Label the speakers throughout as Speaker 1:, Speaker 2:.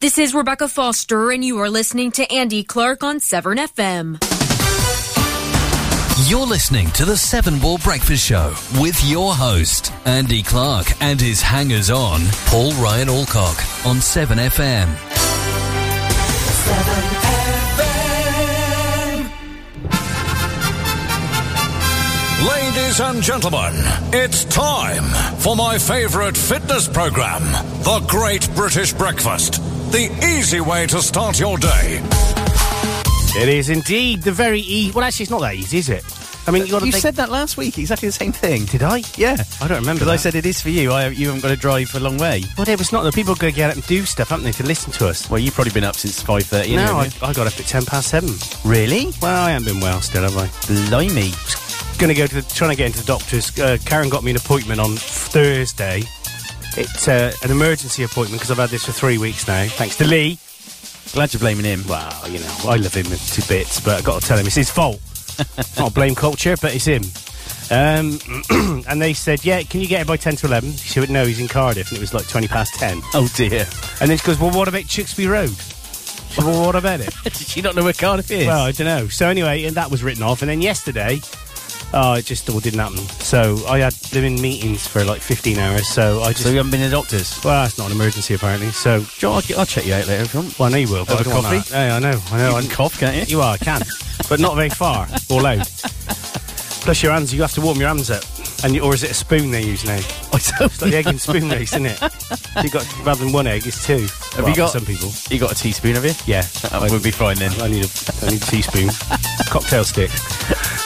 Speaker 1: This is Rebecca Foster, and you are listening to Andy Clark on Severn FM.
Speaker 2: You're listening to the Seven Ball Breakfast Show with your host, Andy Clark, and his hangers on, Paul Ryan Alcock, on 7FM.
Speaker 3: Ladies and gentlemen, it's time for my favorite fitness program, The Great British Breakfast. The easy way to start your day.
Speaker 4: It is indeed the very easy. Well, actually, it's not that easy, is it? I mean, you got to
Speaker 5: You
Speaker 4: think-
Speaker 5: said that last week, exactly the same thing.
Speaker 4: Did I?
Speaker 5: Yeah.
Speaker 4: I don't remember.
Speaker 5: Because I
Speaker 4: that.
Speaker 5: said it is for you. I, you haven't got to drive a long way.
Speaker 4: Well, it was not. The people are going to get up and do stuff, haven't they, to listen to us?
Speaker 5: Well, you've probably been up since five thirty.
Speaker 4: no, I, I got up at ten past seven.
Speaker 5: really?
Speaker 4: Well, I haven't been well still, have I?
Speaker 5: Blimey!
Speaker 4: Going to go to the, trying to get into the doctor's. Uh, Karen got me an appointment on Thursday. It's uh, an emergency appointment because I've had this for three weeks now, thanks to Lee.
Speaker 5: Glad you're blaming him.
Speaker 4: Well, you know, I love him to bits, but I've got to tell him it's his fault. Not blame culture, but it's him. Um, and they said, yeah, can you get it by 10 to 11? She went, no, he's in Cardiff, and it was like 20 past 10.
Speaker 5: Oh dear!
Speaker 4: And then she goes, well, what about Chicksby Road? She said, well, what about it?
Speaker 5: Did you not know where Cardiff is?
Speaker 4: well, I don't know. So anyway, and that was written off. And then yesterday, oh, it just all didn't happen. So I had them in meetings for like 15 hours, so I just...
Speaker 5: so you haven't been to the doctors.
Speaker 4: well, that's not an emergency, apparently, so...
Speaker 5: John, I'll, get- I'll check you out later if you want.
Speaker 4: Well, I know you will, but
Speaker 5: Have
Speaker 4: I
Speaker 5: a
Speaker 4: don't want
Speaker 5: coffee?
Speaker 4: that. Hey, I know, I know.
Speaker 5: You
Speaker 4: I-
Speaker 5: can cough, can't you?
Speaker 4: You are, I can. but not very far or loud. Plus your hands, you have to warm your hands up. And you, or is it a spoon they use now?
Speaker 5: I don't
Speaker 4: It's like the egg and spoon race, isn't it? You've got rather than one egg, it's two. Have
Speaker 5: you got-
Speaker 4: some people?
Speaker 5: You got a teaspoon, have you?
Speaker 4: Yeah.
Speaker 5: That would be fine then.
Speaker 4: I need a I need a teaspoon. Cocktail stick.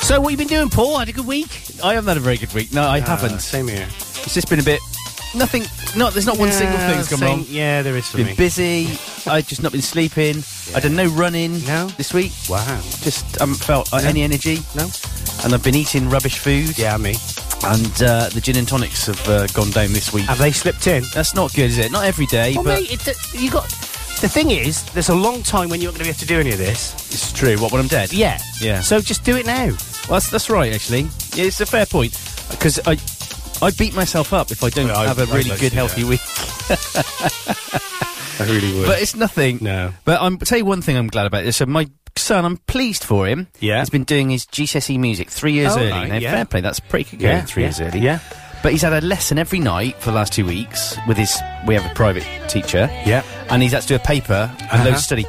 Speaker 5: So, what you been doing, Paul? Had a good week? I haven't had a very good week. No, I
Speaker 4: Uh,
Speaker 5: haven't.
Speaker 4: same here.
Speaker 5: It's just been a bit. Nothing. No, there's not one single
Speaker 4: Yeah,
Speaker 5: thing's gone
Speaker 4: same-
Speaker 5: wrong.
Speaker 4: Yeah, there is for me.
Speaker 5: Been busy. I've just not been sleeping. I done no running.
Speaker 4: No?
Speaker 5: this week.
Speaker 4: Wow.
Speaker 5: Just haven't felt uh, any energy.
Speaker 4: No?
Speaker 5: And I've been eating rubbish food.
Speaker 4: Yeah, me.
Speaker 5: And uh, the gin and tonics have uh, gone down this week.
Speaker 4: Have they slipped in?
Speaker 5: That's not good, is it? Not every day,
Speaker 4: Well,
Speaker 5: but
Speaker 4: mate, it, you got. The thing is, there's a long time when you're not going to be able to do any of this.
Speaker 5: it's true. What when I'm dead?
Speaker 4: Yeah.
Speaker 5: Yeah.
Speaker 4: So just do it now.
Speaker 5: Well, that's, that's right. Actually, yeah, it's a fair point because I I beat myself up if I don't
Speaker 4: Yeah, I-
Speaker 5: have a
Speaker 4: I'd
Speaker 5: really
Speaker 4: like to
Speaker 5: good
Speaker 4: see
Speaker 5: healthy week.
Speaker 4: I really would.
Speaker 5: But it's nothing.
Speaker 4: No.
Speaker 5: But I'm tell you one thing I'm glad about this. So my son, I'm pleased for him.
Speaker 4: Yeah.
Speaker 5: He's been doing his GCSE E music three years
Speaker 4: Oh,
Speaker 5: early.
Speaker 4: right,
Speaker 5: now,
Speaker 4: yeah.
Speaker 5: fair play. That's pretty good.
Speaker 4: Yeah,
Speaker 5: three
Speaker 4: yeah,
Speaker 5: years early.
Speaker 4: yeah.
Speaker 5: But he's had a lesson every night for the last two weeks with his. We have a private teacher.
Speaker 4: Yeah.
Speaker 5: And he's had to do a paper and
Speaker 4: Uh-huh.
Speaker 5: loads of study.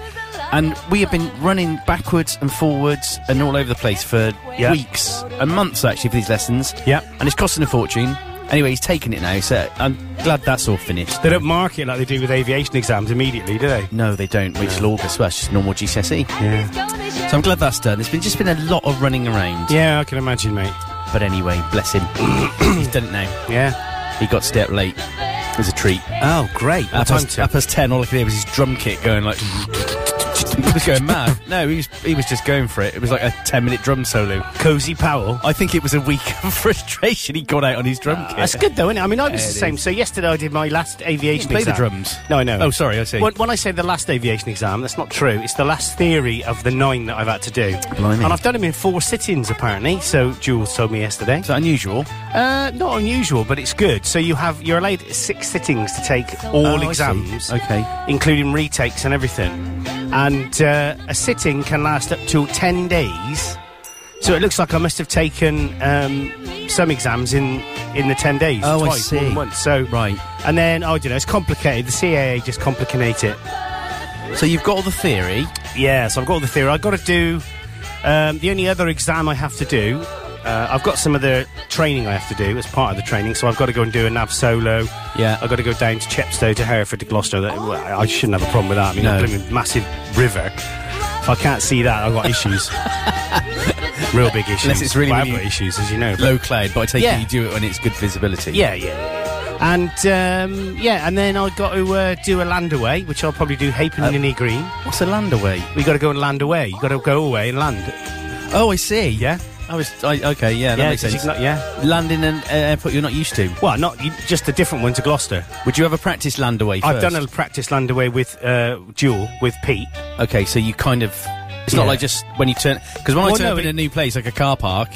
Speaker 5: And we have been running backwards and forwards and all over the place for
Speaker 4: Yeah.
Speaker 5: weeks and months actually for these lessons.
Speaker 4: Yeah.
Speaker 5: And it's costing a fortune. Anyway, he's taking it now, so I'm glad that's all finished.
Speaker 4: They don't mark it like they do with aviation exams immediately, do they?
Speaker 5: No, they don't. Wait till August. Well, it's just normal GCSE.
Speaker 4: Yeah.
Speaker 5: So I'm glad that's done. It's been just been a lot of running around.
Speaker 4: Yeah, I can imagine, mate.
Speaker 5: But anyway, bless him. He's done it now.
Speaker 4: Yeah.
Speaker 5: He got to stay up late. It was a treat.
Speaker 4: Oh, great.
Speaker 5: Up
Speaker 4: time
Speaker 5: past, up past ten, all I could hear was his drum kit going like. he was going mad. No, he was he was just going for it. It was like a ten minute drum solo.
Speaker 4: Cozy Powell. Ah,
Speaker 5: I think it was a week of frustration. He got out on his drum kit.
Speaker 4: That's good, though, isn't it? I mean, I was
Speaker 5: Yeah,
Speaker 4: the
Speaker 5: it
Speaker 4: same. So yesterday I did my last aviation
Speaker 5: play the
Speaker 4: exam.
Speaker 5: drums.
Speaker 4: No, I know.
Speaker 5: Oh, sorry, I see.
Speaker 4: When, when I say the last aviation exam, that's not true. It's the last theory of the nine that I've had to do.
Speaker 5: Blimey.
Speaker 4: And I've done them in four sittings, apparently. So Jules told me yesterday.
Speaker 5: Is that unusual?
Speaker 4: Uh, not unusual, but it's good. So you have you're allowed six sittings to take all
Speaker 5: Oh, I see.
Speaker 4: exams,
Speaker 5: Okay.
Speaker 4: including retakes and everything. And uh, a sitting can last up to ten days. So it looks like I must have taken um, some exams in in the ten days.
Speaker 5: Oh, I
Speaker 4: twice, more
Speaker 5: see.
Speaker 4: than once. So
Speaker 5: Right.
Speaker 4: and then oh, you know, it's complicated. The CAA just complicate it.
Speaker 5: So you've got all the theory.
Speaker 4: Yeah, so I've got all the theory. I've got to do um, the only other exam I have to do. Uh, I've got some of the training I have to do as part of the training, so I've got to go and do a nav solo.
Speaker 5: Yeah.
Speaker 4: I've got to go down to Chepstow to Hereford to Gloucester. That- well, I I shouldn't have a problem with that. I mean,
Speaker 5: No.
Speaker 4: I'm a massive river. If I can't see that, I've got issues. Real big issues.
Speaker 5: Unless it's really
Speaker 4: Well,
Speaker 5: when
Speaker 4: I've got
Speaker 5: you-
Speaker 4: issues, as you know. but-
Speaker 5: Low cloud, but I take
Speaker 4: Yeah.
Speaker 5: it you do it when it's good visibility.
Speaker 4: yeah, yeah. And um, yeah, and then I've got to uh, do a land away, which I'll probably do Hapen and Ninny Green.
Speaker 5: Oh. What's a land away?
Speaker 4: we got to go and land away. you got to go away and land.
Speaker 5: Oh, I see.
Speaker 4: Yeah.
Speaker 5: I was. I, okay. Yeah, that
Speaker 4: yeah,
Speaker 5: makes
Speaker 4: 'cause you
Speaker 5: sense.
Speaker 4: can- yeah.
Speaker 5: Landing an uh, airport you're not used to.
Speaker 4: Well, not you, just a different one to Gloucester.
Speaker 5: Would you ever practice land away?
Speaker 4: I've
Speaker 5: First?
Speaker 4: done a practice land away with uh, Jewel with Pete.
Speaker 5: Okay, so you kind of. It's
Speaker 4: Yeah.
Speaker 5: not like just when you turn. Because when I
Speaker 4: Well,
Speaker 5: turn
Speaker 4: no,
Speaker 5: up in
Speaker 4: it-
Speaker 5: a new place, like a car park,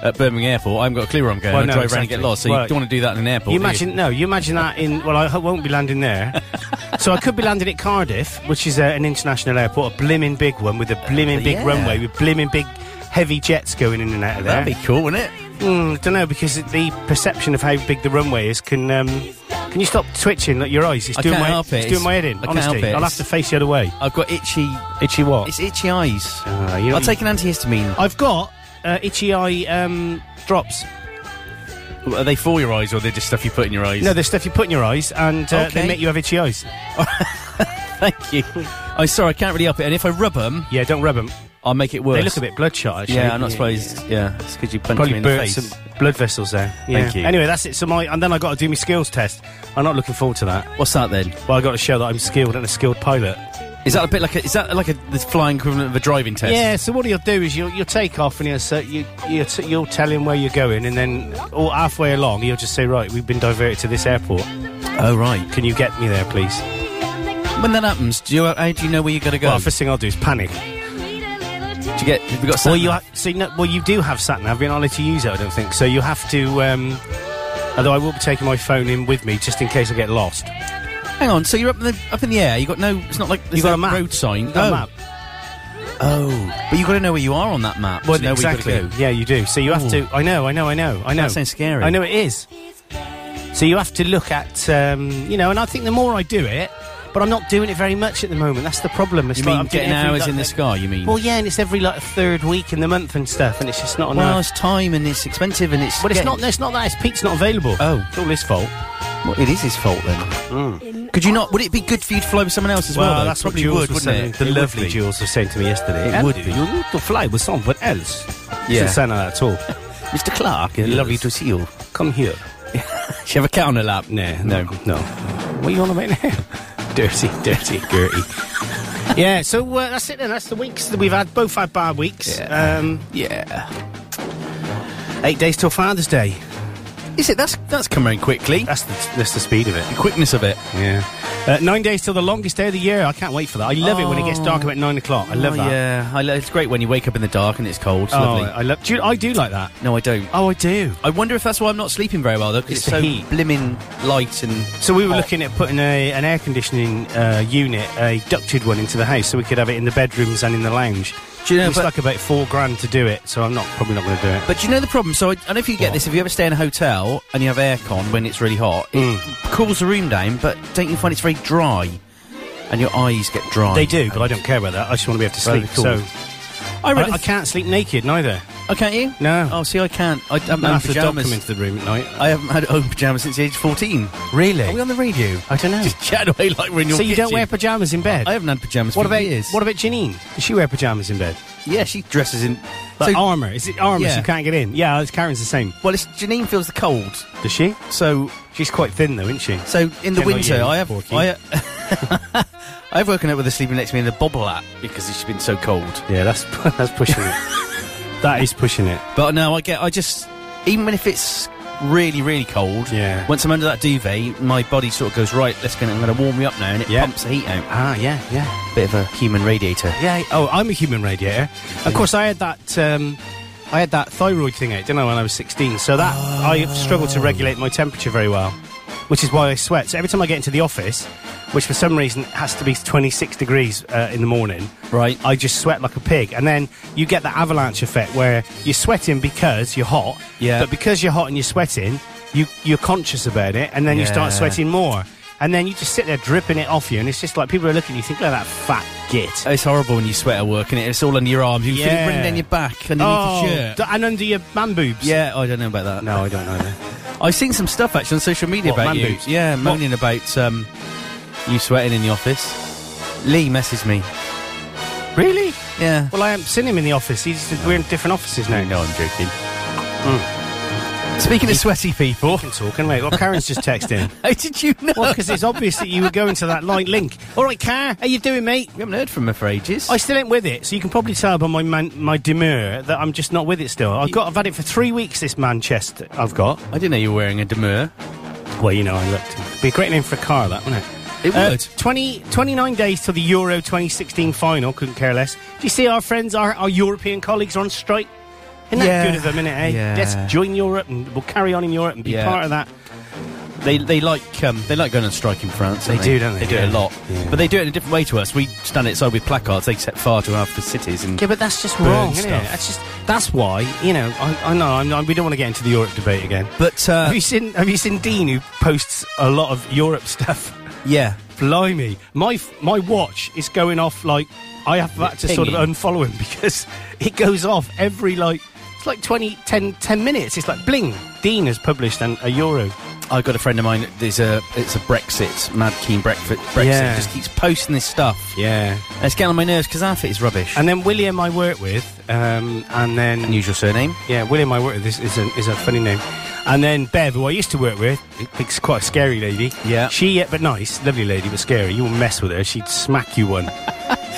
Speaker 5: at Birmingham Airport, I haven't got a clue where I'm going.
Speaker 4: Well,
Speaker 5: I
Speaker 4: no,
Speaker 5: drive around and
Speaker 4: exactly.
Speaker 5: get lost, so
Speaker 4: Well,
Speaker 5: you don't want to do that in an airport.
Speaker 4: You
Speaker 5: do
Speaker 4: imagine no, you imagine that in well, I ho- won't be landing there. so I could be landing at Cardiff, which is uh, an international airport, a blimmin' big one with a blimmin' big
Speaker 5: Oh, yeah.
Speaker 4: runway with blimmin' big heavy jets going in and out of there.
Speaker 5: That'd be cool, wouldn't it?
Speaker 4: mm, don't know because it- the perception of how big the runway is can. Um, can you stop twitching like your eyes? It's
Speaker 5: I
Speaker 4: doing
Speaker 5: can't
Speaker 4: my
Speaker 5: help
Speaker 4: it's
Speaker 5: it.
Speaker 4: doing
Speaker 5: It's-
Speaker 4: my head in.
Speaker 5: I can't
Speaker 4: honestly,
Speaker 5: help it.
Speaker 4: I'll have to face the other way.
Speaker 5: I've got itchy.
Speaker 4: Itchy what?
Speaker 5: It's itchy eyes.
Speaker 4: Uh, you know-
Speaker 5: I'll take an antihistamine.
Speaker 4: I've got uh, itchy eye um, drops.
Speaker 5: Are they for your eyes, or they're just stuff you put in your eyes?
Speaker 4: No, the stuff you put in your eyes, and uh, they
Speaker 5: Okay.
Speaker 4: make you have itchy eyes.
Speaker 5: thank you. I sorry, I can't really up it. And if I rub them,
Speaker 4: Yeah, don't rub them.
Speaker 5: I'll make it worse.
Speaker 4: They look a bit bloodshot. Actually,
Speaker 5: Yeah, I'm not surprised. Yeah, it's because you punch me
Speaker 4: Probably
Speaker 5: in the
Speaker 4: burnt
Speaker 5: face.
Speaker 4: some blood vessels there.
Speaker 5: Thank
Speaker 4: Yeah.
Speaker 5: you.
Speaker 4: Anyway, that's it. So my and then I got to do my skills test. I'm not looking forward to that.
Speaker 5: What's that then?
Speaker 4: Well, I got to show that I'm skilled and a skilled pilot.
Speaker 5: Is that a bit like a, is that like a the flying equivalent of a driving test?
Speaker 4: Yeah. So what you'll do is you'll, you'll take off and you'll say, you, you'll, t- you'll tell him where you're going, and then all halfway along you'll just say, right, we've been diverted to this airport.
Speaker 5: Oh right.
Speaker 4: Can you get me there, please?
Speaker 5: When that happens, do you uh, how do you know where you got to go?
Speaker 4: Well, first thing I'll do is panic.
Speaker 5: do you get have you got
Speaker 4: Well,
Speaker 5: sat-
Speaker 4: you ha- see, no, well, you do have sat nav. You're not allowed to use it, I don't think. So you have to. Um, although I will be taking my phone in with me just in case I get lost.
Speaker 5: hang on. So you're up in the up in the air. You got no. It's not like there's
Speaker 4: you got
Speaker 5: no
Speaker 4: a map.
Speaker 5: road sign.
Speaker 4: You got
Speaker 5: oh.
Speaker 4: a map.
Speaker 5: Oh, but you got to know where you are on that map. to know
Speaker 4: exactly.
Speaker 5: Where you gotta
Speaker 4: Yeah, you do. So you have
Speaker 5: Ooh.
Speaker 4: to. I know. Oh, I know. I know. I know.
Speaker 5: sounds scary.
Speaker 4: I know it is. So you have to look at. Um, you know, and I think the more I do it, but I'm not doing it very much at the moment. That's the problem. It's
Speaker 5: You
Speaker 4: like
Speaker 5: mean
Speaker 4: I'm doing
Speaker 5: getting
Speaker 4: every,
Speaker 5: hours
Speaker 4: like,
Speaker 5: in the
Speaker 4: like-
Speaker 5: sky? You mean?
Speaker 4: Well, yeah, and it's every like third week in the month and stuff, and it's just not
Speaker 5: well,
Speaker 4: enough.
Speaker 5: it's time and it's expensive and it's.
Speaker 4: but it's
Speaker 5: getting-
Speaker 4: not. It's not that. It's Pete's not available.
Speaker 5: Oh.
Speaker 4: it's all his fault. Mm.
Speaker 5: Well, it is his fault then. Could you not? Would it be good for you to fly with someone else as well? though? probably
Speaker 4: Jules
Speaker 5: would,
Speaker 4: was
Speaker 5: wouldn't
Speaker 4: saying-
Speaker 5: it?
Speaker 4: The
Speaker 5: It would
Speaker 4: lovely
Speaker 5: be.
Speaker 4: Jules was saying to me yesterday.
Speaker 5: It
Speaker 4: "Andy,
Speaker 5: would be.
Speaker 4: You need to fly with someone else.
Speaker 5: Yeah.
Speaker 4: Doesn't sound like that at all.
Speaker 5: Mr. Clark.
Speaker 4: Yes.
Speaker 5: Lovely to see you.
Speaker 4: Come here.
Speaker 5: She have a cat on her lap.
Speaker 4: Nah, no, no. What are you on about now? dirty, dirty, dirty. yeah, so uh, that's it then. That's the weeks that we've had. Both had bad weeks.
Speaker 5: Yeah.
Speaker 4: Um,
Speaker 5: Yeah.
Speaker 4: eight days till Father's Day.
Speaker 5: Is it? That's that's come around quickly.
Speaker 4: That's the, that's the speed of it.
Speaker 5: The quickness of it.
Speaker 4: Yeah. Uh, nine days till the longest day of the year. I can't wait for that. I love it when it gets dark about nine o'clock. I love
Speaker 5: Oh,
Speaker 4: that.
Speaker 5: Yeah, I lo- it's great when you wake up in the dark and it's cold. It's
Speaker 4: Oh,
Speaker 5: lovely.
Speaker 4: I love. Do you, I do like that.
Speaker 5: no, I don't.
Speaker 4: Oh, I do.
Speaker 5: I wonder if that's why I'm not sleeping very well though, because
Speaker 4: It's
Speaker 5: it's,
Speaker 4: the
Speaker 5: so
Speaker 4: heat.
Speaker 5: blimmin' light and
Speaker 4: So we were
Speaker 5: hot.
Speaker 4: looking at putting a, an air conditioning uh, unit, a ducted one, into the house, so we could have it in the bedrooms and in the lounge.
Speaker 5: Do you know,
Speaker 4: it's
Speaker 5: but-
Speaker 4: like about four grand to do it, so I'm not probably not going to do it.
Speaker 5: But do you know the problem? So I, I don't know if you get
Speaker 4: What?
Speaker 5: this. If you ever stay in a hotel and you have aircon when it's really hot, it
Speaker 4: Mm.
Speaker 5: cools the room down. But don't you find it's very dry, and your eyes get dry?
Speaker 4: They do, but I don't care about that. I just want to be able to
Speaker 5: Very
Speaker 4: sleep.
Speaker 5: cool.
Speaker 4: So
Speaker 5: I
Speaker 4: I,
Speaker 5: read.
Speaker 4: I can't sleep naked neither.
Speaker 5: oh, can't you?
Speaker 4: No.
Speaker 5: Oh, see, I can't. I haven't
Speaker 4: None
Speaker 5: had
Speaker 4: of the dog come
Speaker 5: pajamas.
Speaker 4: into the room at night.
Speaker 5: I haven't had own pajamas since the age of fourteen.
Speaker 4: Really?
Speaker 5: Are we on the radio?
Speaker 4: I don't know.
Speaker 5: Just chat away like we're in your.
Speaker 4: so you don't
Speaker 5: kitchen.
Speaker 4: wear pajamas in bed?
Speaker 5: I haven't had pajamas
Speaker 4: what
Speaker 5: for
Speaker 4: about
Speaker 5: years.
Speaker 4: what about Janine? Does she wear pajamas in bed?
Speaker 5: yeah, she dresses in.
Speaker 4: Like
Speaker 5: so,
Speaker 4: armor? Is it armor?
Speaker 5: Yeah.
Speaker 4: So you can't get in. Yeah, it's Karen's the same.
Speaker 5: well, it's, Janine feels the cold,
Speaker 4: Does she?
Speaker 5: so
Speaker 4: She's quite thin though, isn't she?
Speaker 5: So in the
Speaker 4: Don't like
Speaker 5: winter,
Speaker 4: you,
Speaker 5: I have
Speaker 4: Porky.
Speaker 5: I, I've woken up with her sleeping next to me in a bobble hat because she's been so cold.
Speaker 4: Yeah, that's that's pushing it. that is pushing it.
Speaker 5: But no, I get I just even when if it's really really cold,
Speaker 4: Yeah.
Speaker 5: Once I'm under that duvet, my body sort of goes right. Let's go. I'm going to warm me up now, and it
Speaker 4: Yeah.
Speaker 5: pumps the heat out.
Speaker 4: Ah, yeah, yeah.
Speaker 5: Bit of a human radiator.
Speaker 4: Yeah. Oh, I'm a human radiator. Of course, I had that. Um, I had that thyroid thing out, didn't I, when I was 16? So that I struggled to regulate my temperature very well, which is why I sweat. So every time I get into the office, which for some reason has to be 26 degrees uh, in the morning,
Speaker 5: Right.
Speaker 4: I just sweat like a pig, and then you get that avalanche effect where you're sweating because you're hot.
Speaker 5: Yeah.
Speaker 4: But because you're hot and you're sweating, you you're conscious about it, and then you start
Speaker 5: Yeah.
Speaker 4: sweating more, and then you just sit there dripping it off you, and it's just like people are looking at you, think, look at that fat git.
Speaker 5: It's horrible when you sweat at work and it? it's all under your arms. You feel
Speaker 4: Yeah. Oh,
Speaker 5: it running down your back underneath your shirt.
Speaker 4: d- and under your man boobs.
Speaker 5: yeah, I don't know about that.
Speaker 4: No, I don't know that.
Speaker 5: I've seen some stuff actually on social media
Speaker 4: What,
Speaker 5: about
Speaker 4: man
Speaker 5: you.
Speaker 4: boobs?
Speaker 5: Yeah,
Speaker 4: What?
Speaker 5: moaning about um, you sweating in the office. Lee messaged me.
Speaker 4: Really?
Speaker 5: Yeah.
Speaker 4: Well, I haven't seen him in the office. He's we're in different offices now. Hmm.
Speaker 5: no, I'm joking. Speaking of sweaty
Speaker 4: We
Speaker 5: people,
Speaker 4: can talk, can we? Well, Karen's just texting.
Speaker 5: how did you know?
Speaker 4: Well, because it's obvious that you were going to that light link. All right, Car, how you doing, mate?
Speaker 5: we haven't heard from her for ages.
Speaker 4: I still ain't with it, so you can probably tell by my man, my demur that I'm just not with it still. I've got, I've had it for three weeks. This Manchester, I've got.
Speaker 5: I didn't know you were wearing a demur.
Speaker 4: Well, you know, I looked. Be a great name for a car, that wouldn't it?
Speaker 5: It
Speaker 4: Uh,
Speaker 5: would.
Speaker 4: 20, 29 days till the Euro 2016 final. Couldn't care less. Do you see our friends, our, our European colleagues are on strike? Isn't that
Speaker 5: Yeah.
Speaker 4: good of them, innit, eh?
Speaker 5: Yeah.
Speaker 4: Let's join Europe and we'll carry on in Europe and be
Speaker 5: Yeah.
Speaker 4: part of that.
Speaker 5: They they like um, they like going on strike in France. don't
Speaker 4: They
Speaker 5: They,
Speaker 4: do, don't they?
Speaker 5: do it
Speaker 4: Yeah.
Speaker 5: a lot,
Speaker 4: Yeah.
Speaker 5: but they do it in a different way to us. We stand outside with placards. They set fire to half the cities and
Speaker 4: Yeah, but that's just
Speaker 5: Burn
Speaker 4: wrong, isn't
Speaker 5: stuff.
Speaker 4: it? That's just that's why you know. I, I know. I'm, I, we don't want to get into the Europe debate again.
Speaker 5: But uh,
Speaker 4: Have you seen Have you seen Dean who posts a lot of Europe stuff?
Speaker 5: yeah,
Speaker 4: Blimey, my f- my watch is going off like I have had to sort of
Speaker 5: Pinging.
Speaker 4: unfollow him because it goes off every like it's like 20, 10, 10 minutes. It's like bling. Dean has published an, a Euro.
Speaker 5: I've got a friend of mine. There's a it's a Brexit mad keen Brexit. Brexit
Speaker 4: Yeah.
Speaker 5: just keeps posting this stuff.
Speaker 4: Yeah,
Speaker 5: And It's getting on my nerves because half it is rubbish.
Speaker 4: and then William I work with, um, and then
Speaker 5: Unusual surname.
Speaker 4: Yeah, William, I work with. This is a, is a funny name. And then Bev, who I used to work with, it's quite a scary lady.
Speaker 5: Yeah.
Speaker 4: She, uh, but nice, lovely lady, but scary. You will mess with her, she'd smack you one.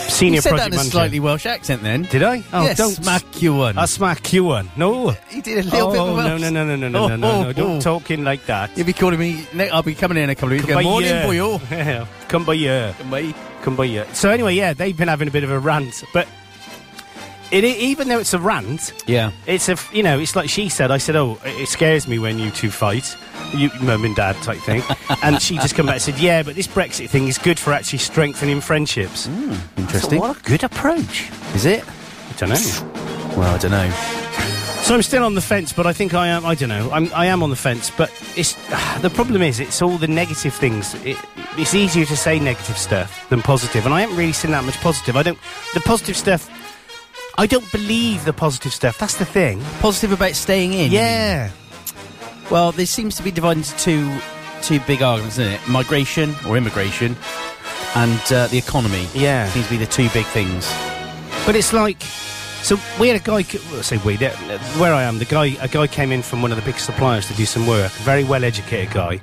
Speaker 4: Senior
Speaker 5: You said that
Speaker 4: project
Speaker 5: in a
Speaker 4: manager.
Speaker 5: slightly Welsh accent then.
Speaker 4: Did I?
Speaker 5: Oh, yes,
Speaker 4: don't
Speaker 5: smack you one.
Speaker 4: I smack you one. No.
Speaker 5: He did a little
Speaker 4: Oh,
Speaker 5: bit of
Speaker 4: no,
Speaker 5: Welsh.
Speaker 4: no, no, no, no, no, no, no, no. Don't talk in like that.
Speaker 5: You'll be calling me. no, I'll be coming in a couple of weeks.
Speaker 4: by
Speaker 5: Good morning,
Speaker 4: year.
Speaker 5: boy. oh." all.
Speaker 4: Yeah, Come by here.
Speaker 5: Good mate.
Speaker 4: Come by here. So anyway, yeah, they've been having a bit of a rant, but it, i even though it's a rant,
Speaker 5: Yeah.
Speaker 4: It's a, you know, it's like she said. I said, "Oh, it it scares me when you two fight, you mum and dad type thing." and she just come back and said, "Yeah, but this Brexit thing is good for actually strengthening friendships."
Speaker 5: Hmm, Interesting.
Speaker 4: what a good approach.
Speaker 5: Is it?
Speaker 4: I don't know.
Speaker 5: Well, I don't know.
Speaker 4: So I'm still on the fence, but I think I am. I don't know. I'm, I am on the fence, but it's the problem is it's all the negative things. It, it's easier to say negative stuff than positive, and I haven't really seen that much positive. I don't. The positive stuff. I don't believe the positive stuff. That's the thing.
Speaker 5: Positive about staying in.
Speaker 4: Yeah.
Speaker 5: Well, this seems to be divided into two two big arguments, isn't it? Migration or immigration, and uh, the economy.
Speaker 4: Yeah.
Speaker 5: seems to be the two big things.
Speaker 4: But it's like, so we had a guy. c- well, I say we. there- Where I am, the guy, a guy came in from one of the big suppliers to do some work. Very well educated guy,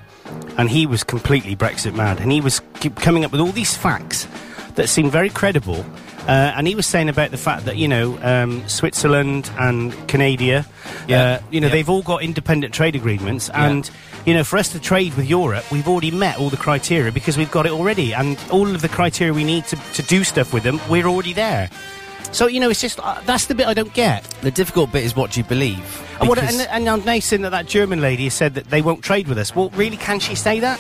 Speaker 4: and he was completely Brexit mad, and he was keep coming up with all these facts that seemed very credible. Uh, and he was saying about the fact that you know um, Switzerland and Canada,
Speaker 5: Yeah.
Speaker 4: uh, you know,
Speaker 5: Yeah.
Speaker 4: they've all got independent trade agreements, and you know, for us to trade with Europe, we've already met all the criteria because we've got it already, and all of the criteria we need to, to do stuff with them, we're already there. So you know, it's just uh, that's the bit I don't get.
Speaker 5: The difficult bit is what do you believe?
Speaker 4: And, what,
Speaker 5: Because-
Speaker 4: and, and now Nathan, that that German lady has said that they won't trade with us. Well, really, can she say that?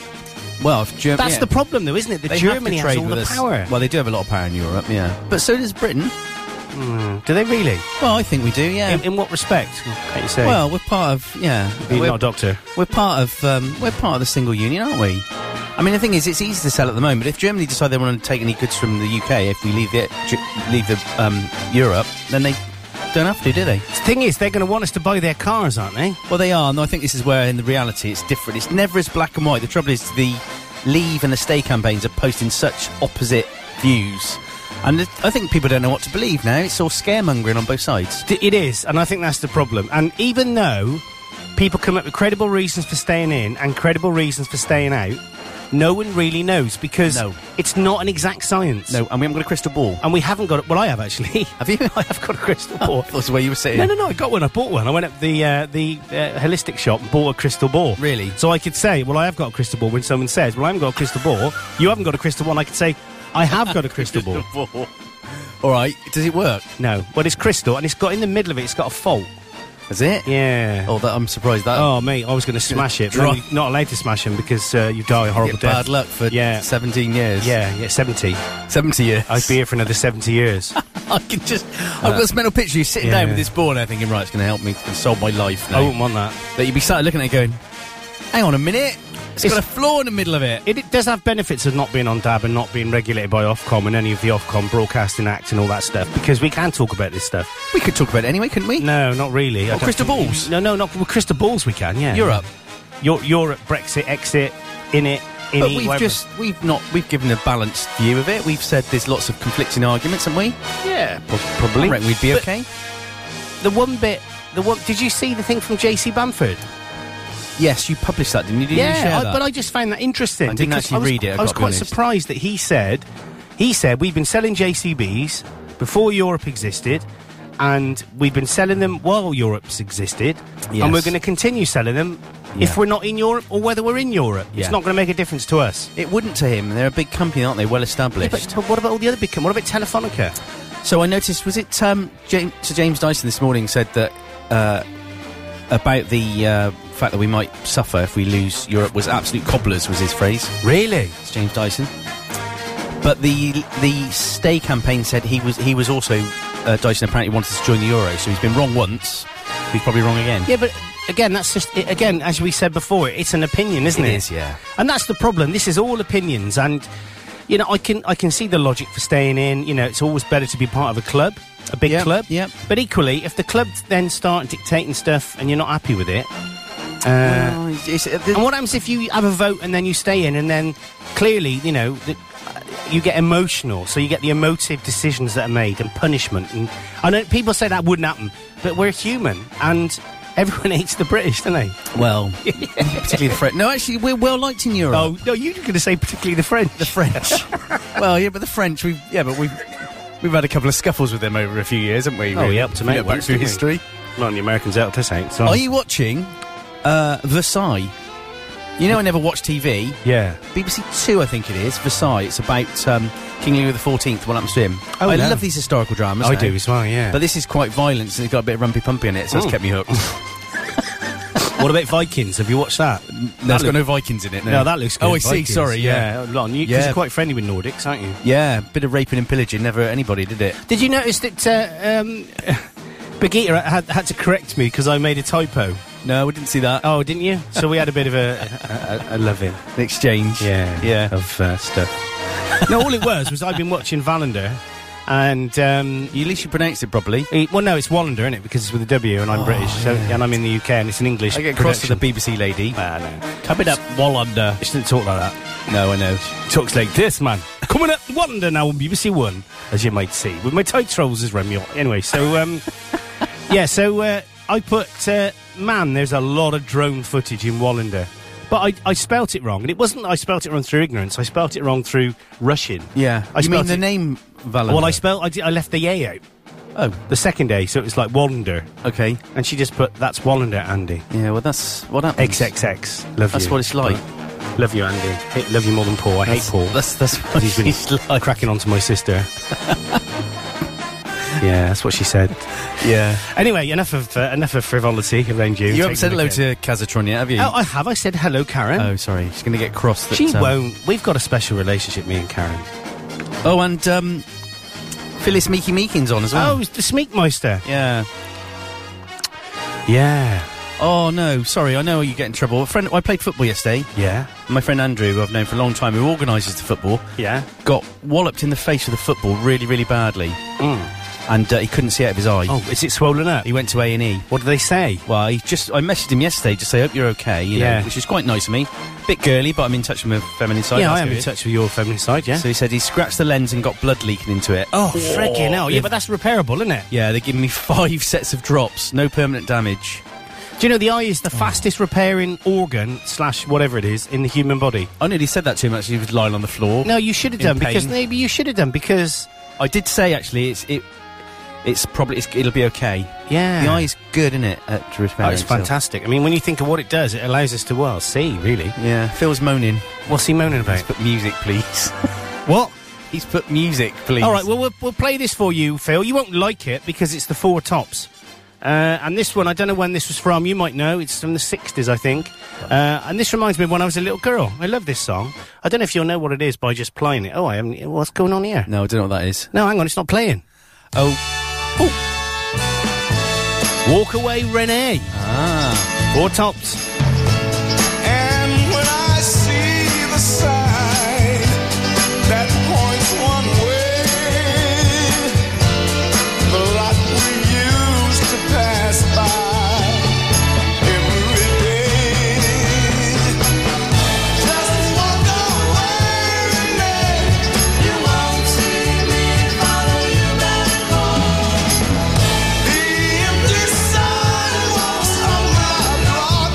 Speaker 5: well, if Germany,
Speaker 4: That's the problem, though, isn't it? That
Speaker 5: They
Speaker 4: Germany
Speaker 5: have to trade
Speaker 4: has all
Speaker 5: with
Speaker 4: the
Speaker 5: us.
Speaker 4: power.
Speaker 5: Well, they do have a lot of power in Europe, yeah. But so does Britain.
Speaker 4: do they really?
Speaker 5: Well, I think we do, yeah.
Speaker 4: Hmm. In, in what respect? Can't you say?
Speaker 5: well, we're part of yeah.
Speaker 4: you're
Speaker 5: We're,
Speaker 4: not a doctor.
Speaker 5: we're part of um, we're part of the single union, aren't we? I mean, the thing is, it's easy to sell at the moment. If Germany decide they want to take any goods from the UK, if we leave the Ge- leave the um, Europe, then they don't have to, do they?
Speaker 4: The thing is, they're going to want us to buy their cars, aren't they?
Speaker 5: Well, they are, and I think this is where, in the reality, it's different. It's never as black and white. The trouble is, the leave and the stay campaigns are posting such opposite views, and it, I think people don't know what to believe now. It's all scaremongering on both sides.
Speaker 4: D- It is, and I think that's the problem. And even though people come up with credible reasons for staying in and credible reasons for staying out, no one really knows because
Speaker 5: No.
Speaker 4: it's not an exact science.
Speaker 5: No, and we haven't got a crystal ball.
Speaker 4: And we haven't got it. Well, I have actually.
Speaker 5: Have you?
Speaker 4: I have got a crystal ball.
Speaker 5: That's the way you were sitting.
Speaker 4: No, no, no! I got one. I bought one. I went up the uh, the uh, holistic shop and bought a crystal ball.
Speaker 5: Really?
Speaker 4: So I could say, "Well, I have got a crystal ball." When someone says, "Well, I haven't got a crystal ball," you haven't got a crystal ball. And I could say, "I have got a crystal ball."
Speaker 5: All right, does it work?
Speaker 4: No, but it's crystal, and it's got in the middle of it. It's got a fault.
Speaker 5: Is it?
Speaker 4: Yeah.
Speaker 5: Oh, that, I'm surprised that.
Speaker 4: Oh, mate, I was going to smash it. but then
Speaker 5: Dry-
Speaker 4: you're not allowed to smash him because uh, you die a
Speaker 5: you
Speaker 4: horrible
Speaker 5: get
Speaker 4: death.
Speaker 5: bad luck for
Speaker 4: Yeah.
Speaker 5: 17 years.
Speaker 4: Yeah, yeah, 70.
Speaker 5: 70 years.
Speaker 4: I'd be here for another 70 years.
Speaker 5: I can just. I've got this mental picture of you sitting
Speaker 4: uh, yeah.
Speaker 5: down with this ball now thinking, right, it's going to help me console my life
Speaker 4: I
Speaker 5: now.
Speaker 4: wouldn't want that.
Speaker 5: that you'd be started looking at it going, hang on a minute,
Speaker 4: It's-
Speaker 5: it's got a flaw in the middle of it.
Speaker 4: It, it does have benefits of not being on DAB and not being regulated by Ofcom and any of the Ofcom Broadcasting Act and all that stuff because we can talk about this stuff.
Speaker 5: We could talk about it anyway, couldn't we?
Speaker 4: No, not really. I
Speaker 5: Or
Speaker 4: don't
Speaker 5: crystal
Speaker 4: think-
Speaker 5: balls.
Speaker 4: No, no, not well, crystal balls. We can, yeah.
Speaker 5: Europe.
Speaker 4: Your Europe, Brexit, exit, in it, in
Speaker 5: But we've just we've not we've given a balanced view of it. We've said there's lots of conflicting arguments, haven't we?
Speaker 4: yeah,
Speaker 5: I
Speaker 4: probably.
Speaker 5: reckon we'd be
Speaker 4: But
Speaker 5: okay.
Speaker 4: The one bit, the one. Did you see the thing from JC Bamford?
Speaker 5: Yes, you published that, didn't you? Didn't you share
Speaker 4: Yeah, I,
Speaker 5: that?
Speaker 4: but I just found that interesting.
Speaker 5: I didn't
Speaker 4: because
Speaker 5: actually
Speaker 4: was-
Speaker 5: read it, I've
Speaker 4: I was
Speaker 5: got to be
Speaker 4: quite
Speaker 5: honest.
Speaker 4: surprised that he said, he said we've been selling JCBs before Europe existed, and we've been selling them while Europe's existed,
Speaker 5: Yes.
Speaker 4: and we're going to continue selling them if
Speaker 5: Yeah.
Speaker 4: we're not in Europe or whether we're in Europe. It's
Speaker 5: Yeah.
Speaker 4: not going to make a difference to us.
Speaker 5: it wouldn't to him. They're a big company, aren't they? Well established.
Speaker 4: But what about all the other big? com- What about Telefonica?
Speaker 5: So I noticed, was it um, James, Sir James Dyson this morning said that about the uh, fact that we might suffer if we lose Europe was absolute cobblers, was his phrase.
Speaker 4: Really?
Speaker 5: It's James Dyson. But the the stay campaign said he was he was also uh, Dyson apparently wanted to join the euro, so he's been wrong once. He's probably wrong again.
Speaker 4: Yeah, but again, that's just it- again as we said before, it's an opinion, isn't it?
Speaker 5: It is, yeah.
Speaker 4: And that's the problem. This is all opinions, and you know, I can I can see the logic for staying in. You know, it's always better to be part of a club, a big
Speaker 5: Yep,
Speaker 4: club.
Speaker 5: yep.
Speaker 4: But equally, if the club then start dictating stuff and you're not happy with it. Uh,
Speaker 5: Oh, it's- it's-
Speaker 4: and what happens if you have a vote and then you stay in and then clearly, you know, that uh, you get emotional. So you get the emotive decisions that are made and punishment. And I know people say that wouldn't happen, but we're human and everyone hates the British, don't they?
Speaker 5: well, particularly the French. No, actually, we're well liked in Europe.
Speaker 4: Oh, no, you were going to say particularly the French.
Speaker 5: the French. well, Oh, yeah, but the French. We've yeah, but we've we've had a couple of scuffles with them over a few years, haven't we?
Speaker 4: Oh,
Speaker 5: really?
Speaker 4: yeah, up to
Speaker 5: If you
Speaker 4: mate
Speaker 5: look back
Speaker 4: once,
Speaker 5: through
Speaker 4: didn't we?
Speaker 5: history.
Speaker 4: Not the Americans out to Saints. So
Speaker 5: Are you watching uh, Versailles? You know, I never watch TV.
Speaker 4: Yeah.
Speaker 5: BBC Two, I think it is Versailles. It's about um, King Louis the Fourteenth. What happens to him?
Speaker 4: Oh,
Speaker 5: I
Speaker 4: no.
Speaker 5: love these historical dramas.
Speaker 4: I
Speaker 5: now.
Speaker 4: do as well, yeah.
Speaker 5: But this is quite violent, and it's got a bit of rumpy pumpy in it, so it's
Speaker 4: Mm.
Speaker 5: kept me hooked.
Speaker 4: what about Vikings? Have you watched that?
Speaker 5: no, it's got no Vikings in it. No,
Speaker 4: No, that looks good.
Speaker 5: Oh, I see.
Speaker 4: Vikings.
Speaker 5: Sorry, yeah.
Speaker 4: yeah. Lon, you, 'cause
Speaker 5: Yeah.
Speaker 4: you're quite friendly with Nordics, aren't you?
Speaker 5: Yeah, bit of raping and pillaging. Never hurt anybody, did it?
Speaker 4: Did you notice that uh, um, Birgitta had, had to correct me because I made a typo?
Speaker 5: No, we didn't see that.
Speaker 4: Oh, didn't you? So we had a bit of a, a, a, a love-in.
Speaker 5: An exchange.
Speaker 4: Yeah.
Speaker 5: yeah.
Speaker 4: Of uh, stuff. no, all it was was I've been watching Valander and... Um,
Speaker 5: You, at least you pronounced it properly. Oh,
Speaker 4: it- well, no, it's Wallander, isn't it? Because it's with a W, and I'm British, so, and I'm in the UK, and it's an English.
Speaker 5: I get across to the
Speaker 4: production.
Speaker 5: BBC lady.
Speaker 4: Ah, no.
Speaker 5: Coming up, Wallander.
Speaker 4: She didn't talk like that.
Speaker 5: No, I know.
Speaker 4: Talks like this, man. Coming up, Wallander now on BBC One, as you might see, with my tight trolls as Remy. Anyway, so um, yeah, so uh, I put uh, man. There's a lot of drone footage in Wallander, but I, I spelt it wrong, and it wasn't. I spelt it wrong through ignorance. I spelt it wrong through Russian.
Speaker 5: Yeah.
Speaker 4: I
Speaker 5: you mean
Speaker 4: spelt
Speaker 5: the
Speaker 4: it-
Speaker 5: name Valor?
Speaker 4: Well, I spelled. I, did, I left the a out
Speaker 5: Oh,
Speaker 4: the second day, so it was like Wallander,
Speaker 5: okay.
Speaker 4: and she just put that's Wallander, Andy.
Speaker 5: Yeah, well, that's what happens.
Speaker 4: XXX. Love
Speaker 5: That's
Speaker 4: you.
Speaker 5: what it's like.
Speaker 4: Love you, Andy. Hate, love you more than Paul. I hate Paul.
Speaker 5: That's that's what
Speaker 4: He's been
Speaker 5: she's like.
Speaker 4: cracking on to my sister. yeah, that's what she said.
Speaker 5: Yeah.
Speaker 4: Anyway, enough of uh, enough of frivolity around you.
Speaker 5: You
Speaker 4: Taking
Speaker 5: haven't said
Speaker 4: the
Speaker 5: hello
Speaker 4: kid.
Speaker 5: to Kazatron yet, have you?
Speaker 4: Oh, I have. I said hello, Karen.
Speaker 5: Oh, sorry. She's going to get cross. That,
Speaker 4: she
Speaker 5: um,
Speaker 4: won't. We've got a special relationship, me and Karen.
Speaker 5: Oh, and um, Phyllis Meeky Meekin's on as well.
Speaker 4: Oh, it's the Smeekmeister.
Speaker 5: Yeah.
Speaker 4: Yeah,
Speaker 5: Oh no, sorry. I know you get in trouble. A friend, I played football yesterday.
Speaker 4: yeah,
Speaker 5: My friend Andrew, who I've known for a long time, who organises the football,
Speaker 4: yeah.
Speaker 5: got walloped in the face with a football really, really badly, and uh, he couldn't see out of his eye.
Speaker 4: Mm. Oh, is it swollen up?
Speaker 5: He went to A and E.
Speaker 4: What do they say?
Speaker 5: Well, he just I messaged him yesterday to say, "Hope you're okay." You
Speaker 4: Yeah.
Speaker 5: know, which is quite nice of me. Bit girly, but I'm in touch with my feminine side.
Speaker 4: yeah, I
Speaker 5: that's
Speaker 4: am in
Speaker 5: good.
Speaker 4: touch with your feminine side. Yeah.
Speaker 5: So he said he scratched the lens and got blood leaking into it.
Speaker 4: oh, freaking hell! Yeah, but that's repairable, isn't it?
Speaker 5: Yeah, they giving me five sets of drops, no permanent damage.
Speaker 4: Do you know the eye is the
Speaker 5: Oh.
Speaker 4: fastest repairing organ slash whatever it is in the human body?
Speaker 5: I nearly said that too much. He was lying on the floor.
Speaker 4: No, you should have
Speaker 5: In
Speaker 4: done because
Speaker 5: pain.
Speaker 4: maybe you should have done because
Speaker 5: I did say actually, it's it, it's probably it's, it'll be okay.
Speaker 4: yeah,
Speaker 5: The eye's good, isn't it? At repair
Speaker 4: Oh, it's
Speaker 5: itself?
Speaker 4: fantastic. I mean, when you think of what it does, it allows us to well see. Really,
Speaker 5: Yeah, Phil's moaning.
Speaker 4: what's he moaning about?
Speaker 5: He's put music, please.
Speaker 4: What?
Speaker 5: He's put music, please.
Speaker 4: All right, well, well, we'll play this for you, Phil. You won't like it because it's the Four Tops. Uh, and this one, I don't know when this was from. You might know. It's from the 60s, I think. Uh, and this reminds me of when I was a little girl. I love this song. I don't know if you'll know what it is by just playing it. Oh, I haven't. What's going on here?
Speaker 5: No, I don't know what that is.
Speaker 4: No, hang on, it's not playing.
Speaker 5: Oh,
Speaker 4: Walk away, Renee.
Speaker 5: ah,
Speaker 4: Four Tops.
Speaker 6: And when I see the sign that points one way, the lot we used to pass by every day. Just walk away, Renee. You won't see me follow you back home. The empty sidewalks on my block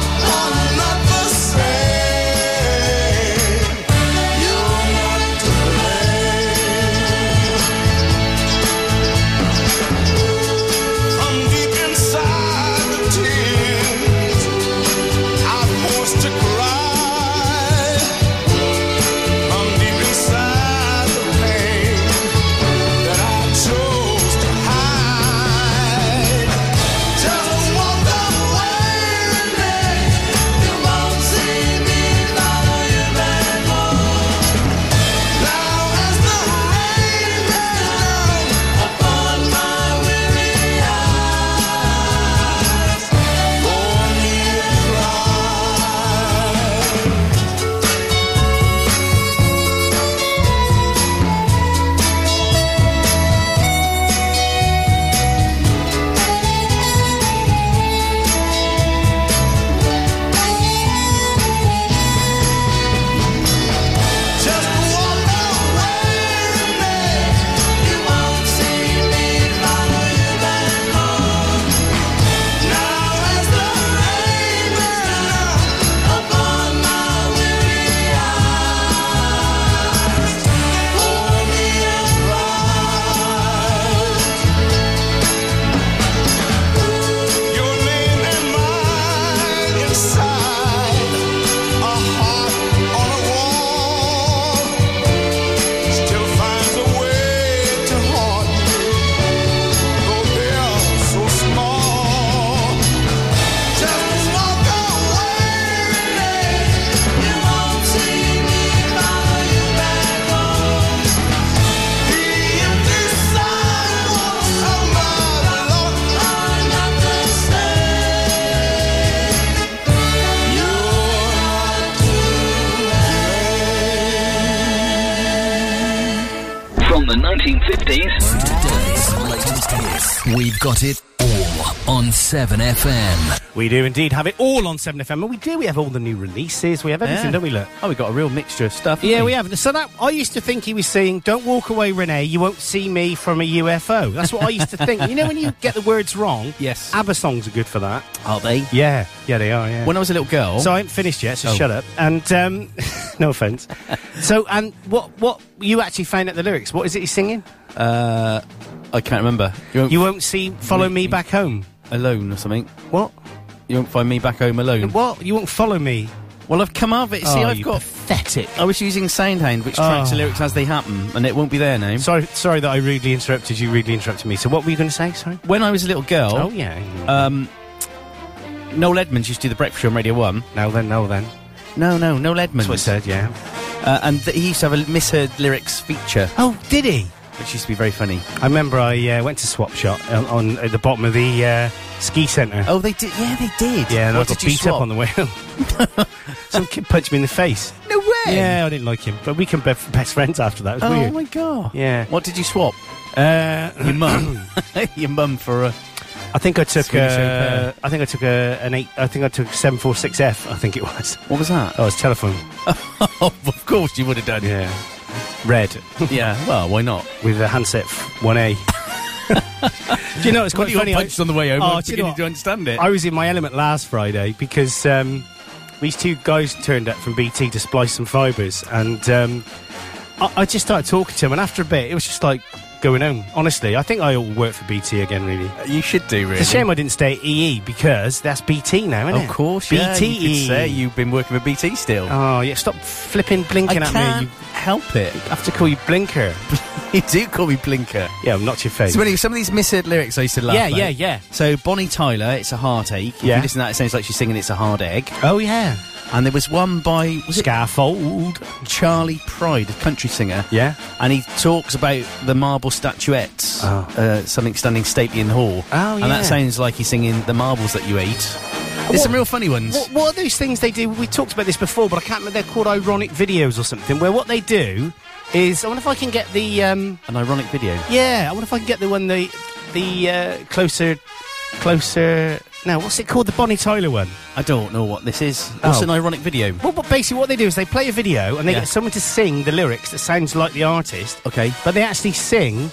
Speaker 7: the 1950s.
Speaker 2: We've got it all on 7FM.
Speaker 4: We do indeed have it all on 7FM. And we do. We have all the new releases. We have everything, don't we, look?
Speaker 5: Oh, we got a real mixture of stuff. haven't
Speaker 4: Yeah, we have. So that I used to think he was saying, "Don't walk away, Renee. You won't see me from a UFO." That's what I used to think. You know, when you get the words wrong.
Speaker 5: Yes.
Speaker 4: ABBA songs are good for that.
Speaker 5: Are they?
Speaker 4: Yeah, yeah, they are. Yeah.
Speaker 5: When I was a little girl,
Speaker 4: so I ain't finished yet, so
Speaker 5: Oh.
Speaker 4: shut up. And um, no offense. so, and what what you actually found out the lyrics? What is it he's singing?
Speaker 5: Uh, I can't remember. You won't
Speaker 4: You won't see, follow me back home.
Speaker 5: alone or something.
Speaker 4: What?
Speaker 5: You won't find me back home alone.
Speaker 4: What? You won't follow me?
Speaker 5: Well, I've come out of it. See,
Speaker 4: Oh,
Speaker 5: I've
Speaker 4: you
Speaker 5: got pathetic. I was using Soundhound, which tracks the
Speaker 4: Oh.
Speaker 5: lyrics as they happen, and it won't be there now.
Speaker 4: Sorry, sorry that I rudely interrupted you. Rudely interrupted me. So, what were you going to say? Sorry.
Speaker 5: when I was a little girl,
Speaker 4: Oh, yeah.
Speaker 5: um, Noel Edmonds used to do the breakfast show on Radio One.
Speaker 4: now then, now then.
Speaker 5: No, no, Noel Edmonds.
Speaker 4: That's what it said. Yeah.
Speaker 5: Uh, and th- he used to have a misheard lyrics feature,
Speaker 4: Oh, did he?
Speaker 5: which used to be very funny.
Speaker 4: I remember I uh, went to Swap Shop on, on at the bottom of the uh, ski centre.
Speaker 5: Oh, they did. Yeah, they did.
Speaker 4: Yeah, and
Speaker 5: what
Speaker 4: I got
Speaker 5: did you
Speaker 4: beat
Speaker 5: swap?
Speaker 4: up on the way home. Some kid punched me in the face.
Speaker 5: No way.
Speaker 4: Yeah, I didn't like him, but we can be f- best friends after that. It was
Speaker 5: Oh
Speaker 4: weird.
Speaker 5: my god.
Speaker 4: Yeah.
Speaker 5: What did you swap?
Speaker 4: Uh,
Speaker 5: Your mum. Your mum for a.
Speaker 4: I think I took.
Speaker 5: Swedish
Speaker 4: Uh,
Speaker 5: au
Speaker 4: I think I took a, an eight. I think I took seven four six F. I think it was.
Speaker 5: What was that?
Speaker 4: Oh, it's telephone.
Speaker 5: Oh, of course you would have done.
Speaker 4: Yeah, red
Speaker 5: yeah. Uh, Well, why not?
Speaker 4: with a handset one A. Do you know it's quite
Speaker 5: you got
Speaker 4: funny? I-
Speaker 5: punched on the way home.
Speaker 4: Oh,
Speaker 5: I'm
Speaker 4: do you know
Speaker 5: beginning
Speaker 4: what?
Speaker 5: to understand it.
Speaker 4: I was in my element last Friday because um, these two guys turned up from BT to splice some fibres, and um, I, I just started talking to them. And after a bit, it was just like going home. Honestly, I think I ought to work for BT again. Really,
Speaker 5: you should do really.
Speaker 4: it's a shame I didn't stay at EE because that's BT now, isn't
Speaker 5: Of
Speaker 4: it?
Speaker 5: course,
Speaker 4: BT.
Speaker 5: yeah. You could say you've been working with BT still.
Speaker 4: Oh yeah, stop flipping
Speaker 5: I
Speaker 4: blinking at me.
Speaker 5: can't
Speaker 4: You
Speaker 5: help it.
Speaker 4: have to call you blinker.
Speaker 5: You do call me Blinker.
Speaker 4: yeah, I'm not your face.
Speaker 5: So anyway, some of these misheard lyrics I used to laugh.
Speaker 4: Yeah,
Speaker 5: at.
Speaker 4: yeah, yeah.
Speaker 5: So Bonnie Tyler, it's a heartache. If
Speaker 4: Yeah.
Speaker 5: you listen to that, it sounds like she's singing "It's a Hard Egg."
Speaker 4: oh yeah,
Speaker 5: And there was one by was it
Speaker 4: scaffold.
Speaker 5: Charlie Pride, a country singer.
Speaker 4: Yeah.
Speaker 5: And he talks about the marble statuettes,
Speaker 4: Oh.
Speaker 5: uh, something standing stately in the hall.
Speaker 4: Oh,
Speaker 5: And
Speaker 4: yeah.
Speaker 5: that sounds like he's singing the marbles that you ate. There's some real funny ones.
Speaker 4: What, what are those things they do? We talked about this before, but I can't remember. They're called ironic videos or something. Where what they do is, I wonder if I can get the um,
Speaker 5: An ironic video.
Speaker 4: yeah, I wonder if I can get the one the the uh, closer closer. No, what's it called? The Bonnie Tyler one.
Speaker 5: I don't know what this is. What's
Speaker 4: Oh.
Speaker 5: an ironic video?
Speaker 4: Well, but basically what they do is they play a video and they
Speaker 5: Yeah.
Speaker 4: get someone to sing the lyrics that sounds like the artist,
Speaker 5: Okay.
Speaker 4: but they actually sing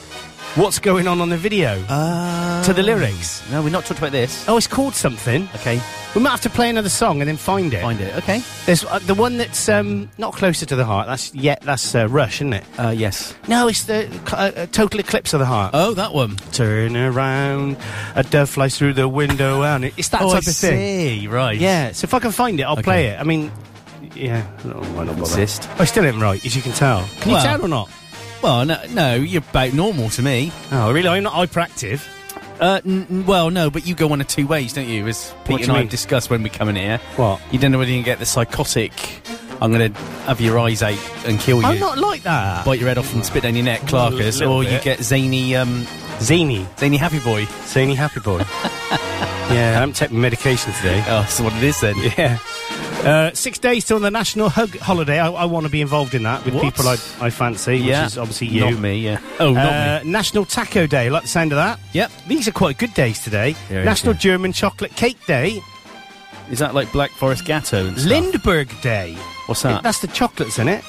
Speaker 4: what's going on on the video
Speaker 5: Uh,
Speaker 4: to the lyrics.
Speaker 5: No, we're not talked about this.
Speaker 4: Oh, it's called something.
Speaker 5: Okay,
Speaker 4: We might have to play another song and then find it.
Speaker 5: find it. Okay.
Speaker 4: There's uh, the one that's um, not closer to the heart. That's yet. that's uh, Rush, isn't it?
Speaker 5: Uh, yes.
Speaker 4: No, it's the cl- uh, uh, total eclipse of the heart.
Speaker 5: Oh, that one.
Speaker 4: Turn around, a dove flies through the window, and it, it's that
Speaker 5: oh,
Speaker 4: type
Speaker 5: I
Speaker 4: of thing.
Speaker 5: see. Right.
Speaker 4: Yeah. So if I can find it, I'll play
Speaker 5: Okay.
Speaker 4: it. I mean, yeah. Oh, I don't- why not bother?
Speaker 5: Insist.
Speaker 4: I still am right, as you can tell. Can
Speaker 5: Well-
Speaker 4: you tell or not?
Speaker 5: Well, no, no, you're about normal to me.
Speaker 4: Oh, really? I'm not hyperactive.
Speaker 5: Uh, n- n- well, no, but you go one of two ways, don't you? As
Speaker 4: What
Speaker 5: Pete
Speaker 4: do
Speaker 5: and
Speaker 4: you
Speaker 5: I
Speaker 4: mean?
Speaker 5: have discussed when we come in here.
Speaker 4: What?
Speaker 5: You don't know whether you can get the psychotic, I'm going to have your eyes out and kill you.
Speaker 4: I'm not like that.
Speaker 5: Bite your head off and spit down your neck, Clarkus.
Speaker 4: little
Speaker 5: Or you
Speaker 4: bit.
Speaker 5: get zany, um,
Speaker 4: Zany,
Speaker 5: zany happy boy.
Speaker 4: zany happy boy. yeah, I haven't taken my medication today.
Speaker 5: Oh, that's what it is then.
Speaker 4: Yeah. Uh, six days till the National Hug Holiday. I, I want to be involved in that with
Speaker 5: What?
Speaker 4: people I, I fancy,
Speaker 5: Yeah.
Speaker 4: which is obviously you.
Speaker 5: Not me, yeah. Oh, not
Speaker 4: Uh, National Taco Day. Like the sound of that?
Speaker 5: Yep.
Speaker 4: These are quite good days today.
Speaker 5: There is,
Speaker 4: National
Speaker 5: yeah.
Speaker 4: German Chocolate Cake Day.
Speaker 5: me. Is that like Black Forest Gatto and stuff?
Speaker 4: Lindbergh Day.
Speaker 5: What's that?
Speaker 4: That's the chocolates in it.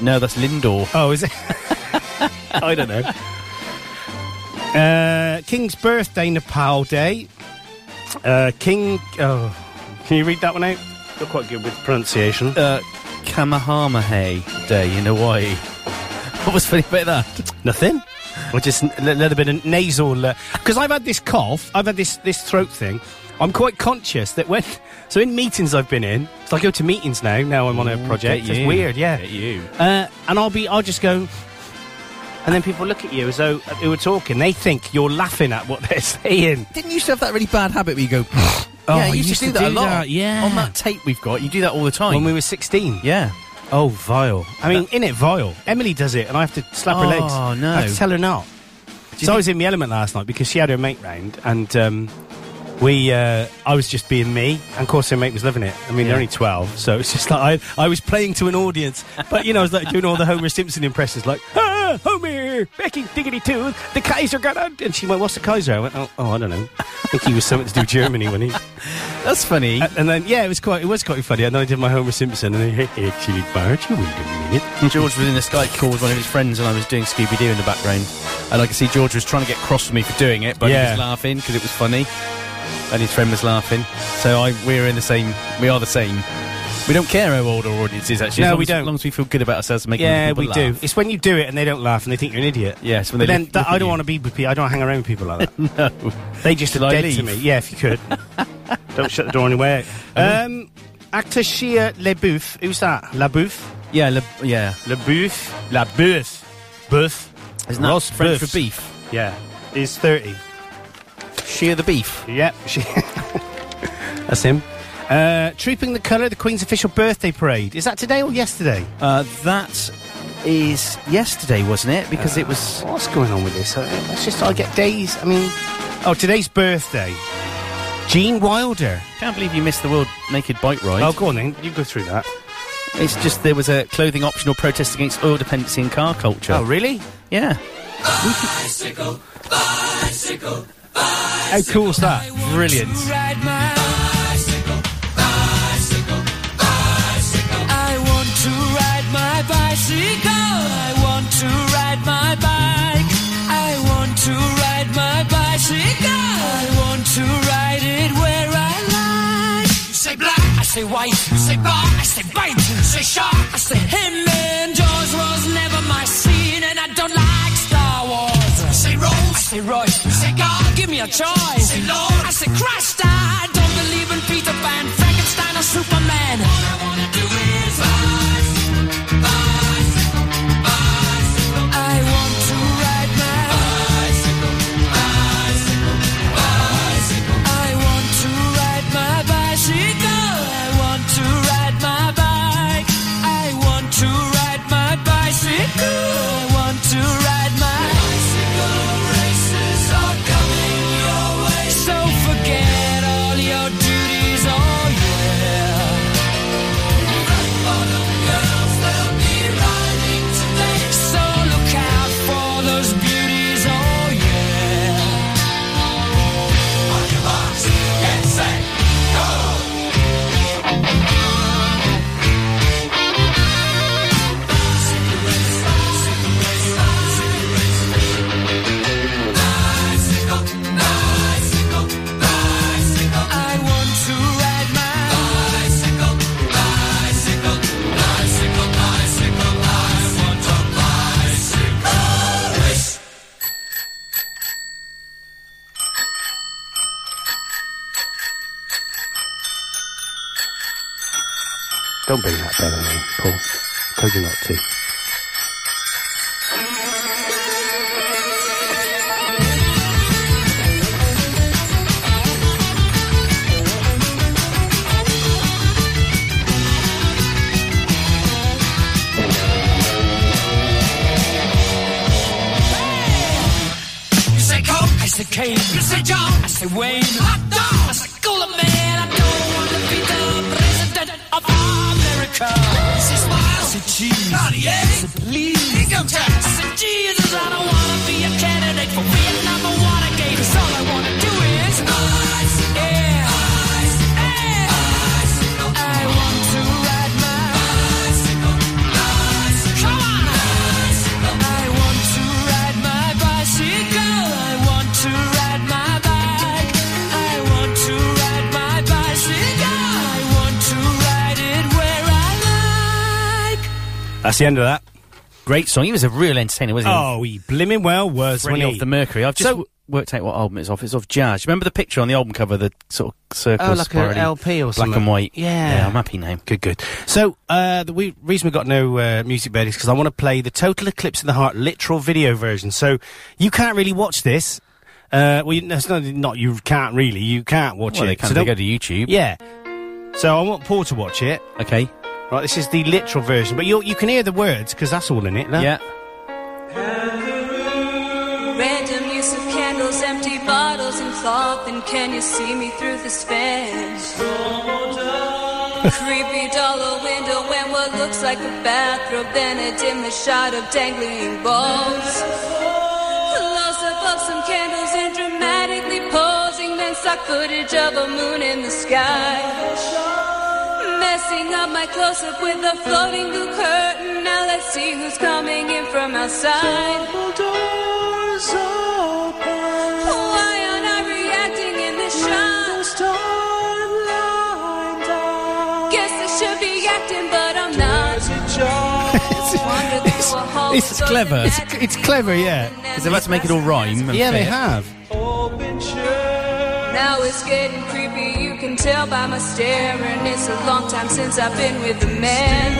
Speaker 5: no, that's Lindor.
Speaker 4: Oh, is it? I don't know. Uh, King's Birthday Nepal Day. Uh, King. Oh, can you read that one out? You're quite good with pronunciation.
Speaker 5: Uh, Kamahamahe Day in Hawaii. What was funny about that?
Speaker 4: Nothing. Or just a little bit of nasal. Because I've had this cough, I've had this, this throat thing. I'm quite conscious that when. So in meetings I've been in, so I go to meetings now, now I'm on a project. It's weird, yeah.
Speaker 5: Get you.
Speaker 4: Uh, and I'll be, I'll just go. And then people look at you as though uh, who are talking. They think you're laughing at what they're saying.
Speaker 5: Didn't you used to have that really bad habit where you go?
Speaker 4: Oh,
Speaker 5: yeah,
Speaker 4: I
Speaker 5: you used,
Speaker 4: used
Speaker 5: to do
Speaker 4: to
Speaker 5: that a
Speaker 4: do
Speaker 5: lot.
Speaker 4: that, yeah.
Speaker 5: on that tape we've got, you do that all the time.
Speaker 4: When we were 16.
Speaker 5: yeah,
Speaker 4: Oh, vile. I mean, in it, vile. Emily does it, and I have to slap her
Speaker 5: Oh,
Speaker 4: legs.
Speaker 5: no.
Speaker 4: I have to tell her not. So I was in the element last night because she had her mate round, and um, we, uh, I was just being me, and of course her mate was loving it. I mean, they're only 12, so it's just like I, I was playing to an audience, but you know, I was like doing all the Homer Simpson impressions, like, ah, Homer! Kaiser, back in diggity too. The Kaiser got out. And she went, what's the Kaiser? I went, oh, oh I don't know. I think he was something to do with Germany when he...
Speaker 5: That's funny.
Speaker 4: A- And then, yeah, it was quite, it was quite funny. And then I did my Homer Simpson and he actually barred you, wait a minute.
Speaker 5: George was in a Skype call with one of his friends, and I was doing Scooby Doo in the background. And I could see George was trying to get cross with me for doing it, but he
Speaker 4: Yeah.
Speaker 5: was laughing because it was funny, and his friend was laughing. So I, we're in the same. We are the same. We don't care how old our audience is. Actually,
Speaker 4: No,
Speaker 5: as long
Speaker 4: we
Speaker 5: as,
Speaker 4: don't.
Speaker 5: As long as we feel good about ourselves, and making
Speaker 4: Yeah,
Speaker 5: people
Speaker 4: we
Speaker 5: laugh.
Speaker 4: do. It's when you do it and they don't laugh and they think you're an idiot.
Speaker 5: Yes, when
Speaker 4: But
Speaker 5: they
Speaker 4: then
Speaker 5: look-
Speaker 4: that,
Speaker 5: look
Speaker 4: I
Speaker 5: at
Speaker 4: don't
Speaker 5: you.
Speaker 4: want to be with people. I don't hang around with people like that. no. They just
Speaker 5: Should
Speaker 4: are
Speaker 5: I
Speaker 4: dead to
Speaker 5: leave?
Speaker 4: me. Yeah, if you could. don't shut the door on your way out. Um, actor Shia LaBeouf. Who's that? LaBeouf?
Speaker 5: Yeah, le, yeah.
Speaker 4: LaBeouf? LaBeouf. Boof.
Speaker 5: Isn't that
Speaker 4: Ross
Speaker 5: French
Speaker 4: Booth.
Speaker 5: for beef?
Speaker 4: Yeah. He's 30.
Speaker 5: Shear the beef.
Speaker 4: Yep. She- That's him. Uh, Trooping the Colour, the Queen's official birthday parade. Is that today or yesterday?
Speaker 5: Uh, that is yesterday, wasn't it? Because it was.
Speaker 4: Uh, What's going on with this? I- It's just I get days. I mean, oh, today's birthday. Gene Wilder.
Speaker 5: Can't believe you missed the World Naked Bike Ride.
Speaker 4: Oh, go on then. You go through that.
Speaker 5: It's just there was a clothing optional protest against oil dependency and car culture.
Speaker 4: Oh, really?
Speaker 5: yeah.
Speaker 4: How cool's that?
Speaker 5: Brilliant.
Speaker 8: ride my bicycle, bicycle, bicycle. I want to ride my bicycle. I want to ride my bike. I want to ride my bicycle. I want to ride it where I like. You say black, I say white. You say bar, I say bite. You say shark, I say hitman. Jaws was never my scene, and I don't like Star Wars. You say Rose, I say Royce. You say God, give me a choice. You say Lord, I say Christ. I don't believe in Peter Pan, Frankenstein, or Superman. All I wanna do is rise, bicycle, bicycle. I want to ride my bicycle, bicycle, bicycle. I want to ride my bicycle. I want to ride my bike. I want to ride my bicycle. I want to ride my bicycle races are coming your way. So forget all your duties, oh yeah. Black bottom girls, they'll be riding today. So look out for those beauties, oh yeah. On your marks, get set, go! I want to ride my bicycle, bicycle, bicycle, bicycle. I want a bicycle race.
Speaker 4: Don't bring that bell on me, Paul. Told you not to.
Speaker 8: You say Coke, I say Kane. You say John, I say Wayne. Hot dog, I say Cooler Man. I don't want to be the president of America. You say smile, I say cheese. Naughty-eight, I say please. Income tax, I say Jesus. I don't want to be a candidate for Vietnam or Watergate. 'Cause all I want to do is bicycle, yeah. yeah. I want to ride my bicycle, bicycle. Come on. I want to ride my bicycle. I want to ride my bike. I want to ride my bicycle. I want to ride it where I like.
Speaker 4: That's the end of that.
Speaker 5: Great song. He was a real entertainer, wasn't he?
Speaker 4: Oh, he blimmin' well was,
Speaker 5: Freddie
Speaker 4: wasn't
Speaker 5: of
Speaker 4: he?
Speaker 5: the Mercury. I've just
Speaker 4: So-
Speaker 5: w- worked out what album it's off. It's off Jazz. Remember the picture on the album cover, the sort of circle
Speaker 4: Oh, like a
Speaker 5: spirally,
Speaker 4: LP or
Speaker 5: Black
Speaker 4: something.
Speaker 5: and white.
Speaker 4: Yeah.
Speaker 5: I'm happy now.
Speaker 4: Good, good. So, uh, the we, reason we got no uh, music bed is because I want to play the Total Eclipse of the Heart literal video version. So, you can't really watch this. Uh, well, you, no, it's not, not you can't really. You can't watch it.
Speaker 5: Well, they can.
Speaker 4: So
Speaker 5: they
Speaker 4: don't-
Speaker 5: go to YouTube.
Speaker 4: Yeah. So I want Paul to watch it.
Speaker 5: Okay.
Speaker 4: Right, this is the literal version, but you you can hear the words because that's all in it. No?
Speaker 5: Yeah.
Speaker 9: Random use of candles, empty bottles, and cloth. And can you see me through this fence? Creepy dollar window and what looks like a bathrobe, then a dimly shot of dangling balls. Lost above some candles and dramatically posing, then stock footage of a moon in the sky. Messing up my close up with a floating blue curtain. Now let's see who's coming in from outside. Why aren't I reacting in the shot? Guess I should be acting, but I'm not. Wander through a hall
Speaker 5: it's
Speaker 9: with open
Speaker 5: clever. It's-
Speaker 9: attic
Speaker 10: it's clever, yeah.
Speaker 9: and
Speaker 5: 'Cause they've had to make it all rhyme. and
Speaker 4: Yeah, they
Speaker 5: fit.
Speaker 4: have.
Speaker 9: Now it's getting creepy, you can tell by my staring. It's a long time since I've been with a man.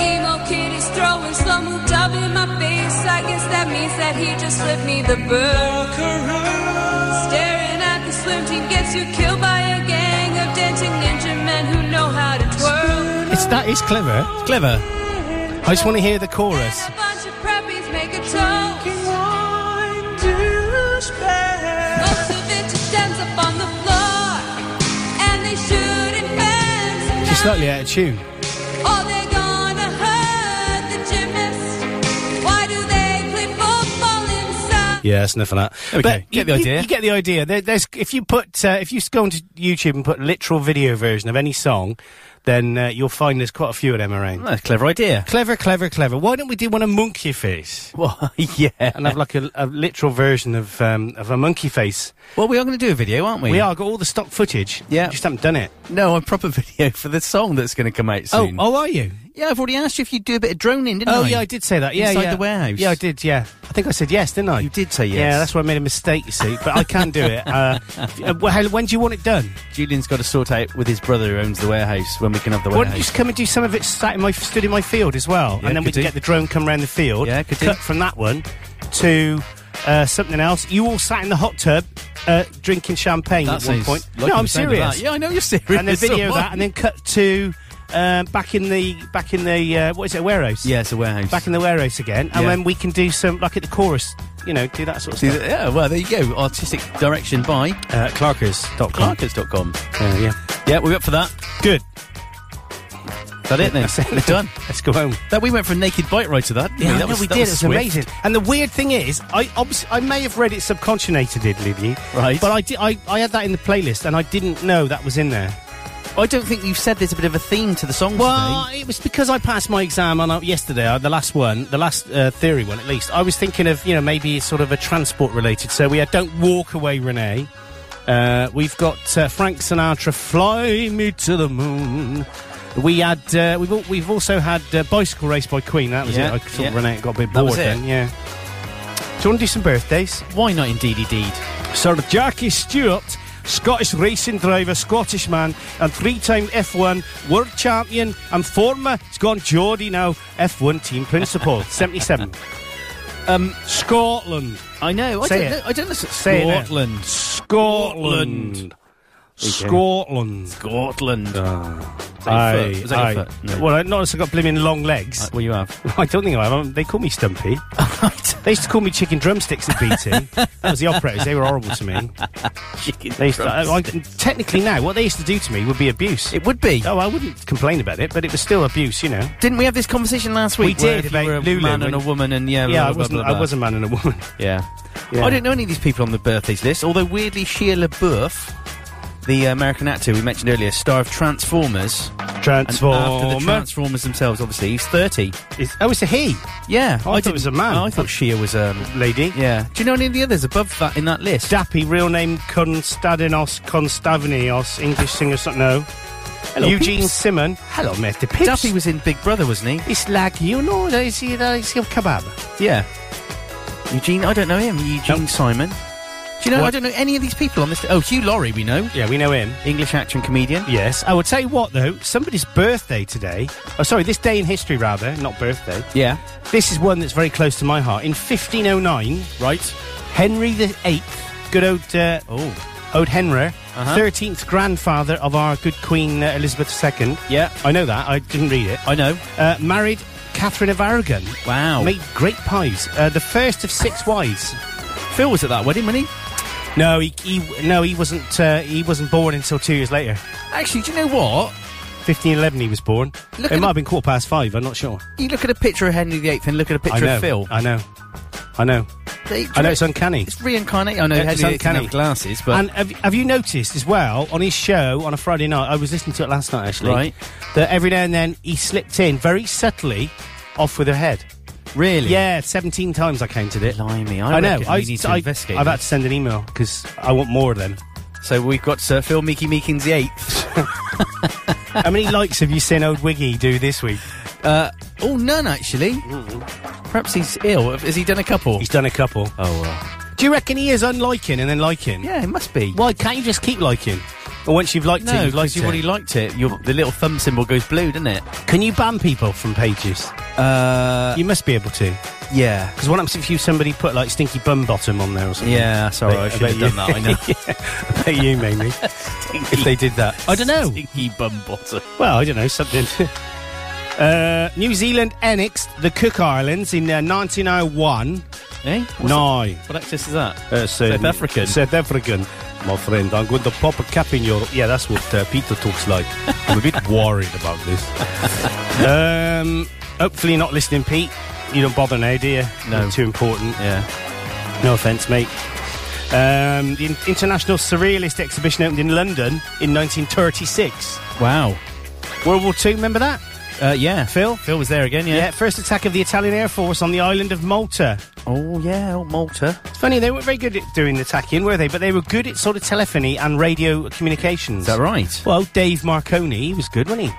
Speaker 9: Emo kid is throwing slow moved up in my face. I guess that means that he just slipped me the bird. Staring at the slim team gets you killed by a gang of dancing ninja men who know how to twirl.
Speaker 4: It's that is clever.
Speaker 5: It's clever.
Speaker 4: I just want to hear the chorus.
Speaker 9: A bunch of preppies make a toast. Most of it just ends up on the floor, and they shoot at fans.
Speaker 4: She's slightly out of tune.
Speaker 9: Are they gonna hurt the gymnast? Why do they play football inside?
Speaker 4: Yeah, that's enough of that.
Speaker 5: we
Speaker 4: But
Speaker 5: go.
Speaker 4: you-
Speaker 5: Get the
Speaker 4: you-
Speaker 5: idea.
Speaker 4: You, get the idea. There, there's if you put uh, if you go onto YouTube and put literal video version of any song, then uh, you'll find there's quite a few of them around.
Speaker 5: That's a clever idea.
Speaker 4: Clever, clever, clever. Why don't we do one of Monkey Face
Speaker 5: Well, yeah.
Speaker 4: and have like a, a literal version of um, of a monkey face?
Speaker 5: Well, we are going to do a video, aren't we?
Speaker 4: We are got all the stock footage.
Speaker 5: Yeah.
Speaker 4: just haven't done it.
Speaker 5: No, a proper video for the song that's going to come out
Speaker 4: Oh,
Speaker 5: soon.
Speaker 4: oh, are you?
Speaker 5: yeah. I've already asked you if you'd do a bit of droning, didn't I?
Speaker 4: Oh, yeah, I did say that. Yeah,
Speaker 5: Inside
Speaker 4: yeah.
Speaker 5: the warehouse.
Speaker 4: Yeah, I did. Yeah, I think I said yes, didn't I?
Speaker 5: You did say yes.
Speaker 4: Yeah, that's why I made a mistake. You see, but I can do it. Uh, uh, well, how- when do you want it done?
Speaker 5: Julian's got to sort out with his brother who owns the warehouse when we can have the
Speaker 4: Why don't you
Speaker 5: warehouse.
Speaker 4: just come and do some of it sat in my stood in my field as well,
Speaker 5: Yeah,
Speaker 4: and then we
Speaker 5: could
Speaker 4: can
Speaker 5: do.
Speaker 4: get the drone come round the field.
Speaker 5: Yeah, could do.
Speaker 4: cut from that one to uh, something else. You all sat in the hot tub uh, drinking champagne
Speaker 5: That
Speaker 4: at one
Speaker 5: sounds
Speaker 4: point.
Speaker 5: like
Speaker 4: no,
Speaker 5: the
Speaker 4: I'm
Speaker 5: sound of that.
Speaker 4: serious.
Speaker 5: Yeah, I know you're serious.
Speaker 4: And then video of
Speaker 5: Someone-
Speaker 4: that, and then cut to um, back in the back in the uh, what is it warehouse?
Speaker 5: yeah, it's a warehouse.
Speaker 4: back in the warehouse again, and
Speaker 5: Yeah.
Speaker 4: then we can do some like at the chorus. You know, do that sort of
Speaker 5: See,
Speaker 4: stuff.
Speaker 5: th- yeah, well, there you go. Artistic direction by
Speaker 4: Uh, Clarkers.com.
Speaker 5: Clarkers.com.
Speaker 4: Uh, yeah.
Speaker 5: Yeah, we're up for that.
Speaker 4: Good.
Speaker 5: Is that it then?
Speaker 4: That's it.
Speaker 5: We're done.
Speaker 4: Let's go home.
Speaker 5: That we went from naked bike ride to that. didn't
Speaker 4: I
Speaker 5: we? That
Speaker 4: know
Speaker 5: was,
Speaker 4: we
Speaker 5: that
Speaker 4: did.
Speaker 5: was
Speaker 4: It was
Speaker 5: swift.
Speaker 4: amazing. And the weird thing is, I obs- I may have read it subconscionatedly,
Speaker 5: Right.
Speaker 4: But I, di- I I had that in the playlist, and I didn't know that was in there.
Speaker 5: I don't think you've said there's a bit of a theme to the song
Speaker 4: Well,
Speaker 5: today.
Speaker 4: it was because I passed my exam on uh, yesterday, uh, the last one, the last uh, theory one at least. I was thinking of you know maybe it's sort of a transport related. So we had "Don't Walk Away, Renee." Uh, we've got uh, Frank Sinatra, "Fly Me to the Moon." We had uh, we've al- we've also had uh, "Bicycle Race" by Queen. That was
Speaker 5: Yeah,
Speaker 4: it. I thought
Speaker 5: yeah.
Speaker 4: Renee got a bit
Speaker 5: That
Speaker 4: bored
Speaker 5: was it.
Speaker 4: then. Yeah. Do you want to do some birthdays?
Speaker 5: Why not indeed, indeed?
Speaker 4: Sir Jackie Stewart, Scottish racing driver, Scottish man, and three-time F1 world champion and former, it's gone Geordie now, F1 team principal, 77. Um, Scotland.
Speaker 5: I know. I
Speaker 4: Say
Speaker 5: don't
Speaker 4: it.
Speaker 5: know. I don't listen.
Speaker 4: Say it now.
Speaker 5: Scotland.
Speaker 4: Scotland. Scotland. Ah.
Speaker 5: Scotland.
Speaker 4: Aye,
Speaker 5: Was that your
Speaker 4: aye.
Speaker 5: foot? No.
Speaker 4: Well, I- not unless I've got blimmin' long legs.
Speaker 5: Uh, well, you have.
Speaker 4: I don't think I have. Um, They call me Stumpy. They used to call me Chicken Drumsticks at BT. that was the operators. They were horrible to me.
Speaker 5: Chicken
Speaker 4: They used to,
Speaker 5: drumsticks.
Speaker 4: I, I, technically, now, what they used to do to me would be abuse.
Speaker 5: It would be.
Speaker 4: Oh, I wouldn't complain about it, but it was still abuse, you know.
Speaker 5: Didn't we have this conversation last week?
Speaker 4: We
Speaker 5: where
Speaker 4: did
Speaker 5: if
Speaker 4: about
Speaker 5: you were a
Speaker 4: Lulu,
Speaker 5: man
Speaker 4: when-
Speaker 5: and a woman, and
Speaker 4: yeah,
Speaker 5: yeah, blah,
Speaker 4: I
Speaker 5: blah,
Speaker 4: wasn't.
Speaker 5: blah, blah,
Speaker 4: I was a man and a woman.
Speaker 5: Yeah.
Speaker 4: Yeah.
Speaker 5: I don't know any of these people on the birthdays list, although weirdly Sheila LaBeouf, the American actor we mentioned earlier, star of Transformers, and after the
Speaker 4: Transformer.
Speaker 5: Transformers themselves, obviously, he's 30.
Speaker 4: Is- oh, it's a he,
Speaker 5: Yeah.
Speaker 4: I thought it
Speaker 5: didn't-
Speaker 4: was a man.
Speaker 5: Oh, I thought Sheila was, um,
Speaker 4: lady.
Speaker 5: yeah. Do you know any of the others above that in that list?
Speaker 4: Dappy, real name Konstadinos Konstavnios, English singer. so- No. Eugene
Speaker 5: peeps.
Speaker 4: Simon. Hello, Mr. Pips.
Speaker 5: Daffy was in Big Brother, wasn't he?
Speaker 4: It's like you know, they see that it's your kebab.
Speaker 5: Yeah. Eugene, I don't know him. Eugene
Speaker 4: Nope.
Speaker 5: Simon. Do you know,
Speaker 4: Oh. What?
Speaker 5: I don't know any of these people on this. Oh, Hugh Laurie, we know.
Speaker 4: Yeah, we know him.
Speaker 5: English actor and comedian.
Speaker 4: Yes, I will tell you what though. Somebody's birthday today. Oh, sorry, this day in history rather, not birthday.
Speaker 5: Yeah.
Speaker 4: This is one that's very close to my heart. In 1509,
Speaker 5: Right.
Speaker 4: Henry the Eighth, good old uh,
Speaker 5: Oh.
Speaker 4: Old Henry,
Speaker 5: Uh-huh.
Speaker 4: 13th grandfather of our good Queen uh, Elizabeth II.
Speaker 5: Yeah.
Speaker 4: I know that, I didn't read it.
Speaker 5: I know.
Speaker 4: Uh, married Catherine of Aragon.
Speaker 5: Wow.
Speaker 4: Made great pies. Uh, the first of six wives.
Speaker 5: Phil was at that wedding, wasn't he?
Speaker 4: No, he, he no he wasn't uh, he wasn't born until two years later.
Speaker 5: Actually, do you know what?
Speaker 4: Fifteen eleven he was born.
Speaker 5: Look
Speaker 4: it might
Speaker 5: at the-
Speaker 4: have been quarter past five. I'm not sure.
Speaker 5: You look at a picture of Henry VIII and look at a
Speaker 4: I
Speaker 5: picture
Speaker 4: know.
Speaker 5: of Phil.
Speaker 4: I know. I know.
Speaker 5: They-
Speaker 4: I know it's uncanny.
Speaker 5: It's reincarnate. I know Henry
Speaker 4: it's
Speaker 5: VIII didn't
Speaker 4: uncanny.
Speaker 5: have glasses, but
Speaker 4: and have, have you noticed as well on his show on a Friday night? I was listening to it last night actually.
Speaker 5: Right.
Speaker 4: That every now and then he slipped in very subtly, off with her head.
Speaker 5: really,
Speaker 4: Yeah, seventeen times I counted it.
Speaker 5: Blimey, I
Speaker 4: I, know.
Speaker 5: reckon
Speaker 4: I,
Speaker 5: we need to
Speaker 4: I,
Speaker 5: investigate
Speaker 4: I've had
Speaker 5: this.
Speaker 4: to send an email because I want more of them.
Speaker 5: So we've got Sir Phil Meeky Meekins VIII.
Speaker 4: How many likes have you seen Old Wiggy do this week?
Speaker 5: oh, none actually. Perhaps he's ill. Has he done a couple?
Speaker 4: He's done a couple.
Speaker 5: oh well.
Speaker 4: Do you reckon he is unliking and then liking?
Speaker 5: Yeah, it must be.
Speaker 4: Why can't you just keep liking? Or once you've liked it,
Speaker 5: No,
Speaker 4: you've
Speaker 5: because
Speaker 4: liked
Speaker 5: you've
Speaker 4: it.
Speaker 5: already liked it. Your, the little thumb symbol goes blue, doesn't it?
Speaker 4: Can you ban people from pages?
Speaker 5: Uh,
Speaker 4: You must be able to.
Speaker 5: yeah.
Speaker 4: Because what happens if you somebody put like stinky bum bottom on there or something?
Speaker 5: Yeah, sorry, I,
Speaker 4: bet- bet
Speaker 5: should have done that. I know.
Speaker 4: I bet you, Mamie. if they did that, I don't know.
Speaker 5: Stinky bum bottom.
Speaker 4: Well, I don't know something. uh, New Zealand annexed the Cook Islands in uh, 1901.
Speaker 5: Eh? What's that-
Speaker 4: No.
Speaker 5: What access is that?
Speaker 4: Uh, South
Speaker 5: African.
Speaker 4: South African, my friend. I'm going to pop a cap in your. Yeah, that's what uh, Peter talks like. I'm a bit worried about this. um, hopefully, you're not listening, Pete. You don't bother now, do you?
Speaker 5: No.
Speaker 4: You're too important.
Speaker 5: Yeah.
Speaker 4: No offence, mate. Um, the In- International Surrealist Exhibition opened in London in 1936.
Speaker 5: Wow.
Speaker 4: World War II, remember that?
Speaker 5: Uh, yeah.
Speaker 4: Phil?
Speaker 5: Phil was there again. Yeah.
Speaker 4: Yeah, first attack of the Italian Air Force on the island of Malta.
Speaker 5: Oh yeah. Oh, Malta.
Speaker 4: It's funny, they weren't very good at doing attacking, were they? But they were good at sort of telephony and radio communications.
Speaker 5: Is that right?
Speaker 4: Well, Dave Marconi, he was good, wasn't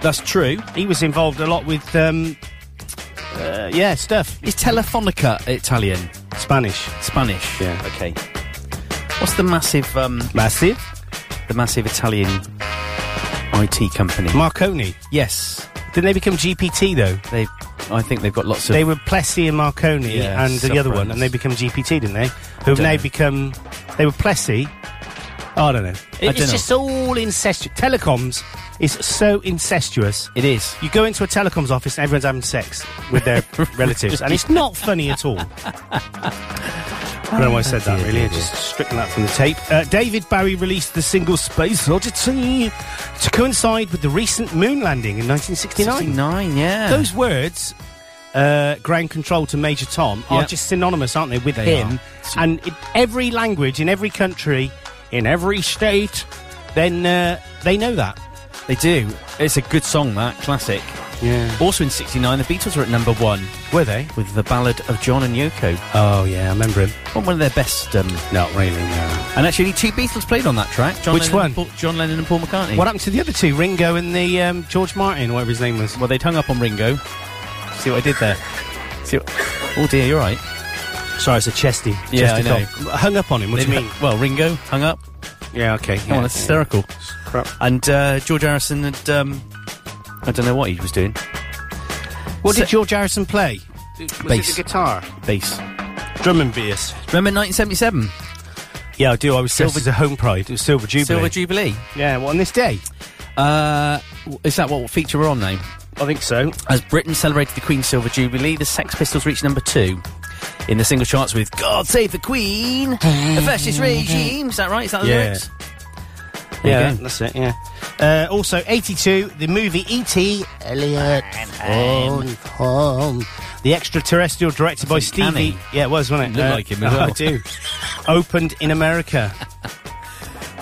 Speaker 5: that's true.
Speaker 4: he? He was involved a lot with, um, uh, yeah, stuff.
Speaker 5: Is Telefonica Uh, Italian?
Speaker 4: Spanish.
Speaker 5: Spanish.
Speaker 4: Yeah.
Speaker 5: Okay. What's the massive, um,
Speaker 4: Massive.
Speaker 5: the massive Italian IT company?
Speaker 4: Marconi.
Speaker 5: yes,
Speaker 4: Didn't they become GPT, though?
Speaker 5: they. I think they've got lots of.
Speaker 4: They were Plessy and Marconi
Speaker 5: Yeah,
Speaker 4: and the other
Speaker 5: sub-brands.
Speaker 4: one, and they become GPT, didn't they? Who've
Speaker 5: don't
Speaker 4: now
Speaker 5: know.
Speaker 4: become. They were Plessy. I don't know.
Speaker 5: don't
Speaker 4: it's
Speaker 5: know.
Speaker 4: just all incestuous. Telecoms is so incestuous.
Speaker 5: it is.
Speaker 4: You go into a telecoms office and everyone's having sex with their relatives, and it's not funny at all. I don't know why I
Speaker 5: Oh,
Speaker 4: said that, really. I just stricken that from the tape. Uh, David Bowie released the single Space Oddity to coincide with the recent moon landing in 1969.
Speaker 5: Nine. Yeah.
Speaker 4: Those words, uh, ground control to Major Tom, are
Speaker 5: Yeah.
Speaker 4: just synonymous, aren't they, with
Speaker 5: They
Speaker 4: him?
Speaker 5: are.
Speaker 4: And in every language, in every country, in every state, then uh, they know that.
Speaker 5: They do. It's a good song. That classic.
Speaker 4: Yeah.
Speaker 5: Also in '69, the Beatles were at number one
Speaker 4: Were they?
Speaker 5: with the ballad of John and Yoko. Um,
Speaker 4: Oh, yeah, I remember him.
Speaker 5: One of their best. Um,
Speaker 4: Not really, no.
Speaker 5: and actually, only two Beatles played on that track. John
Speaker 4: Which
Speaker 5: Lennon and
Speaker 4: one?
Speaker 5: Paul, John Lennon and Paul McCartney.
Speaker 4: What happened to the other two, Ringo and the um, George Martin, whatever his name was?
Speaker 5: Well, they'd hung up on Ringo. See what I did there? See what... Oh dear, you're right.
Speaker 4: Sorry, it's a chesty.
Speaker 5: Yeah,
Speaker 4: chesty
Speaker 5: I know.
Speaker 4: cough. Hung up on him, what do you
Speaker 5: They'd-
Speaker 4: mean?
Speaker 5: Well, Ringo hung up.
Speaker 4: Yeah, okay.
Speaker 5: Come on, that's hysterical. And uh, George Harrison and um, I don't know what he was doing.
Speaker 4: What
Speaker 5: So-
Speaker 4: did George Harrison play?
Speaker 5: Bass.
Speaker 4: guitar?
Speaker 5: Bass.
Speaker 4: Drum and bass.
Speaker 5: Remember 1977,
Speaker 4: Yeah, I do. I was
Speaker 5: Silver-
Speaker 4: Silver dressed as a home pride. It was Silver Jubilee.
Speaker 5: Silver Jubilee.
Speaker 4: yeah, well, on this day?
Speaker 5: Uh, w- is that what feature we're on now?
Speaker 4: I think so.
Speaker 5: As Britain celebrated the Queen's Silver Jubilee, the Sex Pistols reached number two in the single charts with "God Save the Queen," "The Fascist Regime." Is that right? Is that the
Speaker 4: Yeah.
Speaker 5: lyrics? There you
Speaker 4: Yeah,
Speaker 5: go.
Speaker 4: that's it. Yeah. Uh, also, eighty-two, the movie E.T. Elliot Home, home. The extraterrestrial, directed by
Speaker 5: That's uncanny.
Speaker 4: Stevie. Yeah, it was, wasn't it? Uh,
Speaker 5: You look like him as well.
Speaker 4: I do. Opened in America.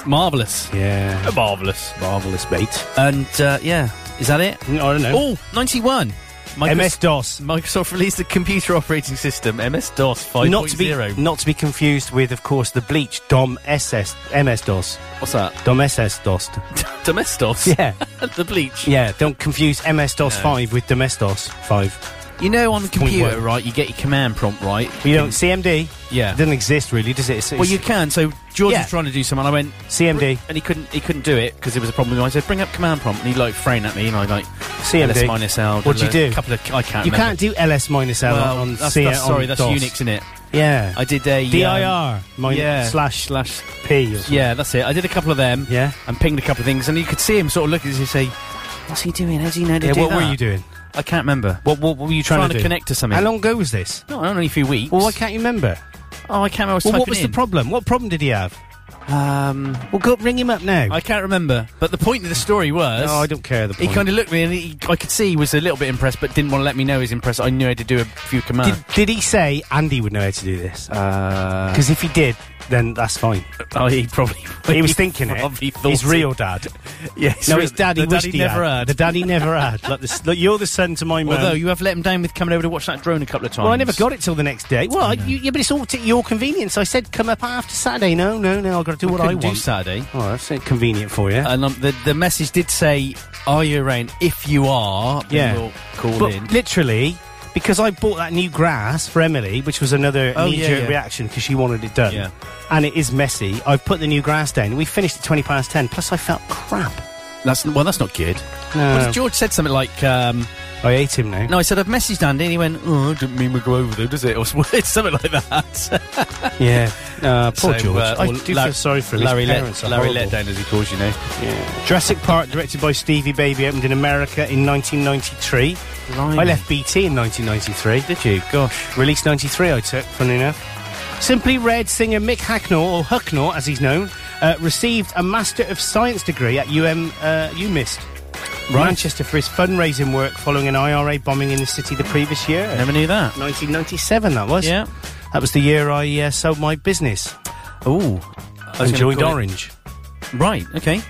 Speaker 5: marvelous.
Speaker 4: Yeah.
Speaker 5: Marvelous.
Speaker 4: Marvelous, mate.
Speaker 5: And uh, yeah, is that it?
Speaker 4: I don't know.
Speaker 5: Oh, 91. Micros-
Speaker 4: MS DOS.
Speaker 5: Microsoft released the computer operating system MS DOS 5.0.
Speaker 4: Not to be not to be confused with, of course, the Bleach Dom SS MS DOS
Speaker 5: What's that?
Speaker 4: Dom SS DOS.
Speaker 5: Domestos.
Speaker 4: Yeah,
Speaker 5: the bleach.
Speaker 4: yeah. Don't confuse MS DOS five with Domestos five.
Speaker 5: You know, on the
Speaker 4: Point
Speaker 5: computer,
Speaker 4: one.
Speaker 5: right? You get your command prompt right.
Speaker 4: You don't CMD.
Speaker 5: Yeah.
Speaker 4: It doesn't exist really, does it? It's-
Speaker 5: Well, you
Speaker 4: it's
Speaker 5: can. So George
Speaker 4: Yeah.
Speaker 5: was trying to do something. and I went
Speaker 4: CMD.
Speaker 5: and he couldn't. He couldn't do it because there was a problem. I said, "Bring up command prompt," and he like frowned at me, and I like
Speaker 4: CMD.
Speaker 5: LS minus L.
Speaker 4: What'd you
Speaker 5: a
Speaker 4: do?
Speaker 5: Couple of I can't.
Speaker 4: You
Speaker 5: remember.
Speaker 4: can't do ls minus l
Speaker 5: Well,
Speaker 4: on
Speaker 5: that's,
Speaker 4: C-
Speaker 5: that's,
Speaker 4: on
Speaker 5: sorry, that's
Speaker 4: DOS.
Speaker 5: Unix, isn't it?
Speaker 4: Yeah.
Speaker 5: I did a um,
Speaker 4: DIR minus
Speaker 5: yeah.
Speaker 4: slash
Speaker 5: slash
Speaker 4: p. Or something.
Speaker 5: Yeah, that's it. I did a couple of them.
Speaker 4: Yeah.
Speaker 5: And pinged a couple of things, and you could see him sort of look at us and say, "What's he doing? How's he know to
Speaker 4: Yeah,
Speaker 5: do
Speaker 4: what
Speaker 5: that?"
Speaker 4: were you doing?
Speaker 5: I can't remember.
Speaker 4: What, what, were you trying,
Speaker 5: Trying to
Speaker 4: do?
Speaker 5: connect to something.
Speaker 4: How long ago was this?
Speaker 5: No, only a few weeks.
Speaker 4: Well, I can't you remember.
Speaker 5: Oh, I can't remember. I was
Speaker 4: Well, what
Speaker 5: typing
Speaker 4: was the
Speaker 5: in.
Speaker 4: problem? What problem did he have?
Speaker 5: Um,
Speaker 4: Well, go ring him up now.
Speaker 5: I can't remember. But the point of the story was.
Speaker 4: no, I don't care. The
Speaker 5: He
Speaker 4: point.
Speaker 5: kind of looked at me and he, I could see he was a little bit impressed, but didn't want to let me know he was impressed. I knew I had to do a few commands.
Speaker 4: did, did he say Andy would know how to do this?
Speaker 5: Uh,
Speaker 4: Because if he did, then that's fine.
Speaker 5: oh, he probably.
Speaker 4: But he was thinking
Speaker 5: probably
Speaker 4: it.
Speaker 5: thought
Speaker 4: His
Speaker 5: it.
Speaker 4: real dad.
Speaker 5: Yeah,
Speaker 4: No, his daddy.
Speaker 5: The daddy
Speaker 4: wished he
Speaker 5: never had.
Speaker 4: The daddy never had. Like this, look, you're the son to my mum.
Speaker 5: Although you have let him down with coming over to watch that drone a couple of times.
Speaker 4: well, I never got it till the next day. Well, I, you, yeah, but it's all at your convenience. I said come up after Saturday. No, no, no. I've got to do what I
Speaker 5: Couldn't do
Speaker 4: want.
Speaker 5: Saturday.
Speaker 4: oh, that's convenient for you.
Speaker 5: And um, the the message did say, "Are you around? If you are, then
Speaker 4: Yeah.
Speaker 5: we'll call
Speaker 4: but
Speaker 5: in."
Speaker 4: literally, because I bought that new grass for Emily, which was another
Speaker 5: Oh, yeah,
Speaker 4: knee-jerk
Speaker 5: yeah.
Speaker 4: reaction because she wanted it done.
Speaker 5: Yeah.
Speaker 4: And it is messy. I've put the new grass down. We finished at 20 past 10. Plus, I felt crap.
Speaker 5: That's well, that's not good.
Speaker 4: No.
Speaker 5: Well, George said something like, um,
Speaker 4: I hate him now.
Speaker 5: "No, I said I've messaged Andy, and he went, oh, I didn't mean we go over there, does it?' Or s- it's something like that."
Speaker 4: Yeah. Uh, poor
Speaker 5: So,
Speaker 4: George.
Speaker 5: uh,
Speaker 4: I
Speaker 5: or
Speaker 4: do
Speaker 5: Lar-
Speaker 4: feel sorry for him. His
Speaker 5: Larry.
Speaker 4: parents are
Speaker 5: let, Larry
Speaker 4: horrible.
Speaker 5: let down as he calls, you know.
Speaker 4: Jurassic Park, directed by Stevie Baby, opened in America in 1993.
Speaker 5: Blimey.
Speaker 4: I left BT in 1993.
Speaker 5: Did you? Gosh.
Speaker 4: Release 93, I took, funnily enough. Simply Red singer Mick Hacknor, or Hucknor as he's known, uh, received a Master of Science degree at UM, uh, UMist, Manchester, for his fundraising work following an IRA bombing in the city the previous year.
Speaker 5: Never knew that.
Speaker 4: 1997, that was.
Speaker 5: Yeah.
Speaker 4: That was the year I uh, sold my business
Speaker 5: Ooh.
Speaker 4: and joined Orange.
Speaker 5: Right. Okay.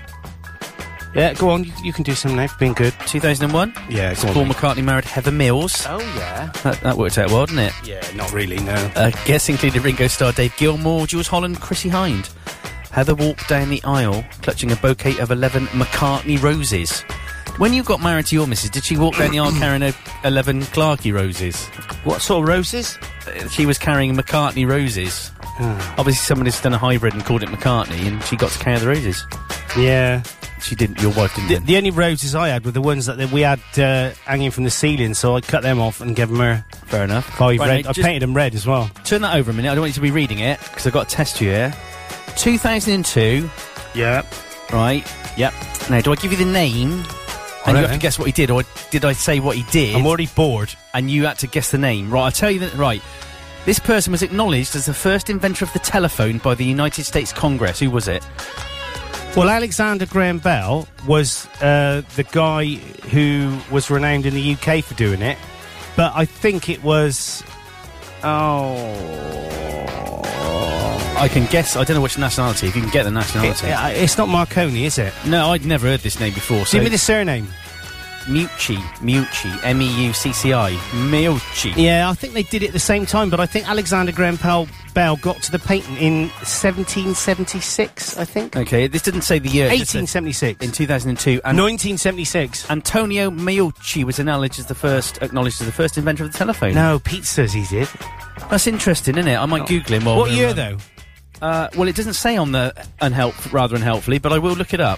Speaker 4: Yeah, go on, you, you can do something now for being good.
Speaker 5: 2001.
Speaker 4: Yeah, go on,
Speaker 5: Paul
Speaker 4: mate.
Speaker 5: McCartney married Heather Mills.
Speaker 4: Oh, yeah.
Speaker 5: That, that worked out well, didn't it?
Speaker 4: Yeah, not really, no.
Speaker 5: Uh, guests included Ringo Starr, Dave Gilmore, Jules Holland, Chrissy Hind. Heather walked down the aisle clutching a bouquet of 11 McCartney roses. When you got married to your missus, did she walk down the aisle carrying a 11 Clarkey roses?
Speaker 4: What sort of roses? Ah.
Speaker 5: Uh, She was carrying McCartney roses. Obviously, someone has done a hybrid and called it McCartney, and she got to carry the roses.
Speaker 4: Yeah.
Speaker 5: She didn't. Your wife didn't.
Speaker 4: The,
Speaker 5: then?
Speaker 4: the only roses I had were the ones that, that we had uh, hanging from the ceiling, so I cut them off and gave them her
Speaker 5: Fair enough.
Speaker 4: five
Speaker 5: Right,
Speaker 4: red.
Speaker 5: now,
Speaker 4: I
Speaker 5: just-
Speaker 4: painted them red as well.
Speaker 5: Turn that over a minute. I don't want you to be reading it because I've got a test you here. 2002,
Speaker 4: Yeah.
Speaker 5: right? Yep. Now, do I give you the name?
Speaker 4: don't
Speaker 5: And you have
Speaker 4: know.
Speaker 5: to guess what he did, or did I say what he did?
Speaker 4: I'm already bored.
Speaker 5: and you had to guess the name. Right, I'll tell you that. Right. This person was acknowledged as the first inventor of the telephone by the United States Congress. Who was it?
Speaker 4: Well, Alexander Graham Bell was uh, the guy who was renowned in the UK for doing it, but I think it was. Oh.
Speaker 5: I can guess. I don't know which nationality. If you can get the
Speaker 4: It,
Speaker 5: nationality.
Speaker 4: uh, it's not Marconi, is it?
Speaker 5: No, I'd never heard this name before. So
Speaker 4: Give me the surname.
Speaker 5: Mucci, Mucci, M-E-U-C-C-I, Mucci.
Speaker 4: Yeah, I think they did it at the same time, but I think Alexander Graham Bell, Bell got to the patent in 1776, I think.
Speaker 5: Okay, this didn't say the year. it just said
Speaker 4: 1876.
Speaker 5: in 2002. And
Speaker 4: 1976.
Speaker 5: Antonio Meucci was acknowledged as the first acknowledged as the first inventor of the telephone.
Speaker 4: No, Pete says he did.
Speaker 5: That's interesting, isn't it? I might Google him. while
Speaker 4: What
Speaker 5: we're,
Speaker 4: year,
Speaker 5: um,
Speaker 4: though?
Speaker 5: Uh, well, it doesn't say on the unhelp rather unhelpfully, but I will look it up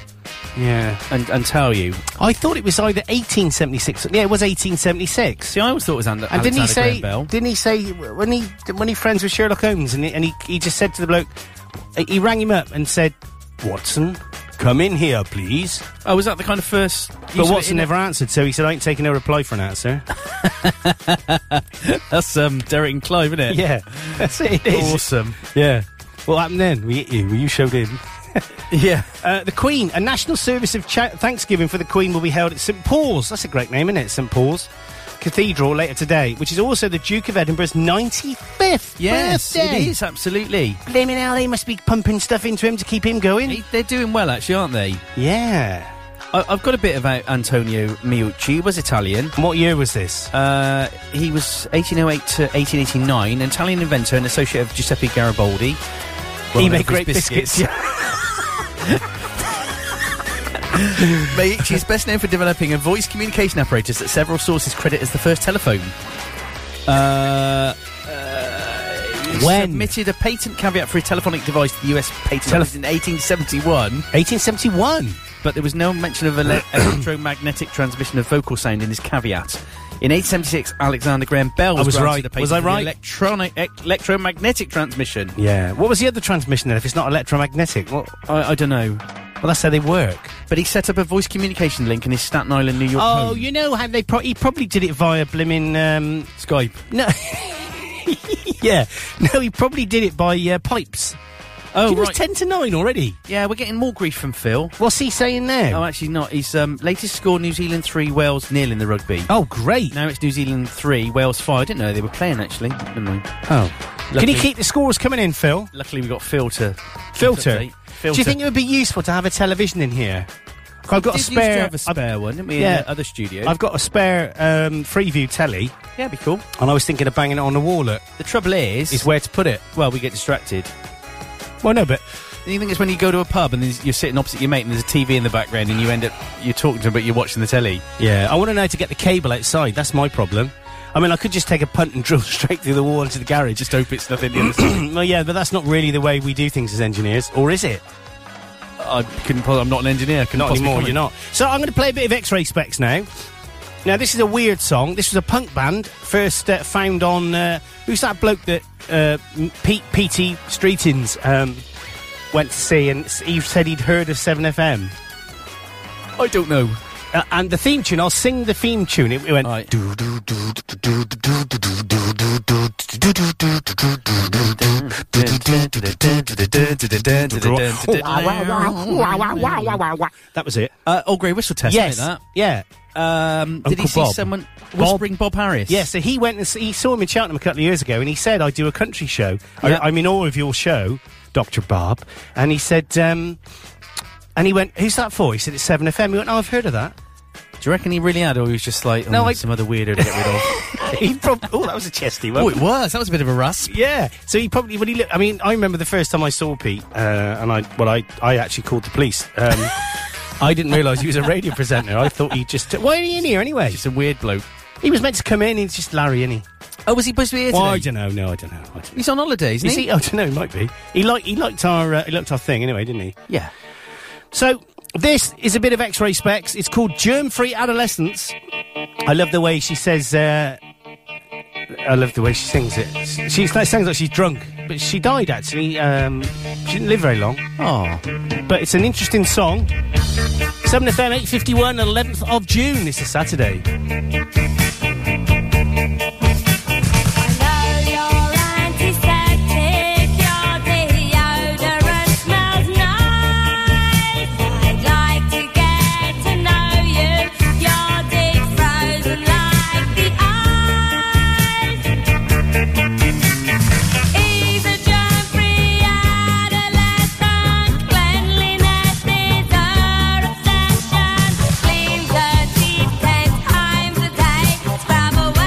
Speaker 4: Yeah.
Speaker 5: and, and tell you.
Speaker 4: I thought it was either 1876. Yeah, it was 1876.
Speaker 5: See, I always thought it was under.
Speaker 4: And didn't he say?
Speaker 5: Bell.
Speaker 4: Didn't he say when he when he friends with Sherlock Holmes and he, and he he just said to the bloke, he rang him up and said, Watson, come in here, please.
Speaker 5: Oh, was that the kind of first? use
Speaker 4: But
Speaker 5: of it
Speaker 4: Watson
Speaker 5: in-
Speaker 4: never answered, so he said, I ain't taking no reply for an answer.
Speaker 5: That's um, Derek and Clive, isn't it?
Speaker 4: yeah, that's it. it is.
Speaker 5: Awesome.
Speaker 4: Yeah. What happened then? We hit you. eh, You showed him.
Speaker 5: Yeah.
Speaker 4: Uh, the Queen, a national service of cha- Thanksgiving for the Queen will be held at St Paul's. That's a great name, isn't it? St Paul's Cathedral later today, which is also the Duke of Edinburgh's 95th
Speaker 5: Yes,
Speaker 4: birthday.
Speaker 5: it is absolutely.
Speaker 4: Blimey now, they must be pumping stuff into him to keep him going.
Speaker 5: They- They're doing well, actually, aren't they?
Speaker 4: Yeah.
Speaker 5: I, I've got a bit about Antonio Meucci. He was Italian.
Speaker 4: And what year was this?
Speaker 5: Uh, he was 1808 to 1889, an Italian inventor and associate of Giuseppe Garibaldi. Well
Speaker 4: he
Speaker 5: known
Speaker 4: made
Speaker 5: for his
Speaker 4: great biscuits.
Speaker 5: Meucci is best known for developing a voice communication apparatus that several sources credit as the first telephone. Uh, uh, he
Speaker 4: When?
Speaker 5: submitted a patent caveat for his telephonic device to the US Patent
Speaker 4: Tele-
Speaker 5: Office in 1871,
Speaker 4: 1871.
Speaker 5: but there was no mention of ele- electromagnetic transmission of vocal sound in this caveat. In 1876, Alexander Graham Bell was,
Speaker 4: was
Speaker 5: granted
Speaker 4: right.
Speaker 5: a patent
Speaker 4: Was I
Speaker 5: for the
Speaker 4: right?
Speaker 5: electronic ec- electromagnetic transmission.
Speaker 4: Yeah. What was the other transmission then if it's not electromagnetic? Well,
Speaker 5: I, I don't know.
Speaker 4: well that's how they work.
Speaker 5: But he set up a voice communication link in his Staten Island, New York
Speaker 4: Oh,
Speaker 5: home.
Speaker 4: you know how they pro- he probably did it via blimmin' um,
Speaker 5: Skype.
Speaker 4: No. yeah. No, he probably did it by uh, pipes.
Speaker 5: Oh,
Speaker 4: it was
Speaker 5: right.
Speaker 4: 10 to 9 already.
Speaker 5: yeah, we're getting more grief from Phil.
Speaker 4: What's he saying now?
Speaker 5: Oh, actually not. He's um, latest score: New Zealand three, Wales nil in the rugby.
Speaker 4: oh, great.
Speaker 5: Now it's New Zealand three, Wales five. I didn't know they were playing actually. Never mind.
Speaker 4: Oh. Can
Speaker 5: Luckily-
Speaker 4: you keep the scores coming in, Phil?
Speaker 5: Luckily, we got Phil to
Speaker 4: Filter.
Speaker 5: update.
Speaker 4: Do you think it would be useful to have a television in here? I've got a
Speaker 5: Did used to
Speaker 4: spare.
Speaker 5: have a spare one? Didn't we?
Speaker 4: Yeah.
Speaker 5: In the other studio.
Speaker 4: I've got a spare um, Freeview telly,
Speaker 5: yeah, it'd be cool.
Speaker 4: and I was thinking of banging it on the wall. Look,
Speaker 5: The trouble is,
Speaker 4: is where to put it.
Speaker 5: well, we get distracted.
Speaker 4: Well, no, but
Speaker 5: And you think it's when you go to a pub and there's- you're sitting opposite your mate and there's a TV in the background and you end up you're talking to him but you're watching the telly.
Speaker 4: yeah, I want to know how to get the cable outside. That's my problem. I mean, I could just take a punt and drill straight through the wall into the garage. Just
Speaker 5: hope it's nothing the other side.
Speaker 4: well, yeah, but that's not really the way we do things as engineers, or is it?
Speaker 5: I couldn't. Pos- I'm not an engineer. I couldn't
Speaker 4: Not
Speaker 5: possibly
Speaker 4: anymore.
Speaker 5: comment.
Speaker 4: You're not. So I'm going to play a bit of X-ray specs now. Now this is a weird song. This was a punk band first uh, found on uh, who's that bloke that uh, M- Pete P.T. Streetins um, went to see, and s- he said he'd heard of Seven FM.
Speaker 5: I don't know.
Speaker 4: Uh, and the theme tune, I'll sing the theme tune. It, it went.
Speaker 5: Right.
Speaker 4: That was it.
Speaker 5: Uh, old grey whistle test.
Speaker 4: yes.
Speaker 5: Like
Speaker 4: Yeah.
Speaker 5: that. Um, did he
Speaker 4: Uncle
Speaker 5: see
Speaker 4: Bob.
Speaker 5: someone
Speaker 4: Bob-
Speaker 5: whispering Bob, Harris?
Speaker 4: Yeah, so he went and s- he saw me in Cheltenham a couple of years ago, and he said, "I do a country show. I,
Speaker 5: Yeah.
Speaker 4: I'm in awe of your show, Doctor Bob." And he said, um, and he went, "Who's that for?" He said, "It's Seven FM." He went, "Oh, I've heard of that."
Speaker 5: Do you reckon he really had, or he was just like oh,
Speaker 4: No, I-
Speaker 5: some other weirdo to get rid of?
Speaker 4: he prob- oh, that was a chesty one.
Speaker 5: oh, it was. That was a bit of a rasp.
Speaker 4: Yeah, so he probably when he looked. I mean, I remember the first time I saw Pete, uh, and I well, I I actually called the police. Um, I didn't realise he was a radio presenter. I thought he just. Why are you in here anyway?
Speaker 5: Just a weird bloke.
Speaker 4: He was meant to come in. He's just Larry, isn't he?
Speaker 5: Oh, was he supposed to be here
Speaker 4: Well, I
Speaker 5: today?
Speaker 4: don't know. No, I don't know. I don't
Speaker 5: He's on holiday, isn't
Speaker 4: Is he? Oh, I don't know. He might be. He liked he liked our uh, he liked our thing anyway, didn't he?
Speaker 5: Yeah.
Speaker 4: So this is a bit of X-ray specs. It's called germ-free adolescence. I love the way she says. Uh, I love the way she sings it. She it sounds like she's drunk, but she died actually. Um, she didn't live very long.
Speaker 5: Oh.
Speaker 4: But it's an interesting song. 7 FM 851, 11th of June. It's a Saturday.
Speaker 10: Clean the teeth ten times a day.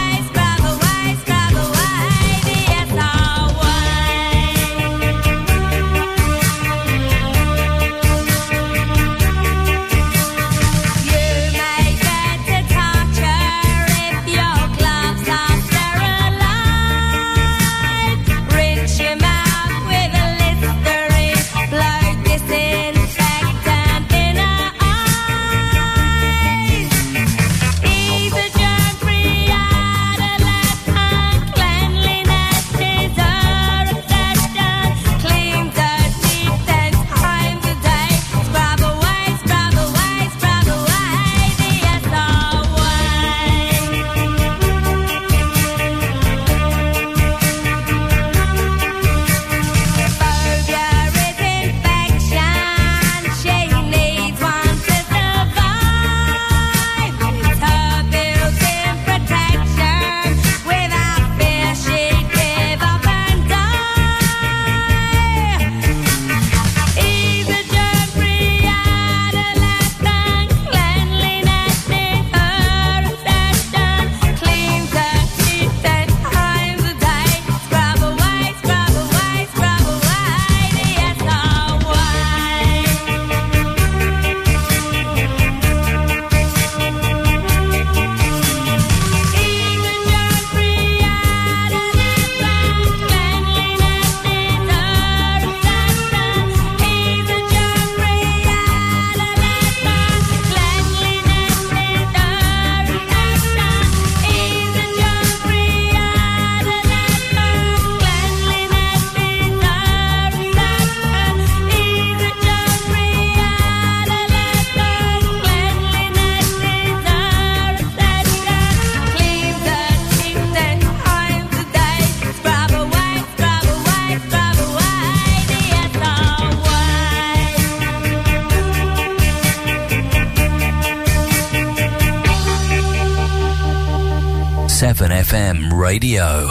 Speaker 2: 7FM Radio.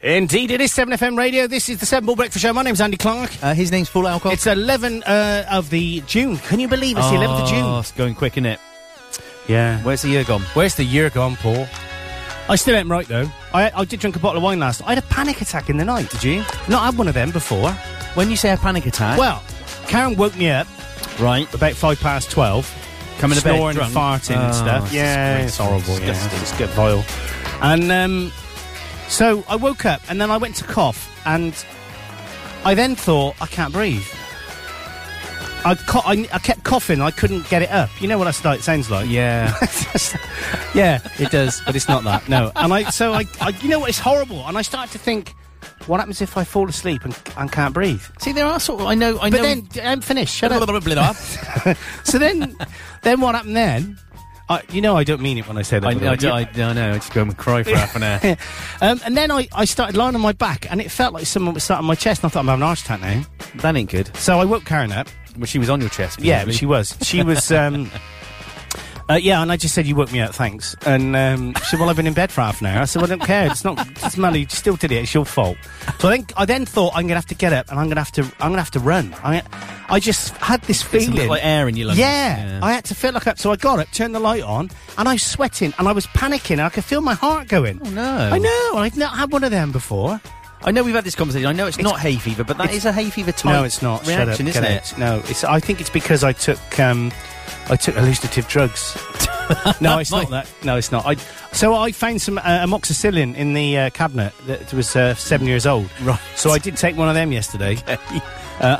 Speaker 4: Indeed, it is 7FM Radio. This is the 7 Ball Breakfast Show. My name's Andy Clark.
Speaker 5: Uh, his name's Paul Alcock.
Speaker 4: It's 11 uh, of the June. Can you believe it's the 11th of
Speaker 5: Oh,
Speaker 4: June?
Speaker 5: It's going quick, isn't it?
Speaker 4: Yeah.
Speaker 5: Where's the year gone?
Speaker 4: Where's the year gone, Paul? I still am right, though. I, I did drink a bottle of wine last I had a panic attack in the night. Did
Speaker 5: you?
Speaker 4: Not had one of them before.
Speaker 5: When you say a panic attack,
Speaker 4: Well, Karen woke me up
Speaker 5: right,
Speaker 4: about five past 12.
Speaker 5: coming to bed
Speaker 4: snoring and
Speaker 5: drunk.
Speaker 4: farting
Speaker 5: Oh,
Speaker 4: and stuff.
Speaker 5: it's
Speaker 4: Yeah,
Speaker 5: disgrace-
Speaker 4: it's horrible. Yeah,
Speaker 5: disgusting.
Speaker 4: it's good vile. And um, so I woke up and then I went to cough and I then thought I can't breathe. I, co- I, I kept coughing. I couldn't get it up. You know what I start, it sounds like.
Speaker 5: Yeah.
Speaker 4: yeah, it does, but it's not that. No, and I so I, I you know what? It's horrible. And I started to think, what happens if I fall asleep and, and can't breathe?
Speaker 5: See, there are sort of. I know. I
Speaker 4: But
Speaker 5: know.
Speaker 4: then I'm finished. Shut
Speaker 5: Blah, blah,
Speaker 4: up.
Speaker 5: blah, blah, blah.
Speaker 4: So then, then what happened then? I, you know, I don't mean it when I say that.
Speaker 5: I, I,
Speaker 4: by the way.
Speaker 5: I, I know. I just go and cry for half an hour.
Speaker 4: um, and then I, I started lying on my back, and it felt like someone was sat on my chest, and I thought I'm having a heart attack now.
Speaker 5: That ain't good.
Speaker 4: So I woke Karen up.
Speaker 5: Well, she was on your chest.
Speaker 4: Yeah,
Speaker 5: presumably.
Speaker 4: she was. She was. Um, uh, yeah, and I just said you woke me up, thanks. And um, she said, "Well, I've been in bed for half an hour." I said, "Well, I don't care. It's not. It's money. You still did it. It's your fault." So I think I then thought I'm gonna have to get up, and I'm gonna have to. I'm gonna have to run. I, I just had this
Speaker 5: It's a
Speaker 4: feeling
Speaker 5: bit like air in your lungs.
Speaker 4: yeah, I had to feel like that. So I got up, turned the light on, and I was sweating and I was panicking. I could feel my heart going. Oh,
Speaker 5: no.
Speaker 4: I know. I've not had one of them before.
Speaker 5: I know we've had this conversation. I know it's, not hay fever, but that
Speaker 4: it's-
Speaker 5: is a hay fever type.
Speaker 4: no, it's not.
Speaker 5: Reaction,
Speaker 4: Shut up.
Speaker 5: isn't
Speaker 4: get
Speaker 5: it?
Speaker 4: out. No, it's. I think it's because I took. Um, I took hallucinative drugs. no, it's not that. No, it's not. I, so I found some uh, amoxicillin in the uh, cabinet that was uh, seven years old.
Speaker 5: Right.
Speaker 4: So I did take one of them yesterday, uh,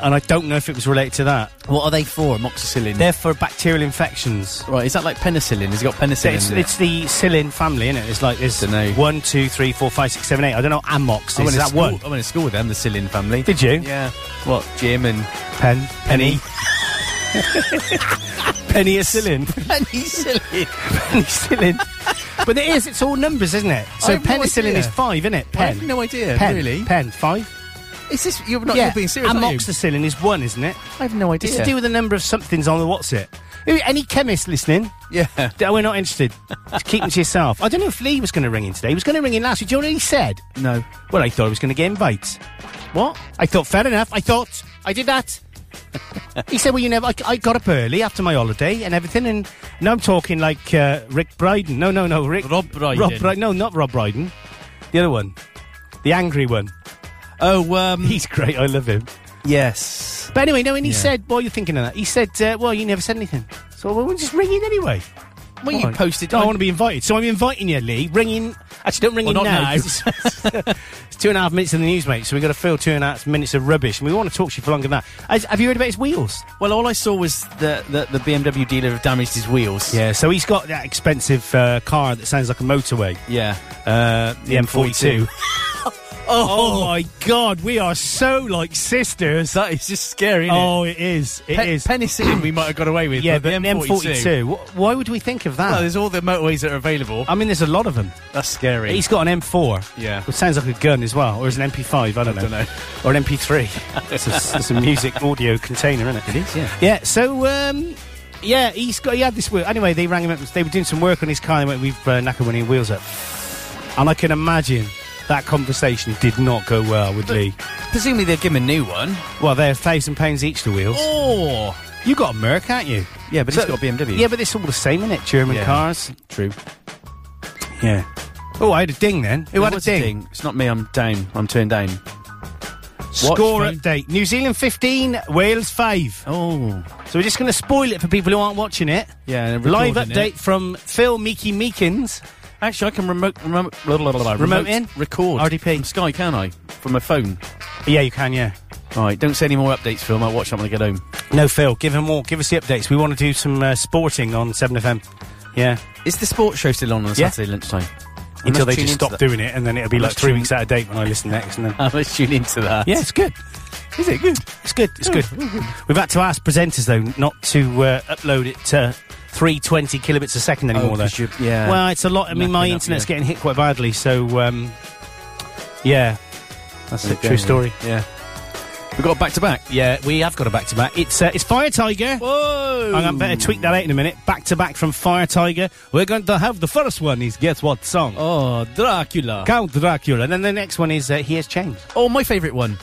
Speaker 4: and I don't know if it was related to that.
Speaker 5: What are they for? Amoxicillin.
Speaker 4: They're for bacterial infections.
Speaker 5: right. Is that like penicillin? Has it got penicillin?
Speaker 4: It's,
Speaker 5: in it?
Speaker 4: it's the Cilin family, isn't it? It's like there's
Speaker 5: Dunno.
Speaker 4: one, two, three, four, five, six, seven, eight. I don't know. Amox
Speaker 5: I
Speaker 4: is
Speaker 5: went to
Speaker 4: that
Speaker 5: school-
Speaker 4: one?
Speaker 5: I went to school with them, the Cillian family.
Speaker 4: Did you?
Speaker 5: Yeah. What? Jim and
Speaker 4: Pen, penny, penny, a Cilin,
Speaker 5: penicillin.
Speaker 4: penny Cilin. but it is. It's all numbers, isn't it? So
Speaker 5: I've no
Speaker 4: penicillin
Speaker 5: idea.
Speaker 4: is five, isn't it?
Speaker 5: I
Speaker 4: Pen.
Speaker 5: have no idea.
Speaker 4: Pen.
Speaker 5: Really?
Speaker 4: Pen. Five.
Speaker 5: Is this? You're not. You're being serious. Aren't you?
Speaker 4: Amoxicillin is one, isn't it?
Speaker 5: I have no idea.
Speaker 4: It's to do with the number of somethings on the what's it. Who- Any chemist listening?
Speaker 5: yeah.
Speaker 4: No, We're not interested. Just keep them to yourself. I don't know if Lee was going to ring in today. He was going to ring in last week. Do you know what he said?
Speaker 5: No.
Speaker 4: Well, I thought I was going to get invites. What? I thought, fair enough. I thought I did that. he said, well, you never. I, I got up early after my holiday and everything, and now I'm talking like uh, Rick Bryden. No, no, no, Rick.
Speaker 5: Rob Brydon.
Speaker 4: Rob Bry- No, not Rob Bryden. The other one. The angry one.
Speaker 5: Oh. Um.
Speaker 4: He's great. I love him.
Speaker 5: yes.
Speaker 4: But anyway, no, and he
Speaker 5: Yeah.
Speaker 4: said, well, you're thinking of that. He said, uh, well, you never said anything. So well, we'll just ring in anyway.
Speaker 5: Well, you
Speaker 4: Why?
Speaker 5: posted.
Speaker 4: No, I want to be invited. So I'm inviting you, Lee. Ring in. Actually, don't ring
Speaker 5: Well,
Speaker 4: in
Speaker 5: not
Speaker 4: now.
Speaker 5: now.
Speaker 4: it's two and a half minutes in the news, mate. So we've got to fill two and a half minutes of rubbish. And we want to talk to you for longer than that. Has- have you heard about his wheels?
Speaker 5: Well, all I saw was that the, the BMW dealer have damaged his wheels.
Speaker 4: Yeah, so he's got that expensive uh, car that sounds like a motorway,
Speaker 5: Yeah.
Speaker 4: uh, the M42.
Speaker 5: M42.
Speaker 4: oh. my God, we are so like sisters.
Speaker 5: That is just scary. Isn't
Speaker 4: Oh, it is. It is.
Speaker 5: Pe- penicillin we might have got away with.
Speaker 4: yeah,
Speaker 5: but,
Speaker 4: but
Speaker 5: the
Speaker 4: the M42. wh- why would we think of that?
Speaker 5: Well, there's all the motorways that are available.
Speaker 4: I mean, there's a lot of them.
Speaker 5: That's scary.
Speaker 4: He's got an M4.
Speaker 5: Yeah.
Speaker 4: Which sounds like a gun as well, or is an MP5, I don't know.
Speaker 5: dunno.
Speaker 4: Or an MP3. it's, a, it's a music audio container, isn't it? It
Speaker 5: is, yeah.
Speaker 4: Yeah, so, um, yeah, he's got, he had this wheel. Anyway, they rang him up, they were doing some work on his car, and they went, we've uh, knackered one of your wheels up. And I can imagine that conversation did not go well with Lee.
Speaker 5: Presumably they'll give him a new one.
Speaker 4: Well, they're £1,000 each, the wheels.
Speaker 5: Or
Speaker 4: you got a Merc, haven't you?
Speaker 5: yeah, but
Speaker 4: Oh! So-
Speaker 5: he's got a BMW.
Speaker 4: Yeah, but it's all the same, isn't it? German
Speaker 5: Yeah.
Speaker 4: cars.
Speaker 5: true.
Speaker 4: Yeah. Oh, I had a ding then. Who
Speaker 5: Who
Speaker 4: had a ding?
Speaker 5: It's not me. I'm down. I'm turned down. Watch
Speaker 4: Score
Speaker 5: phone.
Speaker 4: update. New Zealand 15, Wales 5.
Speaker 5: Oh,
Speaker 4: So we're just going to spoil it for people who aren't watching it.
Speaker 5: yeah. and
Speaker 4: Live
Speaker 5: recording
Speaker 4: update
Speaker 5: it.
Speaker 4: from Phil Meeky Meekins.
Speaker 5: Actually, I can remote remote blah, blah, blah, blah,
Speaker 4: Remote in?
Speaker 5: record
Speaker 4: RDP.
Speaker 5: from Sky, can I? From my phone.
Speaker 4: Yeah, you can, yeah.
Speaker 5: All right. Don't say any more updates, Phil. I might watch that when I get home.
Speaker 4: No, Phil, give him more. Give us the updates. We want to do some uh, sporting on 7FM. Yeah.
Speaker 5: Is the sports show still on on
Speaker 4: Yeah.
Speaker 5: Saturday lunchtime?
Speaker 4: Until
Speaker 5: must
Speaker 4: they
Speaker 5: tune
Speaker 4: just
Speaker 5: into
Speaker 4: stop
Speaker 5: that.
Speaker 4: doing it, and then it'll be
Speaker 5: I
Speaker 4: like
Speaker 5: must
Speaker 4: three
Speaker 5: tune-
Speaker 4: weeks out of date when I listen next. And then
Speaker 5: I must tune into that.
Speaker 4: Yeah, it's good. Is it good? Oh, It's good. It's good. We've had to ask presenters though not to uh, upload it to 320 kilobits a second anymore. though.
Speaker 5: Oh, 'cause you- yeah.
Speaker 4: Well, it's a lot. I mean, my
Speaker 5: Knackered up,
Speaker 4: internet's
Speaker 5: yeah.
Speaker 4: getting hit quite badly, so um, yeah, that's a
Speaker 5: Okay.
Speaker 4: true story.
Speaker 5: Yeah. We've got back to back.
Speaker 4: Yeah, we have got a back to back. It's uh, it's Fire Tiger.
Speaker 5: Whoa!
Speaker 4: I'm gonna better tweak that out in a minute. Back to back from Fire Tiger. We're going to have the first one is guess what song?
Speaker 5: Oh, Dracula.
Speaker 4: Count Dracula. And then the next one is uh, He Has Changed.
Speaker 5: Oh, my favourite one.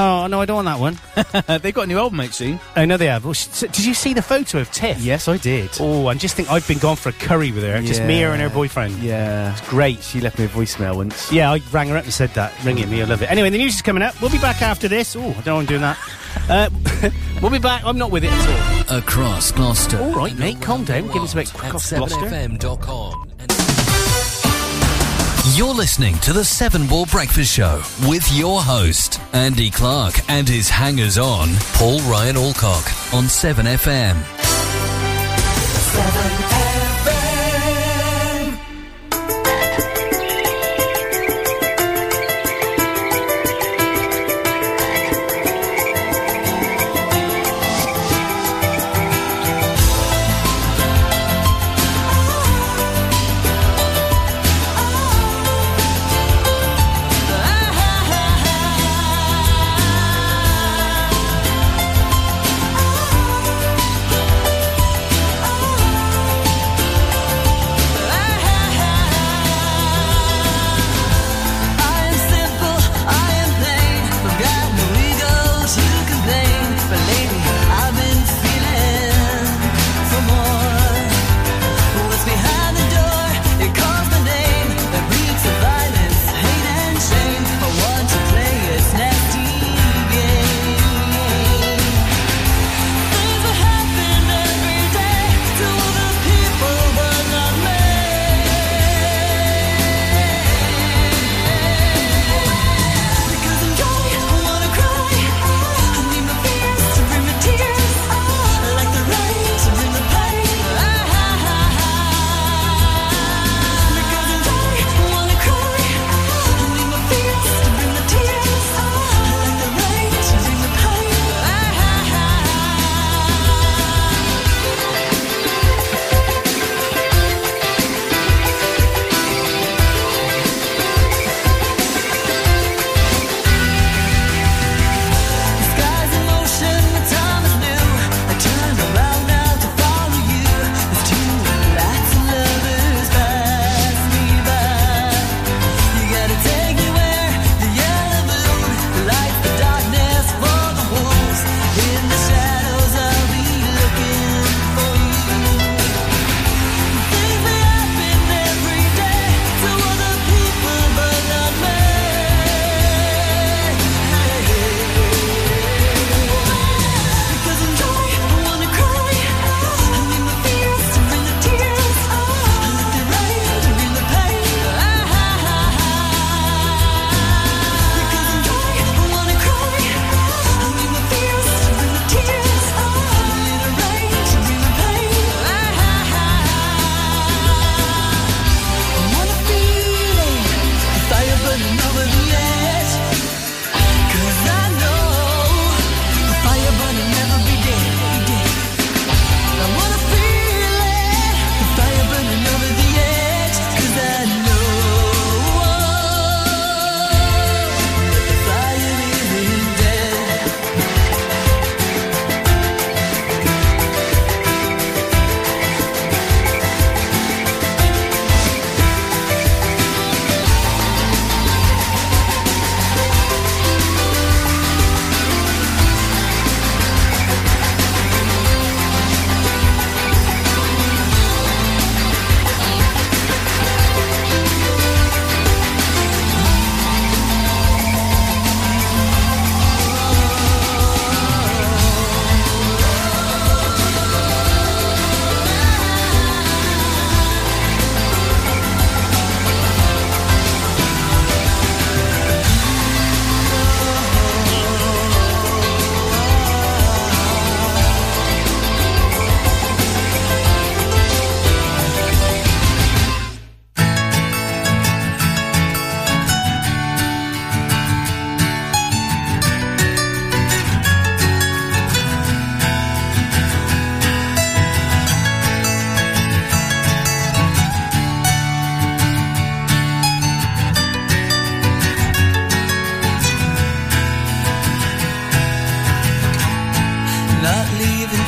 Speaker 4: Oh no, I don't want that one.
Speaker 5: They've got a new album out soon.
Speaker 4: oh no, they have. Well, sh- did you see the photo of Tiff?
Speaker 5: Yes, I did.
Speaker 4: Oh, and just think I've been gone for a curry with her. Just me, her, and her
Speaker 5: Yeah.
Speaker 4: boyfriend.
Speaker 5: Yeah. It's great. She left me a voicemail once.
Speaker 4: Yeah, I rang her up and said that. Ringing me, I love it. Anyway, the news is coming up. We'll be back after this. Oh, I don't know why I'm doing that. Uh, we'll be back. I'm not with it at
Speaker 2: across Gloucester.
Speaker 4: all. All right, mate, calm down. Give us a bit
Speaker 2: At
Speaker 4: across Gloucester.
Speaker 2: 7fm.com. You're listening to the Seven Ball Breakfast Show with your host, Andy Clark, and his hangers on, Paul Ryan Alcock, on 7FM.
Speaker 6: Oh Ah,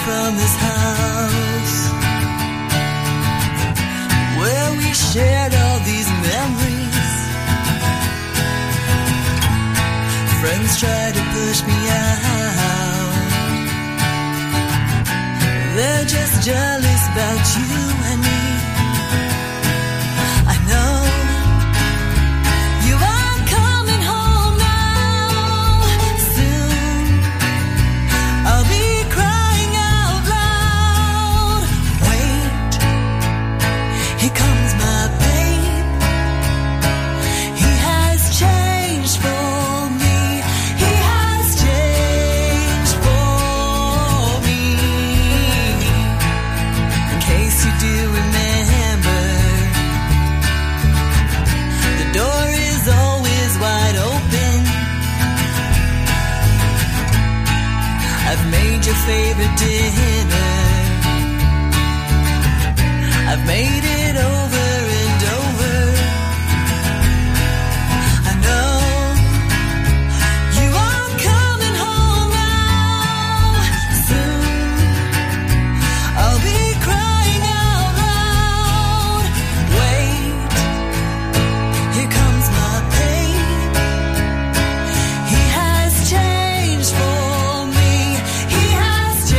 Speaker 11: from this house where we shared all these memories. Friends try to push me out, they're just jealous about you and me. I know. You are coming home now. Soon I'll be crying out loud. Wait, here comes my babe. He has changed for me. He has changed for me. In case you do remember, the door is always wide open. I've made your favorite dinner. I've made it over and over. I know you are coming home now. Soon I'll be crying out loud. Wait, here comes my pain. He has changed for me. He has changed for me.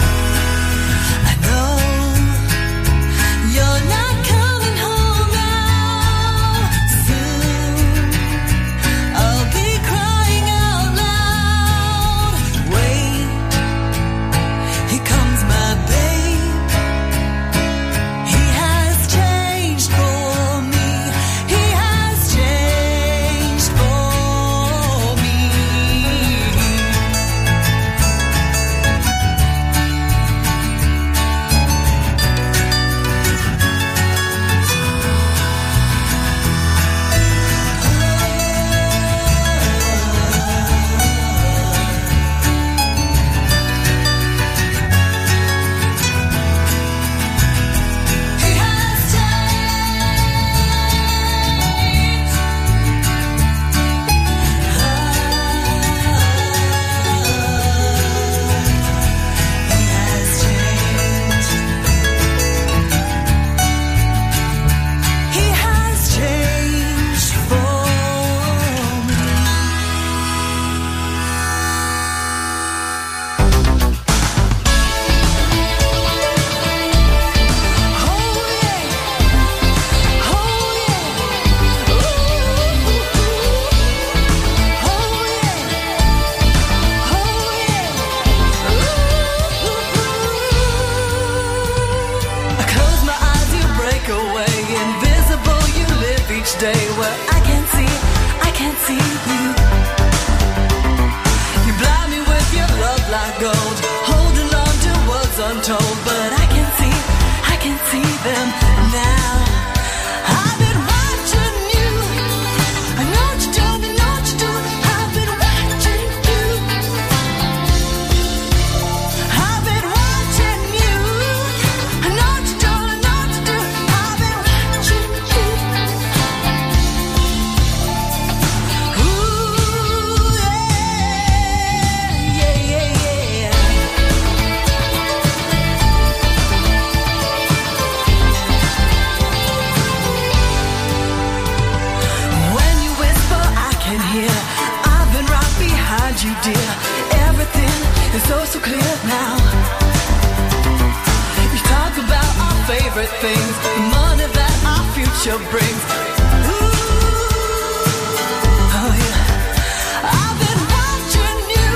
Speaker 11: I know you're not coming home now. Soon I'll be crying out loud. Wait, here comes my babe. He has changed for me. He has changed for me. He has changed. He has changed. He has changed for me. Day where I can't see, I can't see you. You blind me with your love like gold, holding on to words untold, but I can see, I can see them now. I've been watching you. I know what you do, I know what you do. I've been watching you. I've been watching you. I know what you do, I know what you do. I've been watching you. Ooh, yeah, yeah, yeah, yeah. When you whisper, I can hear. I've been right behind you, dear. Everything is so, so clear now. You talk about our favorite things, the money that our future brings. Ooh, oh yeah. I've been watching you.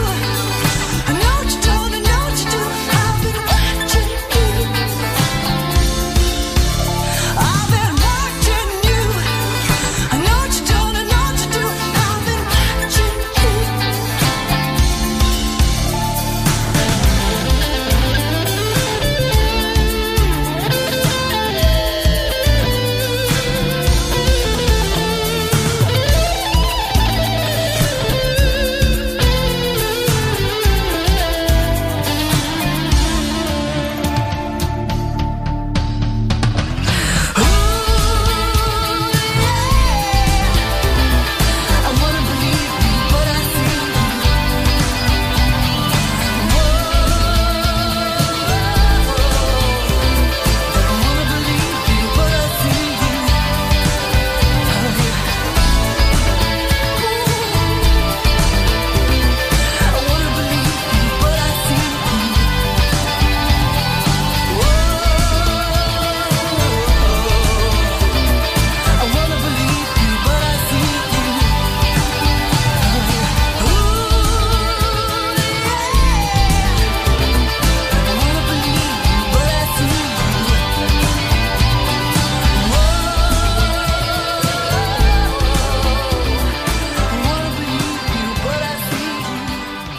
Speaker 11: I know what you do, I know what you do. I've been watching you. I've been watching you. I know what you do, I know what you do. I've been watching you.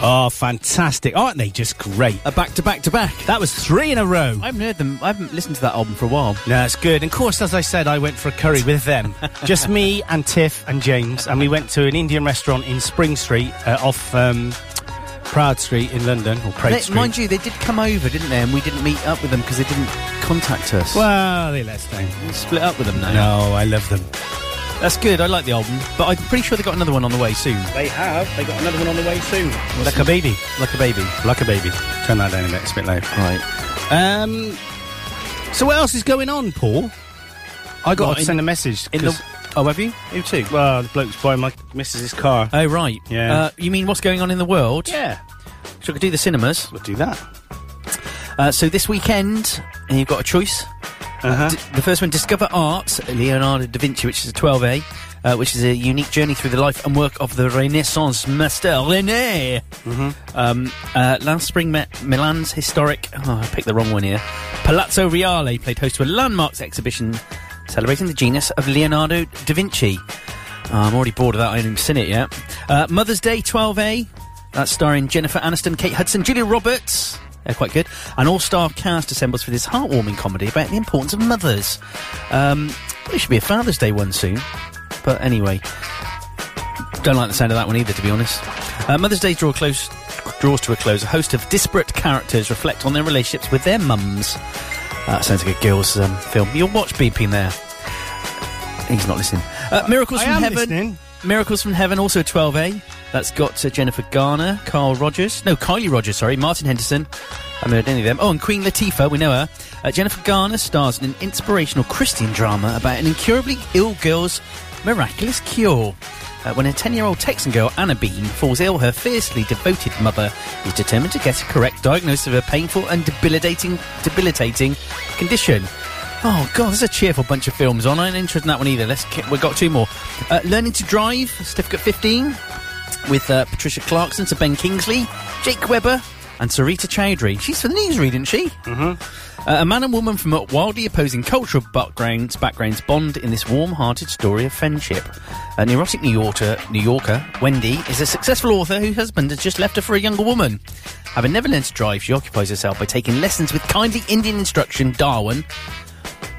Speaker 4: Ah, fantastic. Aren't they just great?
Speaker 5: A back to back to back.
Speaker 4: That was three in a row.
Speaker 5: I haven't heard them. I haven't listened to that album for a while.
Speaker 4: No, that's good. And of course, as I said, I went for a curry with them. Just me and Tiff and James. And we went to an Indian restaurant in Spring Street uh, off um, Proud Street in London, or Praed
Speaker 5: They,
Speaker 4: Street.
Speaker 5: mind you, they did come over, didn't they? And we didn't meet up with them because they didn't contact us.
Speaker 4: well, they let us down.
Speaker 5: we split up with them now.
Speaker 4: No, I love them.
Speaker 5: That's good. I like the album, but I'm pretty sure they got another one on the way soon.
Speaker 4: They have. They got another one on the way soon. Like a baby.
Speaker 5: Like a baby.
Speaker 4: Like a baby. Turn that down a bit. It's a bit loud.
Speaker 5: Right.
Speaker 4: Um. So what else is going on, Paul? I got
Speaker 5: Well,
Speaker 4: to
Speaker 5: in-
Speaker 4: send a message.
Speaker 5: In
Speaker 4: 'cause-
Speaker 5: the. Oh, have you? Who too?
Speaker 4: well, the bloke's buying my missus's car.
Speaker 5: Oh, right.
Speaker 4: Yeah.
Speaker 5: Uh, you mean what's going on in the world?
Speaker 4: yeah,
Speaker 5: So I could do the cinemas.
Speaker 4: we'll do that.
Speaker 5: Uh, so this weekend, and you've got a choice.
Speaker 4: Uh-huh.
Speaker 5: D- the first one, Discover Art, Leonardo da Vinci, which is a 12A, uh, which is a unique journey through the life and work of the Renaissance master René. Um, uh, last spring, Mi- Milan's historic, oh, I picked the wrong one here, Palazzo Reale played host to a landmarks exhibition celebrating the genius of Leonardo da Vinci. Oh, I'm already bored of that. I haven't even seen it yet. Uh, Mother's Day 12A. That's starring Jennifer Aniston, Kate Hudson, Julia Roberts. They're quite good. An all-star cast assembles for this heartwarming comedy about the importance of mothers. Um, there should be a Father's Day one soon. But anyway, don't like the sound of that one either, to be honest. Uh, Mother's Day draw close, draws to a close. A host of disparate characters reflect on their relationships with their mums. That sounds like a girls' um, film. You'll watch BP there. He's not listening. Uh, Miracles
Speaker 4: I
Speaker 5: from
Speaker 4: am
Speaker 5: Heaven.
Speaker 4: listening.
Speaker 5: Miracles from Heaven, also a 12A. That's got uh, Jennifer Garner, Carl Rogers, no, Kylie Rogers, sorry, Martin Henderson. I haven't heard any of them. Oh, and Queen Latifah, we know her. Uh, Jennifer Garner stars in an inspirational Christian drama about an incurably ill girl's miraculous cure. Uh, when a 10 year old Texan girl, Anna Bean, falls ill, her fiercely devoted mother is determined to get a correct diagnosis of her painful and debilitating, debilitating condition. Oh god, there's a cheerful bunch of films on. I ain't interested in that one either. Let's ki- we've got two more. Uh, Learning to Drive, certificate 15, with uh, Patricia Clarkson, Sir Ben Kingsley, Jake Webber, and Sarita Chowdhury. She's for the newsread, isn't she? Uh, a man and woman from wildly opposing cultural backgrounds, backgrounds bond in this warm-hearted story of friendship. A neurotic New Yorker, New Yorker, Wendy, is a successful author whose husband has just left her for a younger woman. Having never learned to drive, she occupies herself by taking lessons with kindly Indian instruction Darwin,